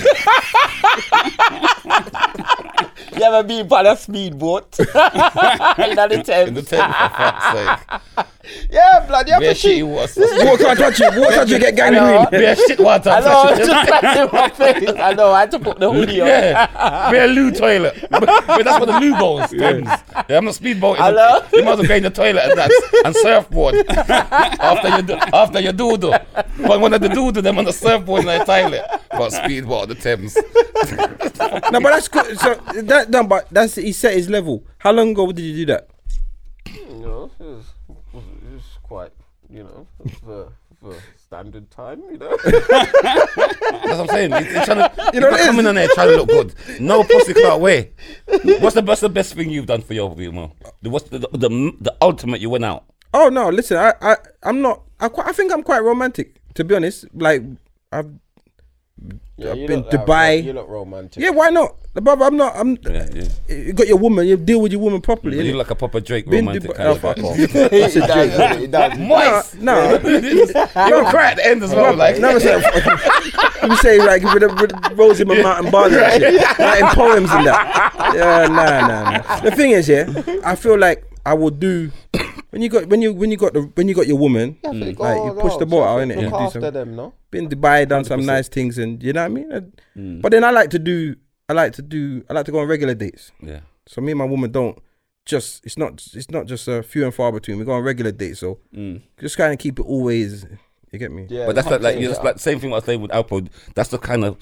S1: you ever been by a speedboat? in the
S3: In the
S1: Thames.
S3: tent, for fuck's sake.
S1: Yeah, blood, you have
S3: Where
S1: to
S3: she
S1: see.
S3: was.
S2: Water can't touch you. Water touch you. Get gangrene.
S3: Where shit water.
S1: I know, it's just like in my face. I know, I had to put the hoodie on.
S3: Yeah, we're a loo toilet. But, but that's what the loo goes. Yeah. I'm not speedboating.
S1: Hello?
S3: You might as well go in the toilet and that and surfboard after you do, after your doodle. But one of the doodle them on the surfboard in the toilet. But speedboard the Thames.
S2: No, but that's good. So that done. But that's he set his level. How long ago did you do that?
S1: You know, it was, it was quite, you know, for, for standard time, you know.
S3: That's what I'm saying. He's, he's trying to, you
S2: know
S3: know,
S2: what it is?
S3: coming on there trying to look good. No pussy clout way. What's the best, the best thing you've done for your woman? The, what's the, the, the, the ultimate you went out?
S2: Oh no, listen, I, I I'm not. I, quite, I think I'm quite romantic, to be honest. Like I've
S1: Yeah,
S2: I've
S1: you
S2: been
S1: look like-
S2: Dubai.
S1: you look romantic.
S2: Yeah, why not? Brother, I'm not. I'm.
S3: Yeah, yeah.
S2: You got your woman. You deal with your woman properly.
S3: You
S2: innit?
S3: look like a proper Drake
S2: Been
S3: romantic
S2: Dubai-
S3: kind of
S2: oh,
S3: fuck off.
S2: fuck. That's a
S1: It
S2: joke.
S1: does, it does.
S2: No, no.
S3: You were crying at the end as well. Like,
S2: no, I'm saying, you say like with, a, with rose in my mouth and bars and shit, writing poems and that. Yeah, nah, nah, nah. The thing is, yeah, I feel like I will do when you got when you when you got the when you got your woman,
S1: I think,
S2: like you
S1: oh,
S2: push
S1: no,
S2: the ball out
S1: something
S2: in it,
S1: Look
S2: do
S1: after
S2: some,
S1: them, no?
S2: been Dubai, done some nice things, and you know what I mean. And-
S3: Mm.
S2: But then I like to do, I like to do, I like to go on regular dates.
S3: yeah.
S2: So me and my woman don't just it's not it's not just a few and far between. We go on regular dates, so
S3: Mm.
S2: just kind of keep it always. You get me?
S1: Yeah,
S3: But that's
S1: can't
S3: like, like
S1: change
S3: you
S1: it
S3: just
S1: up.
S3: like same thing I was saying with Alpo. That's the kind of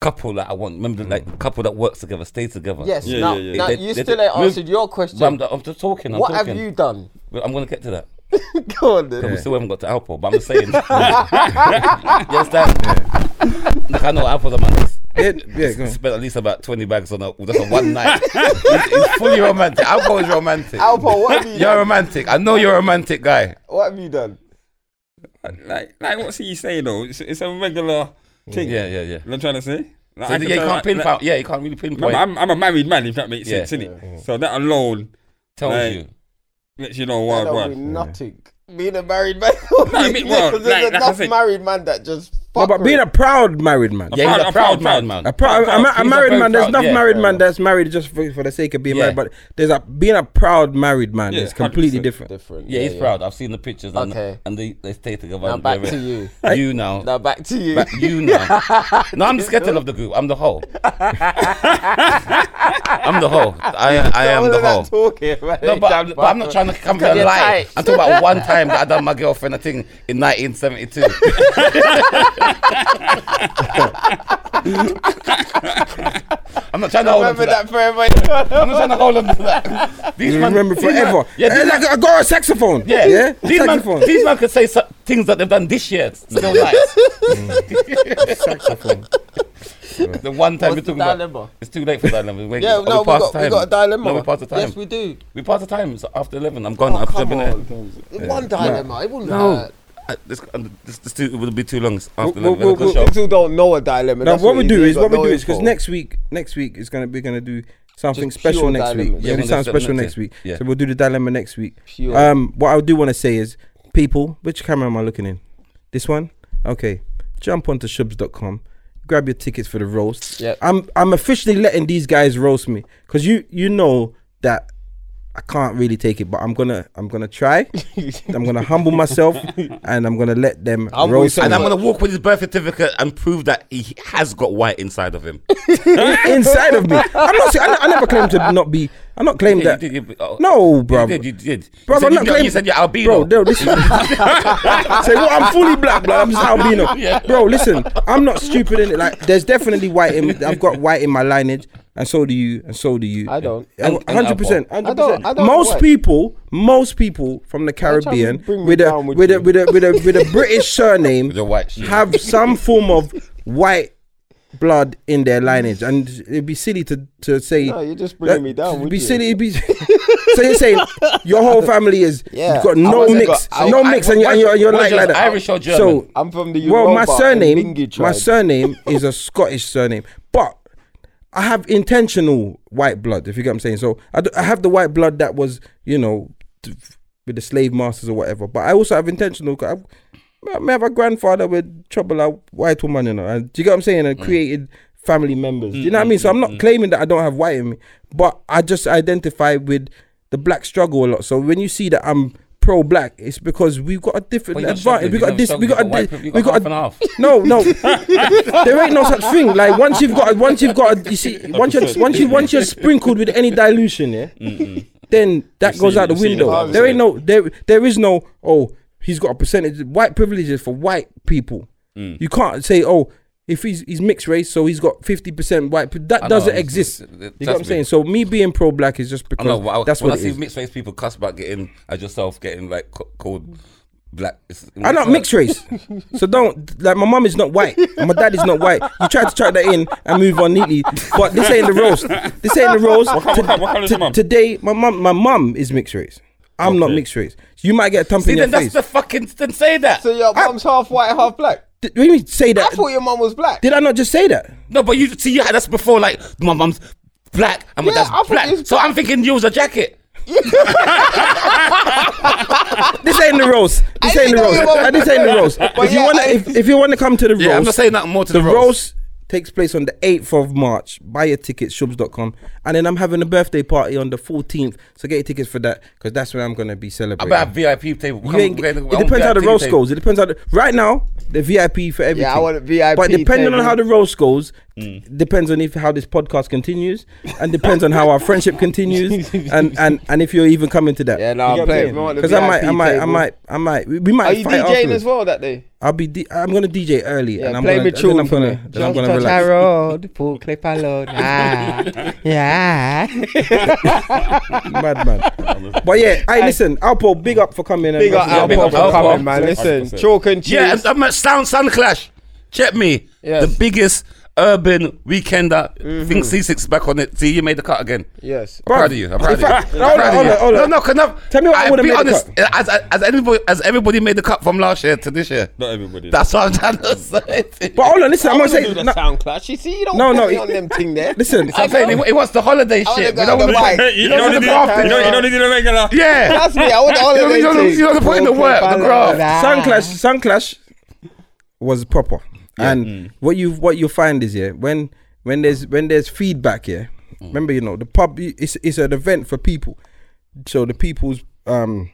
S3: couple that I want. Remember, the, like couple that works together, stays together.
S1: Yes,
S4: Yeah,
S1: now,
S4: yeah, yeah.
S1: now
S3: They-
S1: you
S3: they-
S1: still
S3: they-
S1: ain't
S3: Move-
S1: answered your
S3: But I'm,
S1: question.
S3: I'm just talking. I'm
S1: What
S3: talking.
S1: have you done?
S3: But I'm gonna get to that.
S1: Go on then.
S3: We still haven't got to Alpo, but I'm just saying. you understand? Like, I know Alpo's a man.
S2: Yeah, yeah, go on.
S3: Spent at least about twenty bags on a, just a one night. He's, he's fully romantic. Alpo is romantic.
S1: Alpo, what have you
S3: You're
S1: done?
S3: romantic. I know you're a romantic guy.
S1: What have you done?
S4: Like, like what's he saying though? It's, it's a regular thing.
S3: Yeah, yeah, yeah.
S4: You know what I'm trying to say? Like,
S3: So
S4: I
S3: you yeah,
S4: can
S3: you
S4: tell,
S3: can't
S4: like,
S3: pinpoint.
S4: like,
S3: yeah, you can't really pinpoint.
S4: remember, I'm, I'm a married man, if that makes
S3: Yeah.
S4: sense, innit? So that alone
S3: tells
S4: like-
S3: you.
S4: lets you know
S1: That
S4: wild
S1: don't
S4: one.
S1: mean nothing. Being a married man.
S4: I mean, well,
S1: there's
S4: like- like I
S1: enough
S4: said-
S1: married man that just
S2: No,
S1: fuck
S2: but being a proud married man.
S3: Yeah, he's
S4: proud-
S3: a
S4: a
S3: proud
S4: proud
S3: man,
S4: man.
S2: A,
S3: man.
S2: proud, a, ma- a
S3: He's
S2: married
S3: very
S2: man. There's
S3: proud-
S2: enough
S3: yeah.
S2: married man that's married just for, for the sake of being
S3: Yeah.
S2: married. But there's a being a proud married man
S4: Yeah,
S2: is completely
S4: 100%.
S2: different.
S1: different.
S3: Yeah, he's proud. I've seen the pictures. And,
S1: Okay.
S3: and they, they stay together.
S1: Now
S3: and
S1: back
S3: they're-
S1: to you.
S3: You now.
S1: Now back to you.
S3: Back you now. no, I'm the skeleton of the group. I'm the whole. I'm the whole. I, I am
S1: All
S3: the
S1: of that
S3: whole.
S1: talking, man.
S3: No, but, but I'm not trying to come here and
S1: you're
S3: lie.
S1: tight.
S3: I'm talking about one time that I done my girlfriend a thing in 1972. I'm not trying to hold on to
S1: Remember that
S3: that.
S1: forever.
S3: I'm not trying to hold on to that. These
S2: You
S3: man-
S2: remember
S3: these man-
S2: forever.
S3: Yeah,
S2: Yeah,
S3: these
S2: like, I got a saxophone.
S3: yeah,
S2: yeah.
S3: These
S2: saxophone.
S3: man, these man could say so- things that they've done this year. It's Still nice. the one
S1: What's
S3: time we're
S1: the
S3: talking about,
S1: dilemma?
S3: it's too late for dilemma. Wait,
S1: Yeah,
S3: are
S1: no, we
S3: past
S1: got, we
S3: time?
S1: got a dilemma.
S3: No, we passed the time.
S1: Yes, we do.
S3: We passed the time. It's after eleven. I'm gone.
S1: Oh,
S3: I've just
S1: come
S3: been there.
S1: on. One dilemma. It wouldn't hurt.
S3: I, this, um, this, this too, it would be too long s- after
S2: Well,
S3: 11.
S2: well,
S3: Good
S2: well,
S3: show.
S1: People don't know a dilemma.
S2: Now
S1: that's
S2: what we
S1: it
S2: do
S1: They
S2: is
S1: got
S2: what we
S1: no
S2: do is because
S1: info.
S2: next week, next week is gonna we're gonna do something
S1: Just
S2: special
S1: pure
S2: next week.
S1: dilemmas.
S2: Yeah,
S1: Yeah,
S2: we do
S3: we'll do
S2: something
S3: something
S2: special
S3: next
S2: next
S3: week.
S2: week.
S3: Yeah.
S2: So we'll do the dilemma next week.
S1: Pure.
S2: Um, what I do want to say is, people, which camera am I looking in? This one. Okay, jump onto shubs.com. Grab your tickets for the roast.
S1: Yep.
S2: I'm I'm officially letting these guys roast me because you you know that I can't really take it, but I'm gonna I'm gonna try. I'm gonna humble myself and I'm gonna let them
S1: Humble
S2: roast
S1: yourself.
S3: And
S2: me.
S3: I'm going to walk with his birth certificate and prove that he has got white inside of him.
S2: inside of me. I'm not. saying- I, I never claim to not be. I'm not claim
S3: Yeah,
S2: that.
S3: you did, you- oh.
S2: No,
S3: You
S2: bro.
S3: did, you did.
S2: Bro,
S3: you said,
S2: I'm
S3: you-
S2: not
S3: no,
S2: claiming-
S3: you said you're albino.
S2: Bro, no, listen. Say what? I'm fully black, but I'm just albino. Bro, listen. I'm not stupid in it. Like, there's definitely white in. I've got white in my lineage, and so do you, and so do you.
S1: I don't.
S2: I-
S3: And- and
S2: 100%.
S1: I don't- I
S2: 100%.
S1: don't
S2: Most
S1: white.
S2: people, most people from the
S1: trying to
S2: Caribbean
S1: bring me
S2: with a
S1: down with
S2: with a
S1: you.
S2: with a with a with a British surname
S3: With a white sheet.
S2: have some form of white blood in their lineage, and it'd be silly to to say.
S1: No, you're just bringing
S2: that-
S1: me down,
S2: It'd
S1: would
S2: be
S1: you?
S2: silly. It'd be so you're saying your whole family is
S1: Yeah.
S2: you've got
S1: I
S2: no
S1: wasn't
S2: mix,
S1: got- I-
S2: no
S1: I-
S2: mix, and you're, and you're, you're
S3: what
S2: like,
S3: is
S2: like
S3: it,
S2: that.
S3: Irish or German?
S2: So
S1: I'm from the
S2: well, my
S1: Yoruba and
S2: surname,
S1: Ningi
S2: my
S1: tribe.
S2: surname is a Scottish surname, but I have intentional white blood. If you get what I'm saying, so I, d- I have the white blood that was, you know, t- with the slave masters or whatever. But I also have intentional. 'cause I've, I may have a grandfather with trouble a white woman, you know. And do you get what I'm saying? And
S3: Mm.
S2: created family members. Do you know what I mean? So I'm not claiming that I don't have white in me, but I just identify with the black struggle a lot. So when you see that I'm pro-black, it's because we've got a different
S3: Well, you're
S2: advantage.
S3: struggling.
S2: We
S3: You
S2: got
S3: never
S2: this.
S3: struggled.
S2: We
S3: You
S2: got a.
S3: got white
S2: di-
S3: people, you
S2: we
S3: got
S2: got
S3: half and half.
S2: a. No, no, there ain't no such thing. Like once you've got, once you've got, a, you see, once you're, once you, once you're sprinkled with any dilution, yeah, then that
S4: You've
S2: goes
S4: seen-
S2: out the
S4: you've seen it
S2: window.
S4: obviously.
S2: There ain't no, there, there is no. Oh, he's got a percentage. White privilege is for white people.
S3: Mm.
S2: You can't say, oh, if he's he's mixed race, so he's got fifty percent white. But that
S3: I know,
S2: doesn't
S3: it's-
S2: exist.
S3: it's- it-
S2: you know what I'm
S3: trust me.
S2: saying? So me being pro-black is just
S3: I
S2: because
S3: know. but I,
S2: that's
S3: when
S2: what
S3: I
S2: it
S3: see
S2: is.
S3: mixed race people cuss about getting, as yourself, getting like co- called black. It's,
S2: I'm not mixed race, so don't like my mum is not white, and my dad is not white. You try to chuck that in and move on neatly, but this ain't the roast. This ain't the roast.
S4: What colour- what colour- what colour is your mum?
S2: Today, my mum, my mum is mixed race. I'm not mixed race. So you might get a thump
S3: See,
S2: in your
S3: then that's
S2: face.
S3: the fucking. Then say that.
S1: So your mum's half white, half black.
S2: Did, what do you mean say
S1: I
S2: that?
S1: thought your mum was black.
S2: Did I not just say that?
S3: No, but you see, yeah, that's before like my mum's black and my
S1: Yeah, I
S3: dad's
S1: thought it
S3: black.
S1: was
S3: So I'm thinking yours a jacket.
S2: This ain't the roast. This
S1: I
S2: ain't
S1: didn't
S2: the
S1: know
S2: roast.
S1: you were-
S2: I didn't say the roast. if you
S1: yeah,
S2: wanna,
S1: I-
S2: if, if you wanna come to the roast,
S3: Yeah, I'm just saying that more to
S2: the
S3: the,
S2: roast. takes place on the 8th of March. Buy your tickets, shubs.com. And then I'm having a birthday party on the 14th. So get your tickets for that because that's when I'm going to be
S3: I
S2: celebrating.
S3: bet VIP table.
S2: um, You ain't- it depends how the roast goes. It depends how the, right now the VIP for everything.
S1: want a VIP
S2: But depending on
S1: table.
S2: how the roast goes,
S1: Mm.
S2: depends on if how this podcast continues, and depends on how our friendship continues, and and and if you're even coming to that.
S1: Yeah, no, I'm playing. We want the
S2: Because I might, I
S1: VIP
S2: might, I
S1: table.
S2: might, I might. We we might.
S1: Are you
S2: fight
S1: DJing
S2: afterwards.
S1: as well that day?
S2: I'll be. D- I'm gonna DJ early,
S1: Yeah,
S2: and I'm
S1: play
S2: gonna.
S1: me
S2: then I'm
S1: tunes,
S2: gonna.
S1: mate.
S2: Then I'm
S6: Just
S2: gonna
S6: touch
S2: relax.
S6: a road, pull clip alone. Ah, yeah.
S2: Mad man. but yeah, I listen. Alpo, big up for coming.
S1: Big up
S3: big
S1: Alpo
S3: up
S1: for
S3: Alpo.
S1: coming, man. Listen,
S4: 100%.
S1: chalk and cheese.
S3: Yeah, I'm at Sound Sun Clash. Check me.
S1: Yes.
S3: The biggest urban weekender.
S2: Mm-hmm.
S3: Think C6 back on it. See, you made the cut again.
S1: yes.
S3: I'm proud of you. I'm proud of you.
S2: If I-
S3: I'm proud
S2: hold on,
S3: of you.
S2: hold on,
S3: No,
S2: hold
S3: no,
S2: on.
S3: can I,
S2: Tell me what I would've
S3: be
S2: made the
S3: honest. As, as, as everybody, as everybody made the cut from last year to this year.
S4: Not everybody.
S3: That's what I'm trying to say.
S2: But hold on, listen. I'm gonna
S1: do
S2: say.
S1: the
S2: no,
S1: sound clash. You see, you don't
S2: No,
S1: no,
S2: no,
S1: no,
S2: it-
S1: on them thing there.
S2: Listen.
S3: I'm saying it, it wants the holiday
S1: wanna
S3: shit.
S1: go
S3: We
S1: on
S3: don't
S1: the
S3: want
S1: mic.
S4: Hey, you know
S3: the
S4: what they do?
S3: graft
S4: You know, you know they do the regular.
S3: Yeah.
S1: That's me. I want all
S3: You
S1: of
S3: know, you know,
S1: them
S3: you know the point in the work, the graph.
S2: Sun Clash, Sun Clash was proper. And what you what you find is yeah, when when there's when there's feedback here, remember you know the pub i- it's it's an event for people, so the people's um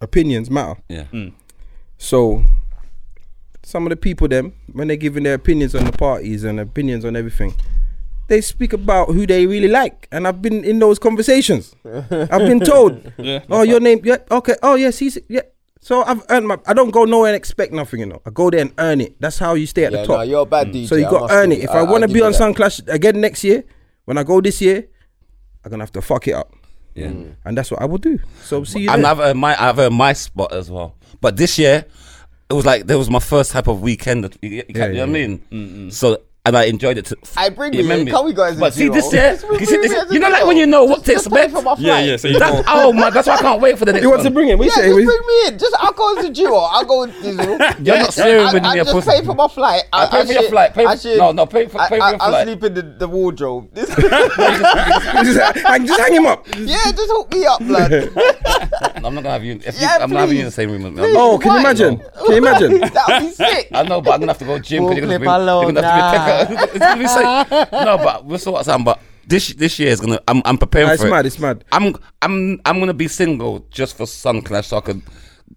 S2: opinions matter.
S3: Yeah.
S2: So some of the people them when they're giving their opinions on the parties and opinions on everything. They speak about who they really like, and I've been in those conversations. I've been told,
S4: Yeah.
S2: Oh, your name? Yeah. Okay. Oh, yes. He's yeah. So I've earned my. I don't go nowhere and expect nothing. You know, I go there and earn it. That's how you stay at
S1: Yeah,
S2: the
S1: nah,
S2: top.
S1: you're a bad DJ.
S2: so you
S1: I
S2: got
S1: must
S2: to earn it.
S1: admit.
S2: If
S1: I-
S2: I, want
S1: I'll
S2: to be
S1: give
S2: on
S1: you that.
S2: Sun Clash again next year, when I go this year, I'm gonna have to fuck it up,
S3: Yeah.
S1: Mm.
S2: and that's what I will do. So see you.
S3: And
S2: there.
S3: I've earned my I've earned my spot as well. But this year, it was like there was my first type of weekend. That, you, you know what
S2: yeah,
S3: I mean? So and I enjoyed it. To,
S1: I bring
S3: you
S1: me in.
S3: remember?
S1: Can we go as a
S3: But see
S1: duo?
S3: this year,
S1: Just bring
S3: you, see,
S1: me
S3: this-
S1: in as a
S3: you know, like
S1: duo.
S3: when you know what to
S1: Just pay
S3: expect.
S1: for my
S4: Yeah,
S1: flight.
S4: yeah. So you
S3: That's,
S4: know.
S3: oh my, that's why I can't wait for the next
S2: you want
S3: one.
S2: to bring him? What
S1: Yeah,
S2: you say?
S1: just
S2: What you-
S1: bring me in. Just I'll go as a duo. I'll go with Dizzle.
S3: You're not serious with
S1: I, I
S3: me, a
S1: just
S3: pussy.
S1: pay for my flight.
S3: I pay for your flight. Pay for- no, no, pay for-
S1: I,
S3: pay for
S1: I,
S3: your
S1: I'll
S3: flight.
S1: sleep in the, the wardrobe.
S2: just, hang- just hang him up.
S1: yeah, just hook me up, blood.
S3: I'm not gonna have you. If
S1: Yeah,
S3: you I'm not having you in the
S1: please.
S3: same room. as me. I'm
S1: Please,
S3: not-
S2: Oh, can you
S1: why?
S2: imagine? Can you imagine?
S1: that would be sick.
S3: I know, but I'm gonna have to go gym. 'cause you're,
S6: Clip
S3: gonna have to be, you're gonna have to be a taker.
S6: alone,
S3: it's gonna be safe. No, but we'll sort something. But this this year is gonna. I'm I'm preparing
S2: Ah,
S3: for
S2: it's
S3: it.
S2: mad. It's mad.
S3: I'm I'm I'm gonna be single just for Sun Clash so I could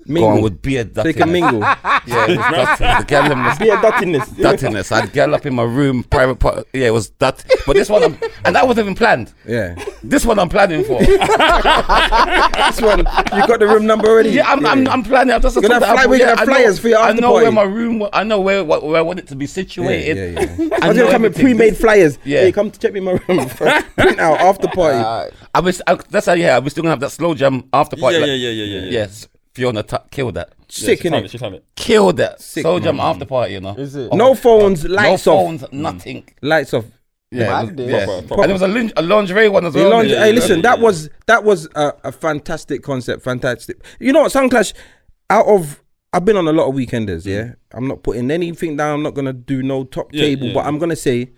S2: Mingle.
S3: go on with beer
S2: So you
S3: dirtiness.
S2: can mingle.
S3: Yeah, the girl in was
S2: Be a dirtiness.
S3: dirtiness. I'd girl up in my room, private part. Yeah, it was that. But this one, I'm, and that wasn't even planned.
S2: Yeah.
S3: This one I'm planning for.
S2: This one, you got the room number already.
S3: Yeah, I'm, I'm, I'm planning. I'm just
S2: You're gonna
S3: talk to
S2: fly-
S3: Apple.
S2: we're gonna
S3: I
S2: have flyers for your
S3: I
S2: after
S3: know where
S2: party.
S3: my room. wa- I know where where, where I want it to be situated.
S2: Yeah, yeah, yeah.
S3: I
S2: I was
S3: know
S2: gonna come with
S3: everything.
S2: pre-made flyers.
S3: Yeah.
S2: Yeah, hey, come to check me in my room. Print out after party.
S3: I was. I, that's how. Yeah, I was still gonna have that slow jam after party.
S4: Yeah,
S3: like-
S4: yeah, yeah, yeah, yeah.
S3: Yes, Fiona, t- kill that.
S2: Sick
S4: She's
S2: in
S4: on it,
S2: it.
S4: she's on it.
S3: Kill that.
S2: Sick,
S3: slow jam after party. You know. Is it?
S2: No phones,
S3: no
S2: lights off, Mm.
S3: phones, nothing.
S2: lights off.
S3: Yeah,
S1: Mad
S3: it was-
S1: days.
S3: yeah.
S4: Proper,
S3: and there was a, lin- a lingerie one as
S2: The
S3: well.
S2: lounge-
S4: yeah,
S2: hey,
S4: yeah,
S2: listen,
S4: yeah,
S2: that
S4: yeah.
S2: was that was a, a fantastic concept. Fantastic. You know what, Sound Clash. Out of I've been on a lot of weekenders. Yeah, I'm not putting anything down. I'm not gonna do no top
S4: Mm. Yeah,
S2: table,
S4: yeah,
S2: but
S4: yeah.
S2: I'm gonna say,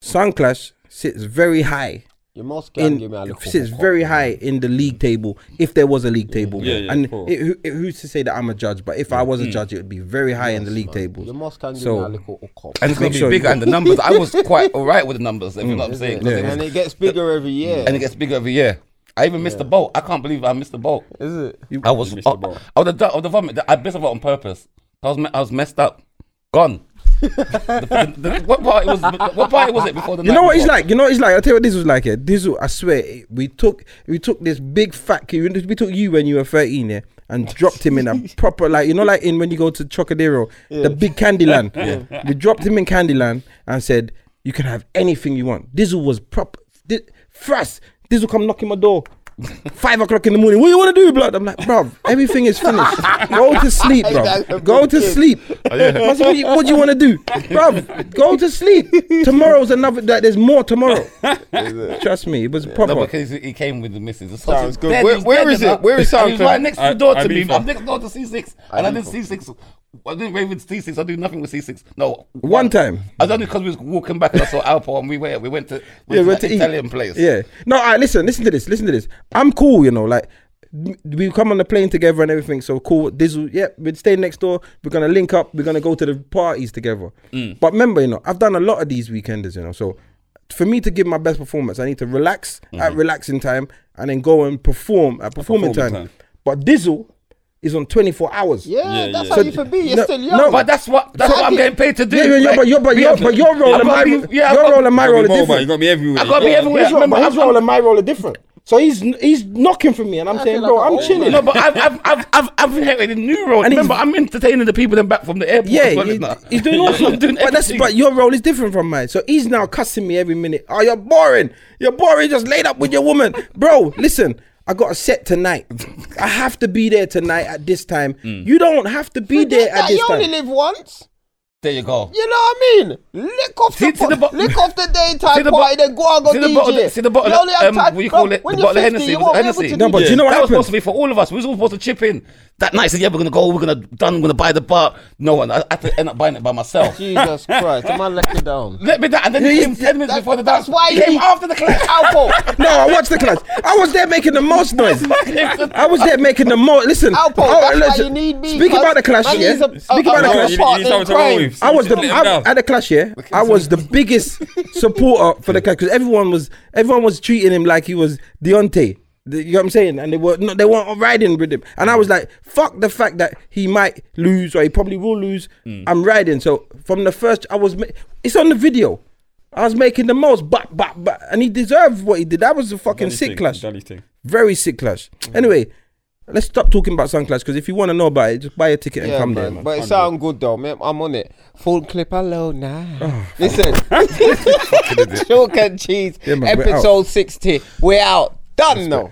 S2: Sound Clash sits very high
S1: Your mouse can give me a
S2: in
S1: look.
S2: sits very high in the league table if there was a league table.
S4: Yeah, yeah,
S2: and
S4: of course.
S2: it, who, it- who's to say that I'm a judge? But if I was a judge, it would be very high in the league tables.
S1: Your mouse can give
S2: So-
S1: me a little hook up.
S3: and it's gonna
S2: Make
S3: be
S2: sure
S3: bigger.
S2: you-
S3: And the numbers, I was quite alright with the numbers. If you know what I'm saying. 'cause it was-
S1: And it gets bigger every year.
S3: Mm. And it gets bigger every year. I even missed the boat. I can't believe I missed the boat.
S1: Is it?
S3: I was, I,
S4: missed the boat.
S3: I was the, I was the vomit. I missed the boat on purpose. I was, me- I was messed up, gone. The- the- the- what part was? What part was it before the?
S2: You
S3: night
S2: know what he's
S3: before?
S2: like. You know what he's like. I tell you what this was like. Yeah, this was, I swear it- we took we took this big fat kid. We took you when you were thirteen, yeah, and dropped him in a proper like you know like in when you go to Chocadero, the big Candyland. We dropped him in Candyland and said you can have anything you want. Dizzle was proper. Di- Frass, Dizzle come knocking my door. Five o'clock in the morning. What you want to do, blood? I'm like, bruv, everything is finished. Go to sleep, bruv. Go to sleep. I said, what, you- what do you want to do, bruv? Go to sleep. Tomorrow's another. Like, there's more tomorrow. Trust me, it was proper.
S3: No, because he came with the missus. The
S1: Sounds
S3: sausage
S1: good.
S3: dead,
S1: Where-
S3: he was
S1: where
S3: dead,
S1: is
S3: you know.
S1: it? Where is
S3: And He was
S1: Soundclash?
S3: right next
S4: I-
S3: door to
S4: Ibiza.
S3: me. I'm next door to C6, and I did
S1: Ibiza.
S3: C6 I didn't rave with C6. I do nothing with C6. No.
S2: One time.
S3: I was only because we was walking back and I saw Alpo and we went. We went to we
S2: Yeah,
S3: went
S2: went to
S3: to that
S2: eat.
S3: Italian place.
S2: Yeah. No, I listen, listen to this, listen to this. I'm cool, you know, like m- we come on the plane together and everything, so cool. Dizzle, yeah, we'd stay next door, we're gonna link up, we're gonna go to the parties together.
S3: Mm.
S2: But remember, you know, I've done a lot of these weekenders, you know, so for me to give my best performance, I need to relax at
S3: Mm-hmm.
S2: relaxing time and then go and perform at performing time.
S4: performing time.
S2: But Dizzle is on 24 hours.
S4: Yeah,
S1: that's
S4: yeah.
S1: how you can be. You're
S2: No,
S1: still young.
S2: no,
S3: But that's what that's
S1: So
S3: what
S1: I
S3: I'm
S1: did-
S3: getting paid to do.
S2: Yeah, yeah, yeah,
S3: like,
S2: but your but
S3: we
S2: your
S3: have to-
S2: but your role
S3: I've
S2: and
S3: gotta
S2: my
S3: be- yeah, I've
S2: your
S3: gotta-
S2: role and my role are
S4: You gotta be mobile,
S2: different.
S4: you gotta be everywhere.
S3: I've gotta be
S4: Yeah.
S3: everywhere.
S2: His, role,
S3: Remember,
S2: but his
S3: I'm- I'm-
S2: role and my role are different. So he's he's knocking for me, and I'm saying,
S1: feel
S2: bro,
S1: like an
S2: I'm
S1: old
S2: chilling.
S3: No, but I've I've I've I've, I've inherited a new role.
S2: And he's-
S3: Remember, I'm entertaining the people then back from the airport.
S2: yeah,
S3: as well,
S2: you-
S3: isn't I?
S2: he's doing all
S3: I'm doing
S2: but that's
S3: everything.
S2: but your role is different from mine. So he's now cussing me every minute. Oh, you're boring. You're boring. Just laid up with your woman, bro. Listen. I got a set tonight. I have to be there tonight at this time.
S1: Mm.
S2: You don't have to be there at
S1: That
S2: this
S1: you only
S2: time.
S1: live once.
S3: there you go.
S1: You know what I mean? Lick off
S3: See-
S1: the,
S3: see
S1: po-
S3: the bo-
S1: lick off the
S3: see
S1: daytime
S3: the bo-
S1: party, then go and go
S3: see the
S1: DJ.
S3: bottle that- see the bottle
S1: You
S3: that,
S1: only have
S3: um,
S1: time-
S3: what you
S1: bro,
S3: call it,
S1: when
S3: the
S1: you're
S3: bottle
S1: 50,
S3: of Hennessy,
S1: you
S3: was
S1: won't
S3: it
S1: be able
S3: Hennessy?
S1: to
S2: No,
S1: do
S2: but
S1: that.
S2: you know what
S3: that was
S2: happened?
S3: supposed to be for all of us. We was all supposed to chip in that night. Said, yeah, we're gonna go. We're gonna done. We're gonna buy the bar. No one. I, I had to end up buying it by myself.
S1: Jesus Christ, the man let you down.
S3: Let me down. And then he came ten minutes
S1: That-
S3: before the dance.
S1: that's why
S3: he came
S1: he-
S3: after the clash.
S1: Alpo,
S2: No, I watched the clash. I was there making the most noise. I was there making the most. Listen,
S1: Alpo,
S2: oh,
S1: that's why
S2: listen,
S1: you need me.
S2: Speak
S1: cuz
S2: about the clash,
S1: man,
S2: yeah.
S1: he's a-
S2: Speak
S1: a-
S2: about
S1: a
S2: the
S4: No,
S2: clash.
S4: you-
S1: partner
S4: you sound
S1: in
S4: so old.
S1: crime.
S2: I was the
S4: Let him
S2: I,
S4: down.
S2: at the clash, yeah. I was the biggest supporter for the clash because everyone was everyone was treating him like he was Deontay. The- You know what I'm saying? And they were no, they weren't riding with him. And I was like, fuck the fact that he might lose or he probably will lose.
S4: Mm.
S2: I'm riding. So from the first, I was. Ma- it's on the video. I was making the most, but but but, and he deserved what he did. That was a fucking
S4: Dolly's
S2: sick
S4: thing,
S2: clash.
S4: Dolly's thing.
S2: Very sick clash.
S1: Mm.
S2: Anyway, let's stop talking about Sun Clash because if you want to know about it, just buy a ticket and
S1: Yeah,
S2: come
S1: man,
S2: there, man.
S1: But it sound good though, man. I'm on it. Full clip alone now. Listen, chalk and cheese,
S2: Yeah, man, we're out.
S1: episode sixty. We're out. Done now.